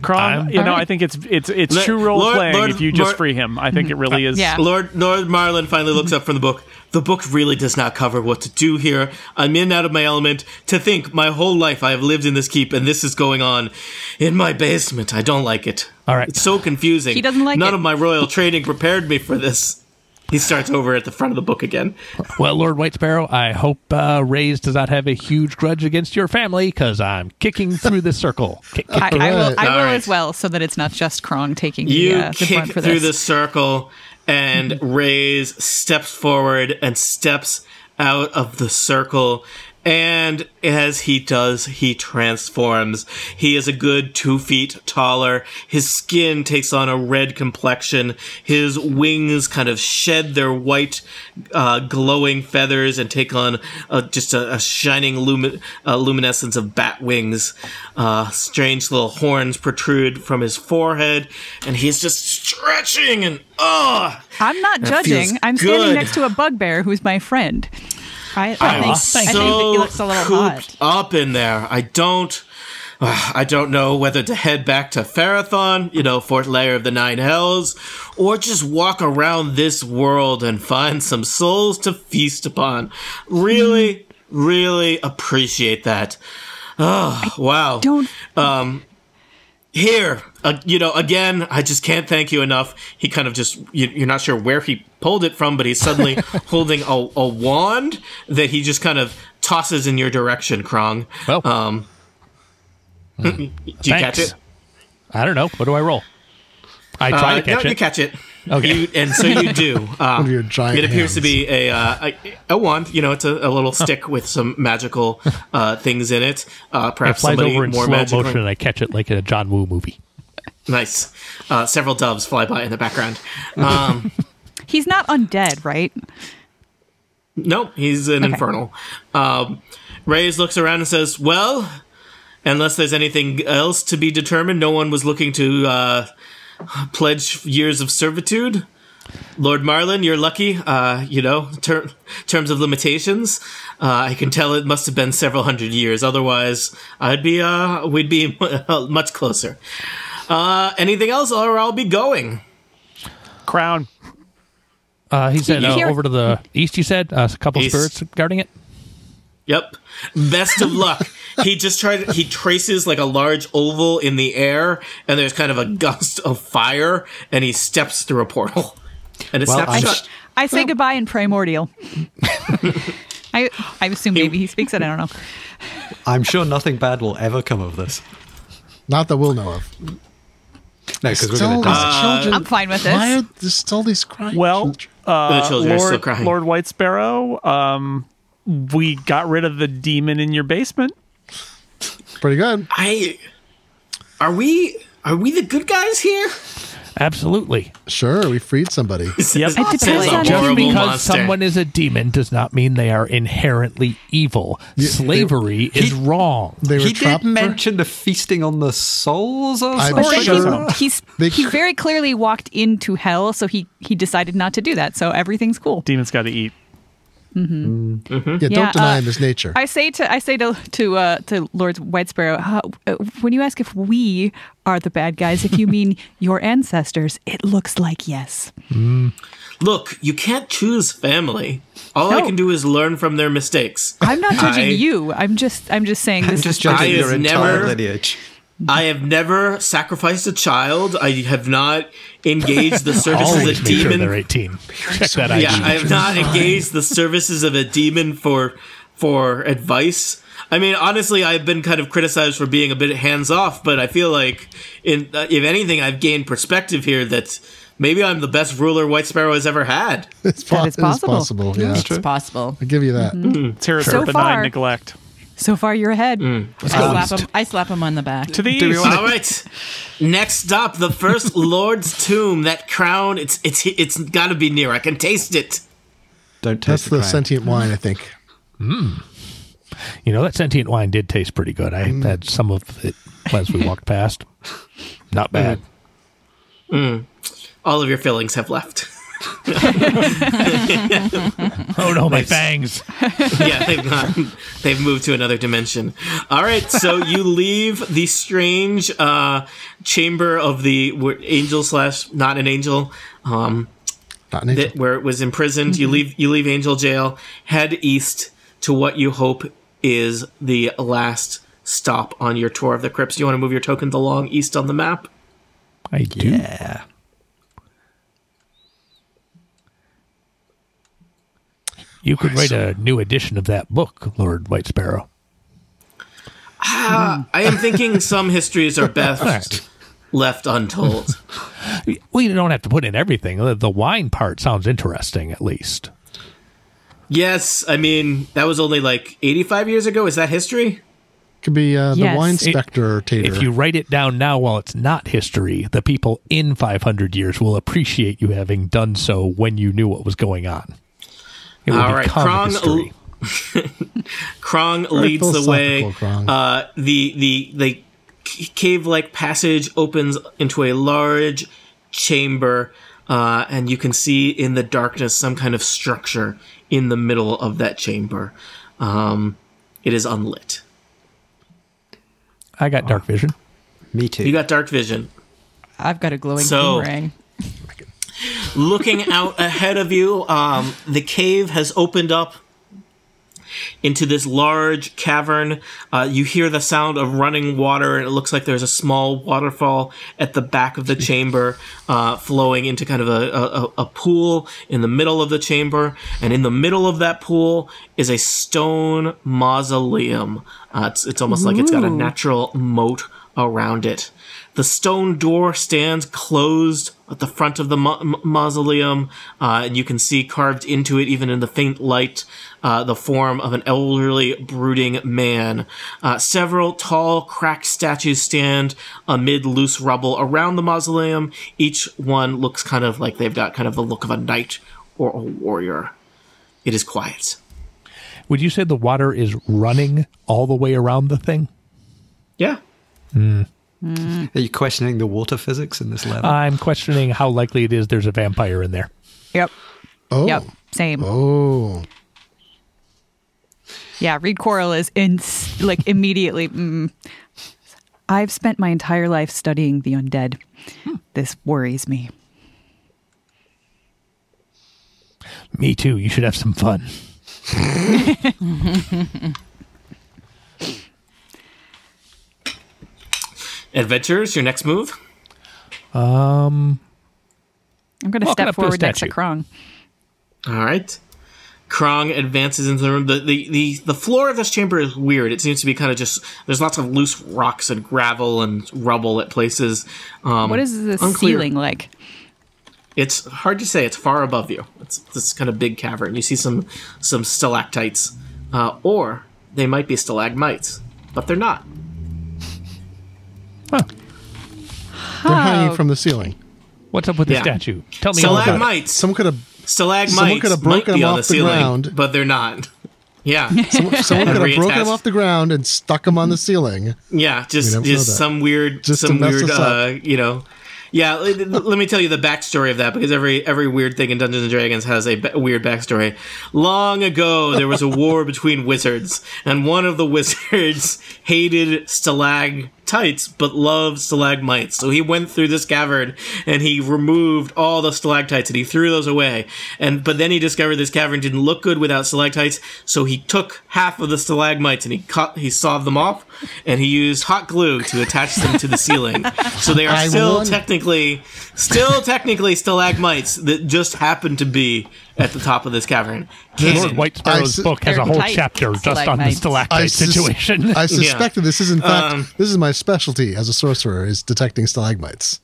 S3: Kron, you know, I think it's it's it's
S7: Lord-
S3: true role
S7: Lord-
S3: playing
S7: Lord-
S3: if you just
S7: Lord-
S3: free him. I think it really is.
S4: Yeah.
S7: Lord Lord Marlin finally looks up from the book. The book really does not cover what to do here. I'm in and out of my element. To think, my whole life I have lived in this keep, and this is going on in my basement. I don't like it.
S1: All right.
S7: it's so confusing.
S4: He doesn't like
S7: None
S4: it.
S7: of my royal training prepared me for this. He starts over at the front of the book again.
S1: well, Lord White Sparrow, I hope uh, Rays does not have a huge grudge against your family because I'm kicking through this circle. Kick, kick.
S4: I, I will, I
S7: All
S4: will
S7: right.
S4: as well, so that it's not just Krong taking
S7: You
S4: the, uh, the
S7: kick
S4: brunt for
S7: through
S4: this.
S7: the circle, and Rays steps forward and steps out of the circle. And as he does, he transforms. He is a good two feet taller. His skin takes on a red complexion. His wings kind of shed their white, uh, glowing feathers and take on uh, just a, a shining lumi- uh, luminescence of bat wings. Uh, strange little horns protrude from his forehead, and he's just stretching and oh,
S4: I'm not
S7: feels
S4: judging. I'm standing
S7: good.
S4: next to a bugbear who's my friend.
S6: I, I think,
S7: so
S6: I think that he looks a little hot.
S7: cooped up in there. I don't. ah, I don't know whether to head back to Farathon, you know, fourth layer of the Nine Hells, or just walk around this world and find some souls to feast upon. Really, really appreciate that. Oh, wow.
S4: Don't
S7: Here, uh, you know, again, I just can't thank you enough. He kind of just, you, you're not sure where he pulled it from, but he's suddenly holding a, a wand that he just kind of tosses in your direction, Krong.
S1: Well,
S7: Um, do you catch
S1: thanks.
S7: it?
S1: I don't know. What do I roll? I try
S7: Uh,
S1: to catch
S7: no,
S1: it.
S7: you catch it.
S1: Okay.
S7: You, and so you do. Uh,
S2: of your giant
S7: it appears to
S2: hands.
S7: be a, uh, a a wand. You know, it's a, a little stick with some magical uh, things in it. Uh,
S1: it
S7: perhaps
S1: flies
S7: somebody
S1: over in
S7: more
S1: slow
S7: magical.
S1: motion and I catch it like in a John Woo movie.
S7: Nice. Uh, several doves fly by in the background. Um,
S4: He's not undead, right?
S7: Nope, he's an infernal. Um, Reyes looks around and says, "Well, Unless there's anything else to be determined, no one was looking to uh, pledge years of servitude. Lord Marlin, you're lucky. Uh, you know, ter- terms of limitations. Uh, I can tell it must have been several hundred years. Otherwise, I'd be uh, we'd be much closer. Uh, anything else, or I'll be going.
S3: Crown.
S1: Uh, he said uh,
S4: Here-
S1: over to the east. You said uh, a couple
S7: East.
S1: spirits guarding it.
S7: Yep. Best of luck. He just tried. He traces like a large oval in the air, and there's kind of a gust of fire, and he steps through a portal, and it
S5: Well,
S7: snaps
S5: I'm
S7: shut.
S5: sh-
S4: I say goodbye in primordial. I I assume maybe he speaks it. I don't know.
S5: I'm sure nothing bad will ever come of this.
S2: Not that we'll know of.
S5: No, because we're
S2: Still
S5: going to
S2: these
S5: die.
S2: children.
S4: I'm fine with this.
S2: Why are there still these crying
S3: Well,
S2: children?
S3: uh,
S7: The children are
S3: Lord,
S7: still crying.
S3: Lord White Sparrow, um, we got rid of the demon in your basement.
S2: Pretty good.
S7: I are we are we the good guys here?
S1: Absolutely.
S2: Sure, we freed somebody.
S3: Yep.
S7: This is
S4: depends
S7: a
S4: on-
S1: Just
S7: horrible
S1: because
S7: monster.
S1: someone is a demon does not mean they are inherently evil. Slavery is
S5: He-
S1: wrong.
S2: They were
S5: He
S2: trapped.
S5: did
S2: for-
S5: mention the feasting on the souls or
S2: I'm
S5: something.
S4: But
S2: sure-
S4: he's, he's
S2: They-
S4: he very clearly walked into hell, so he he decided not to do that. So everything's cool.
S3: Demons got to eat.
S2: yeah,
S4: Yeah,
S2: don't deny
S4: uh,
S2: him his nature.
S4: I say to I say to to uh, to Lord White Sparrow, "Huh, uh, when you ask if we are the bad guys, if you mean your ancestors, it looks like yes.
S7: Look, you can't choose family. All I
S4: No.
S7: can do is learn from their mistakes.
S4: I'm not judging
S7: I-
S4: you. I'm just I'm just saying this.
S5: I'm just
S4: is,
S5: judging
S7: I
S5: your
S7: have
S5: entire
S7: never-
S5: lineage.
S7: I have never sacrificed a child. I have not engaged the services
S1: Always
S7: of a
S1: make sure
S7: demon.
S1: they're 18. Check that ID.
S7: yeah, I have not engaged the services of a demon for for advice. I mean, honestly, I've been kind of criticized for being a bit hands off, but I feel like, in, uh, if anything, I've gained perspective here that maybe I'm the best ruler White Sparrow has ever had.
S2: it's,
S4: That
S2: po-
S4: is possible. Mm-hmm.
S2: it's possible. Yeah,
S6: It's possible.
S2: I give you that.
S3: It's here
S4: So
S3: for benign
S4: far-
S3: neglect.
S4: so far, you're ahead.
S6: I slap, him, I slap him on the back.
S3: To the
S5: Do we
S3: east.
S5: wanna-
S7: All right. Next up, the first Lord's tomb. That crown, it's it's it's got to be near. I can taste it.
S5: Don't taste
S2: That's the
S5: the crown.
S2: sentient wine, I think.
S1: You know, that sentient wine did taste pretty good. I had some of it as we walked past. Not bad.
S7: All of your fillings have left.
S1: Oh no, my fangs.
S7: yeah, they've gone. They've moved to another dimension. All right, so you leave the strange uh, chamber of the where- angel slash not an angel. Um,
S2: Not an angel.
S7: that where it was imprisoned. You leave you leave Angel Jail, head east to what you hope is the last stop on your tour of the crypts. Do you want to move your tokens along east on the map?
S1: I do.
S5: Yeah.
S1: You could write a new edition of that book, Lord White Sparrow.
S7: I am thinking some histories are best left untold.
S1: Well, you don't have to put in everything. The- The wine part sounds interesting, at least.
S7: Yes, I mean that was only like 85 years ago. Is that history?
S2: Could be uh, the
S4: Yes.
S2: wine
S4: It-
S2: specter tater.
S1: If you write it down now while it's not history, the people in 500 years will appreciate you having done so when you knew what was going on. It will
S7: All right,
S1: become
S7: Krong-
S1: history.
S7: Krong leads the way.
S2: philosophical, Krong.
S7: Uh, the the the cave like passage opens into a large chamber, uh, and you can see in the darkness some kind of structure in the middle of that chamber. Um, it is unlit.
S1: I got dark vision.
S5: Me too.
S7: You got dark vision.
S6: I've got a glowing
S7: So-
S6: boomerang.
S7: looking out ahead of you, um, the cave has opened up into this large cavern. Uh, you hear the sound of running water, and it looks like there's a small waterfall at the back of the chamber, uh, flowing into kind of a, a, a- a pool in the middle of the chamber. And in the middle of that pool is a stone mausoleum. Uh, it's, it's almost like it's got a natural moat around it. The stone door stands closed at the front of the ma- ma- mausoleum, uh, and you can see carved into it, even in the faint light, uh, the form of an elderly, brooding man. Uh, several tall, cracked statues stand amid loose rubble around the mausoleum. Each one looks kind of like they've got kind of the look of a knight or a warrior. It is quiet.
S1: Would you say the water is running all the way around the thing?
S7: Yeah.
S5: Are you questioning the water physics in this level?
S1: I'm questioning how likely it is there's a vampire in there.
S4: Yep.
S2: Oh.
S4: Yep. Same.
S2: Oh.
S4: Yeah, Reed Quarrel is in like immediately. Mm, I've spent my entire life studying the undead. This worries me.
S1: Me too. You should have some fun.
S7: Adventures, your next move?
S4: I'm going to
S1: Walking
S4: step
S1: up to a
S4: forward next to
S1: statue.
S4: Krong.
S7: All right. Krong advances into the room. The, the, the, the floor of this chamber is weird. It seems to be kind of just, there's lots of loose rocks and gravel and rubble at places. Um,
S4: What is the
S7: unclear.
S4: ceiling like?
S7: It's hard to say. It's far above you. It's this kind of big cavern. You see some some stalactites, uh, or they might be stalagmites, but they're not.
S2: They're hanging from the ceiling.
S1: What's up with
S7: Yeah.
S1: the statue? Tell me all about it.
S7: Stalagmites.
S2: Someone could have someone
S7: stalagmites
S2: could have
S7: might
S2: broken
S7: be
S2: them
S7: on the
S2: off the
S7: ceiling,
S2: ground.
S7: but they're not. Yeah,
S2: someone could have broken
S7: Reattached.
S2: them off the ground and stuck them on the ceiling.
S7: yeah. Just
S2: never know
S7: just
S2: that.
S7: some weird,
S2: Just to
S7: some
S2: mess us
S7: weird.
S2: up.
S7: Uh, you know. Yeah, l- l- let me tell you the backstory of that because every every weird thing in Dungeons and Dragons has a ba- weird backstory. Long ago, there was a war between wizards, and one of the wizards hated stalactites but loved stalagmites. So he went through this cavern and he removed all the stalactites and he threw those away. And but then he discovered this cavern didn't look good without stalactites, so he took half of the stalagmites and he cut he sawed them off, and he used hot glue to attach them to the ceiling. So they are
S2: I
S7: still
S2: won.
S7: technically still technically stalagmites that just happen to be at the top of this cavern.
S1: Lord White Sparrow's
S2: I s-
S1: book has a whole
S6: Stalactites.
S1: chapter just on the
S6: Stalagmites.
S1: stalactite
S2: sus-
S1: situation. Um,
S2: I suspect that this is in fact this is my specialty as a sorcerer is detecting stalagmites.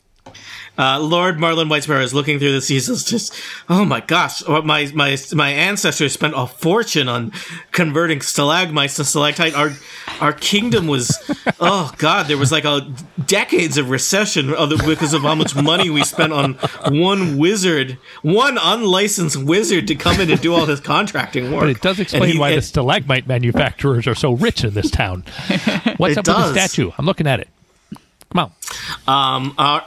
S7: Uh, Lord Marlon Whitesparrow is looking through the seasons, just oh my gosh, oh, my my my ancestors spent a fortune on converting stalagmites to stalactite. Our our kingdom was oh god, there was like a decades of recession of the- because of how much money we spent on one wizard, one unlicensed wizard to come in and do all this contracting work.
S1: but it does
S7: And
S1: explain
S7: he-
S1: why the
S7: and-
S1: stalagmite manufacturers are so rich in this town. What's
S7: It
S1: up
S7: does.
S1: with the statue? I'm looking at it. Come on.
S7: um are,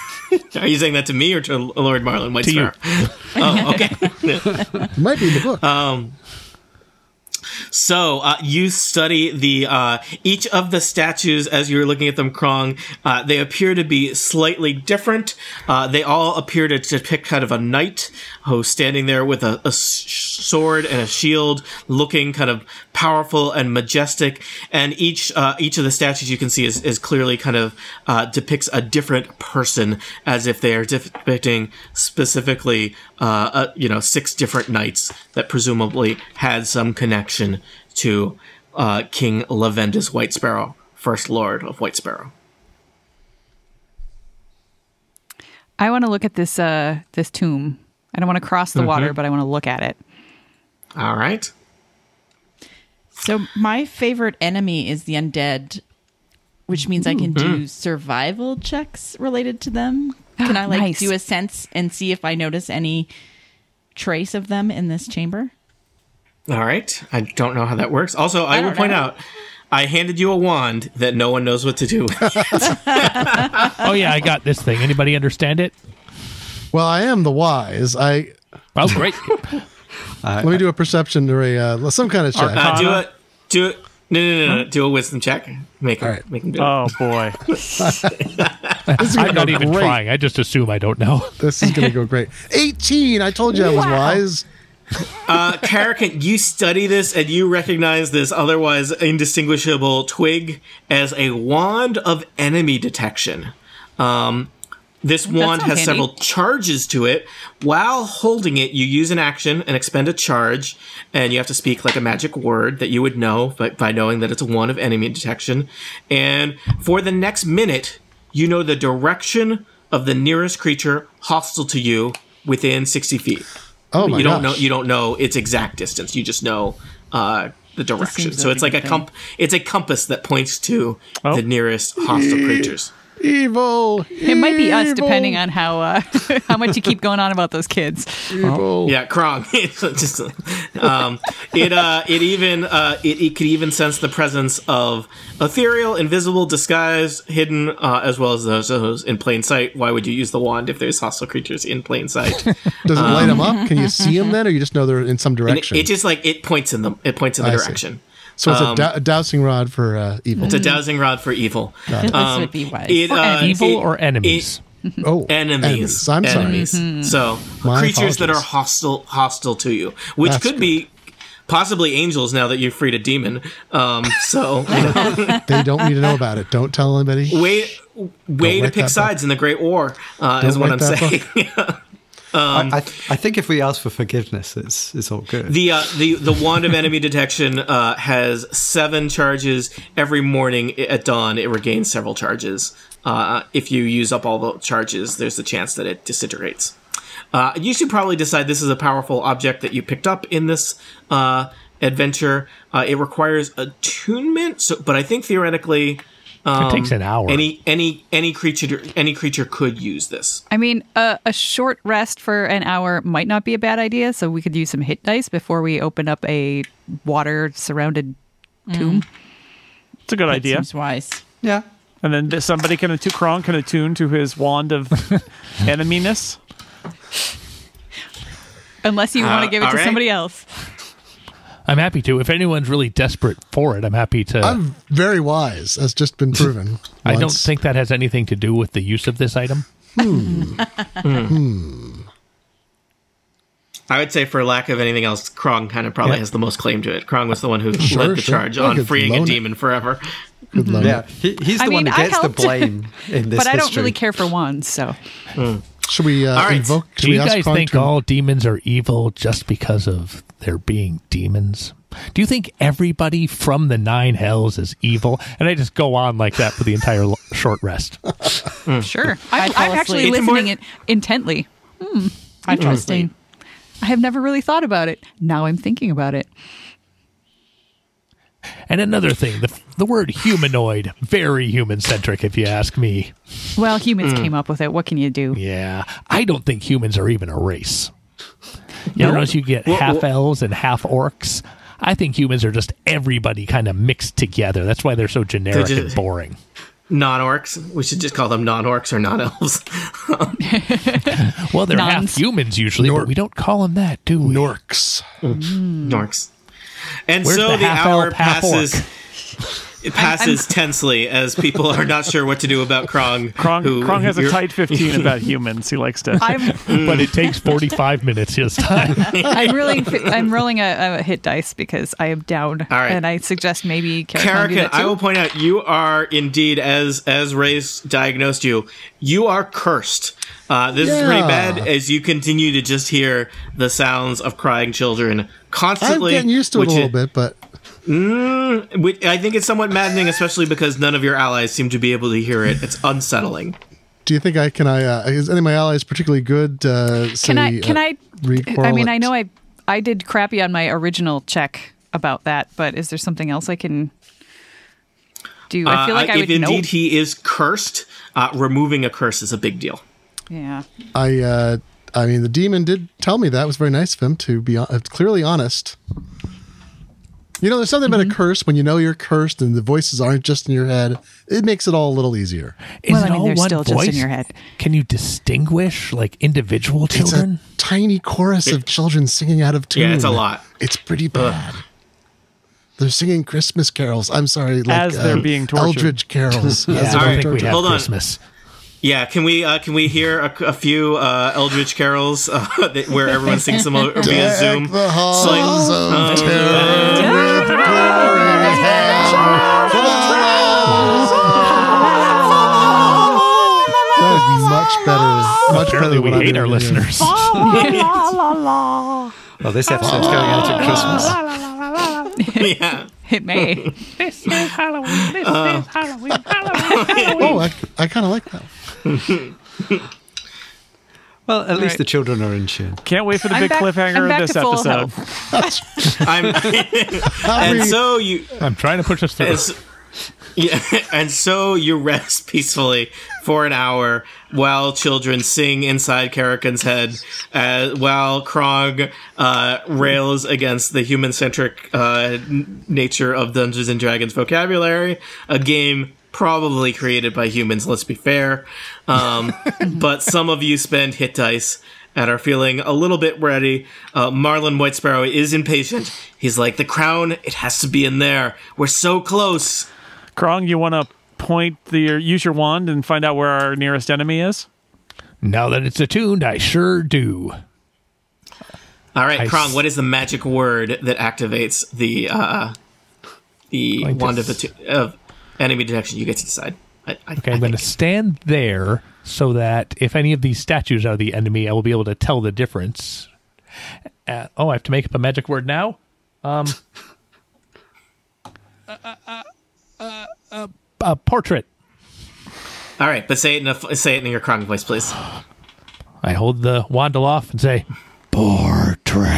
S7: are you saying that to me or to Lord Marlon
S1: you.
S7: Whitesparrow? oh, okay.
S2: It might be in the book.
S1: Uh,
S7: So uh, you study the uh, each of the statues as you're looking at them, Krong. Uh, they appear to be slightly different. Uh, they all appear to depict kind of a knight who's standing there with a, a s- sword and a shield, looking kind of powerful and majestic. And each uh, each of the statues you can see is, is clearly kind of uh, depicts a different person, as if they are depicting specifically, uh, uh, you know, six different knights that presumably had some connection to uh, King Lavendus White Sparrow, First Lord of White Sparrow.
S4: I want to look at this uh this tomb. I don't want to cross the water, but I want to look at it.
S7: All right.
S6: So my favorite enemy is the undead, which means I can
S7: Mm-hmm.
S6: do survival checks related to them. Can I like
S4: Nice.
S6: do a sense and see if I notice any trace of them in this chamber?
S7: All right. I don't know how that works. Also, I, will
S6: don't
S7: point
S6: know.
S7: out. I handed you a wand that no one knows what to do Uh, with.
S1: Oh yeah, I got this thing. Anybody understand it?
S2: well, I am the wise. I
S1: Oh great.
S2: let me do a perception or a uh, some kind of check.
S7: Uh, do
S1: Arcana?
S7: it. Do it. No, no, no, no. Do a wisdom check. Make him.
S2: All right.
S7: Make him do it.
S6: Uh,
S3: Oh boy.
S2: this is gonna
S1: I'm not
S2: go
S1: even
S2: great.
S1: trying. I just assume I don't know.
S2: This is gonna go great. Eighteen. I told you I was wise.
S7: Uh, Karakin, you study this and you recognize this otherwise indistinguishable twig as a wand of enemy detection. Um, this wand
S4: sounds
S7: has
S4: handy.
S7: several charges to it. While holding it, you use an action and expend a charge, and you have to speak like a magic word that you would know by, by knowing that it's a wand of enemy detection. And for the next minute, you know the direction of the nearest creature hostile to you within 60 feet
S2: Oh my
S7: you
S2: gosh.
S7: don't know you don't know its exact distance you just know uh the direction
S6: seems
S7: so
S6: like
S7: it's
S6: a
S7: like a
S6: good
S2: Oh.
S7: comp it's a compass that points to the nearest hostile creatures
S2: Evil.
S4: It might be us, depending on how uh, how much you keep going on about those kids.
S2: Evil.
S7: Yeah, Krong. It's just, um, it uh, it even uh, it, it could even sense the presence of ethereal, invisible, disguised, hidden, uh, as well as those, those in plain sight. Why would you use the wand if there's hostile creatures in plain sight? And
S2: Does it light them up? Can you see them then, or you just know they're in some
S7: Um, it,
S2: direction?
S7: it just like it points in the it points in the
S2: I see.
S7: direction.
S2: so it's a,
S7: um,
S2: dou- a dousing rod for uh, evil.
S7: It's a dowsing rod for evil.
S6: this would be wise.
S7: It, uh,
S1: Evil
S7: it-
S1: or
S7: it-
S1: enemies?
S2: oh,
S7: enemies.
S2: enemies. I'm sorry.
S7: Enemies. So
S2: My
S7: creatures that are
S2: apologies.
S7: hostile hostile to you, which
S2: That's
S7: could be possibly angels now that you've freed a demon. Um, so you know,
S2: They don't need to know about it. Don't tell anybody.
S7: way way to
S2: write
S7: pick
S2: that
S7: sides in the Great War uh, is
S2: Don't
S7: what I'm
S2: write that
S7: saying.
S5: I, I, th- I think if we ask for forgiveness, it's it's all good.
S7: Um, the uh, the the wand of enemy detection uh, has seven charges every morning i- at dawn. It regains several charges. Uh, if you use up all the charges, there's the chance that it disintegrates. Uh, you should probably decide this is a powerful object that you picked up in this uh, adventure. Uh, it requires attunement, so but I think theoretically
S1: it takes an hour.
S7: any any any creature any creature could use this.
S4: I mean, a, a short rest for an hour might not be a bad idea. So we could use some hit dice before we open up a water surrounded tomb.
S3: It's a good
S6: That
S3: idea.
S6: seems wise.
S5: yeah.
S3: And then th- somebody can attune, Krong can attune to his wand of eneminess.
S4: Unless you want
S7: Uh,
S4: to give it
S7: all
S4: to
S7: right.
S4: somebody else.
S1: I'm happy to. If anyone's really desperate for it, I'm happy to.
S2: I'm very wise. That's just been proven.
S1: I don't
S2: once.
S1: think that has anything to do with the use of this item.
S7: I would say, for lack of anything else, Krong kind of probably has the most claim to it. Krong was the one who led the
S2: sure.
S7: charge
S2: I
S7: on
S2: could
S7: freeing a
S2: loan it.
S7: demon forever.
S2: Good Lord.
S5: Yeah, he, he's the
S4: I
S5: one who
S4: mean, I
S5: gets the
S4: helped.
S5: blame in this
S4: But I don't
S5: history.
S4: really care for wands. So
S2: Should we uh,
S7: All right.
S2: invoke? Should
S1: Do
S2: we
S1: you
S2: ask
S1: guys
S2: Krong
S1: think
S2: to-
S1: all demons are evil just because of their being demons? Do you think everybody from the nine hells is evil? And I just go on like that for the entire l- short rest.
S4: sure. I'm,
S6: I'd fall
S4: I'm actually
S6: asleep.
S7: It's more-
S4: listening it intently.
S6: I
S7: Mm-hmm.
S6: trust him.
S4: I have never really thought about it. Now I'm thinking about it.
S1: And another thing, the, the word humanoid, very human centric, if you ask me.
S4: Well, humans
S7: Mm.
S4: came up with it. What can you do?
S1: Yeah, I don't think humans are even a race. You know, as you get half elves and half orcs, I think humans are just everybody kind of mixed together. That's why they're so generic
S7: just-
S1: and boring.
S7: Non orcs. We should just call them non orcs or non elves.
S1: Well, they're half
S4: Nuns.
S1: humans usually, but we don't call them that, do we?
S2: Norks.
S7: Norks. And
S1: Hmm. Where's
S7: so
S1: the
S7: the,
S1: half
S7: hour
S1: elf, half
S7: passes.
S1: orc?
S7: It passes tensely as people are not sure what to do about Krong.
S3: Krong,
S7: who-
S3: Krong has a
S7: you're-
S3: tight 15 about humans. He likes to.
S4: I'm
S1: but it takes 45 minutes his time.
S4: I'm really I'm rolling a, a hit dice because I am down.
S7: All right.
S4: And I suggest maybe Karakan
S7: Karakin,
S4: do that too.
S7: I will point out you are indeed, as as Ray's diagnosed you, you are cursed. Uh, this is pretty
S2: Yeah.
S7: bad as you continue to just hear the sounds of crying children
S2: I'm
S7: constantly.
S2: getting used to it
S7: which
S2: a little
S7: i-
S2: bit, but
S7: which I think it's somewhat maddening, especially because none of your allies seem to be able to hear it. It's unsettling.
S2: do you think I can? I uh, is any of my allies particularly good? Uh, say,
S4: Can I can
S2: uh,
S4: I
S2: read
S4: I mean
S2: Coralic?
S4: I know I I did crappy on my original check about that, but is there something else I can do? I feel like
S7: Uh,
S4: I
S7: if
S4: would
S7: indeed
S4: know.
S7: he is cursed, uh, removing a curse is a big deal.
S4: yeah.
S2: I uh, I mean, the demon did tell me that. It was very nice of him to be hon- uh, clearly honest. You know, there's something
S3: Mm-hmm.
S2: about a curse when you know you're cursed and the voices aren't just in your head. It makes it all a little easier.
S1: Is
S4: Well, I
S1: it
S4: mean,
S1: all
S4: they're
S1: one
S4: still just
S1: voice?
S4: in your head.
S1: Can you distinguish like individual
S2: It's a
S1: children?
S2: tiny chorus of children singing out of tune.
S7: Yeah, it's a lot.
S2: It's pretty bad. They're singing Christmas carols. I'm sorry, like
S3: As they're being tortured.
S2: Eldridge carols.
S1: I don't
S2: As they're
S1: think we
S2: tortured.
S1: have
S7: Hold on.
S1: Christmas.
S7: Yeah, can we uh, can we hear a, a few uh, Eldritch carols uh, that- where everyone sings them over via
S2: Deck
S7: Zoom?
S2: the halls
S7: Slight-
S2: of
S7: um,
S2: terror with glory hail. That is much better. Much better
S1: Apparently,
S2: than
S1: we
S2: what I'm
S1: hate our
S2: doing here.
S1: listeners.
S5: Well, Oh, this
S2: Oh.
S5: episode's going out at Christmas.
S7: yeah.
S4: It may.
S8: This is Halloween. This is Halloween. Halloween. Halloween.
S2: Oh, I, I kind of like that.
S5: Well, at least
S4: Right.
S5: the children are in tune.
S3: Can't wait for the
S4: I'm
S3: big
S4: back-
S3: cliffhanger
S4: I'm
S3: of
S4: back
S3: this
S4: to full
S3: episode.
S7: I'm,
S2: How
S7: and
S2: we-
S7: so you
S1: I'm trying to push us through.
S7: as Yeah, and so you rest peacefully for an hour while children sing inside Karakan's head, uh, while Krog uh, rails against the human centric uh, n- nature of Dungeons and Dragons vocabulary, a game probably created by humans, let's be fair. Um, but some of you spend hit dice and are feeling a little bit ready. Uh, Marlon White Sparrow is impatient. He's like, The crown, it has to be in there. We're so close.
S3: Krong, you want to point the your, use your wand and find out where our nearest enemy is?
S1: Now that it's attuned, I sure do.
S7: All right,
S1: I
S7: Krong,
S1: s-
S7: what is the magic word that activates the uh, the
S1: Like
S7: wand of,
S1: this.
S7: attu- of enemy detection? You get to decide. I, I,
S1: Okay, I'm going to stand there so that if any of these statues are the enemy, I will be able to tell the difference. Uh, oh, I have to make up a magic word now. Um. uh, uh, uh, uh, uh, portrait.
S7: All right, but say it in a, f- say it in your Krong voice, please.
S1: I hold the wand aloft and say, "Portrait."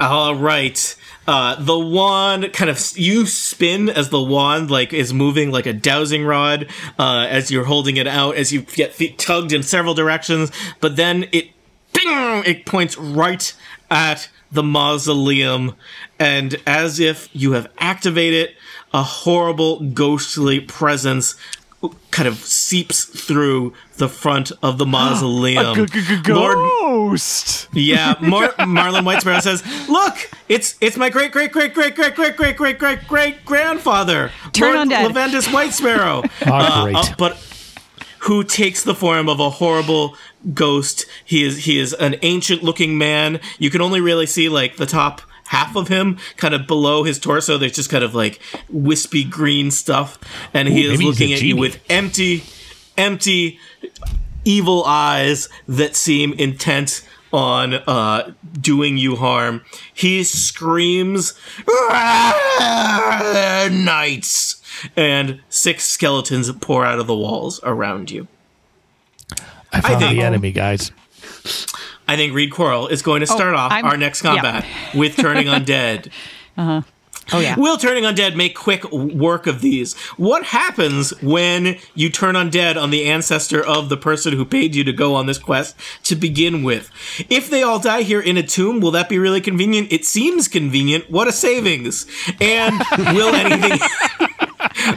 S7: All right. Uh, the wand kind of you spin as the wand like is moving like a dowsing rod uh, as you're holding it out as you get feet tugged in several directions, but then it bing, it points right at the mausoleum, and as if you have activated it, a horrible ghostly presence kind of seeps through the front of the mausoleum. Lord
S3: Ghost.
S7: yeah, Mar- Marlon Whitesparrow says, "Look, it's it's my great great great great great great great great great great grandfather,
S4: Turn
S7: Lord
S4: on dad.
S7: Lavendus Whitesparrow,
S1: Ah, great.
S7: uh, but who takes the form of a horrible ghost. He is he is an ancient looking man. You can only really see like the top half of him, kind of below his torso. There's just kind of like wispy green stuff, and he
S1: Ooh,
S7: is
S1: maybe he's
S7: looking
S1: a
S7: at you
S1: genie.
S7: with empty, empty evil eyes that seem intent on uh, doing you harm. He screams, "Ah, Knights! And six skeletons pour out of the walls around you.
S1: I found
S7: think-
S1: the enemy, guys.
S7: I think Reed Quarrel is going to start off
S4: Oh, I'm-
S7: our next
S4: yeah.
S7: combat with Turning Undead.
S4: Oh yeah.
S7: Will Turning Undead make quick work of these? What happens when you turn undead on the ancestor of the person who paid you to go on this quest to begin with? If they all die here in a tomb, will that be really convenient? It seems convenient. What a savings! And will anything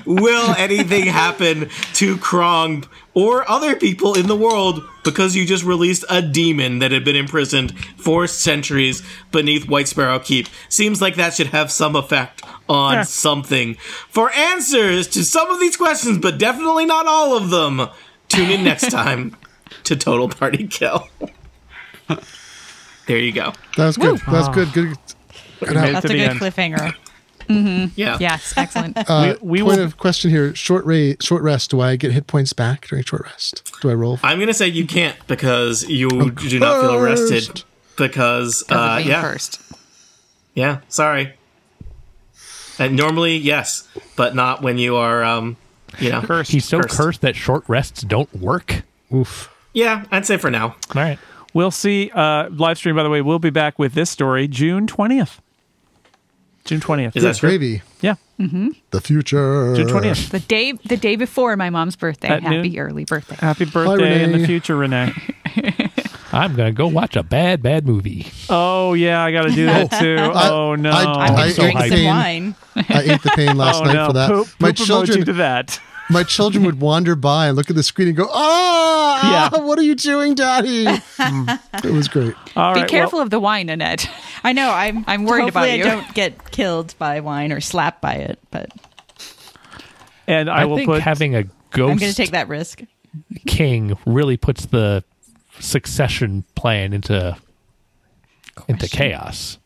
S7: will anything happen to Krong or other people in the world because you just released a demon that had been imprisoned for centuries beneath White Sparrow Keep? Seems like that should have some effect on something. For answers to some of these questions, but definitely not all of them, tune in next time to Total Party Kill. there you go.
S2: That was good. That was good. Good. good
S3: made
S2: out.
S3: it
S6: That's
S3: to the
S6: a good
S3: end.
S6: cliffhanger.
S7: Yeah.
S4: Yes, excellent.
S2: Uh,
S3: we
S2: point
S3: will-
S2: of question here: short ray, short rest. Do I get hit points back during short rest? Do I roll?
S7: I'm gonna say you can't because you do not feel arrested
S2: cursed.
S7: because
S4: Because of
S7: uh,
S4: being
S7: yeah
S4: cursed.
S7: yeah sorry. And normally yes, but not when you are um you know
S3: Cursed.
S1: He's so cursed that short rests don't work.
S2: Oof.
S7: yeah I'd say for now.
S1: All right.
S3: We'll see. Uh, live stream, by the way, we'll be back with this story June 20th. June 20th.
S7: Is that true?
S2: Gravy.
S3: yeah,
S2: The future.
S3: June 20th.
S4: The day the day before my mom's birthday.
S3: At
S4: Happy
S3: noon?
S4: early birthday.
S3: Happy birthday in the
S2: Renee.
S3: future, Renee.
S1: I'm gonna go watch a bad, bad movie.
S3: Oh, yeah, I got to do that too. Oh, no.
S2: I-
S6: I'm
S2: I-
S1: so
S6: drinking
S1: hyped.
S6: some
S2: Pain.
S6: wine.
S2: I ate the pain last
S3: oh,
S2: night
S3: no.
S2: for that.
S3: Poop,
S2: my
S3: poop emoji
S2: children,
S3: to that.
S2: my children would wander by and look at the screen and go, "Ah,
S3: Yeah.
S2: what are you doing, Daddy?" it was great.
S3: All right,
S4: Be
S3: well-
S4: careful of the wine, Annette.
S6: I know. I'm.
S4: I'm worried about
S6: hopefully
S4: you.
S6: I don't get killed by wine or slapped by it, but
S3: and I,
S1: I,
S3: will
S1: think
S3: put
S1: having a ghost
S6: I'm going to take that risk.
S1: king really puts the succession plan into into chaos.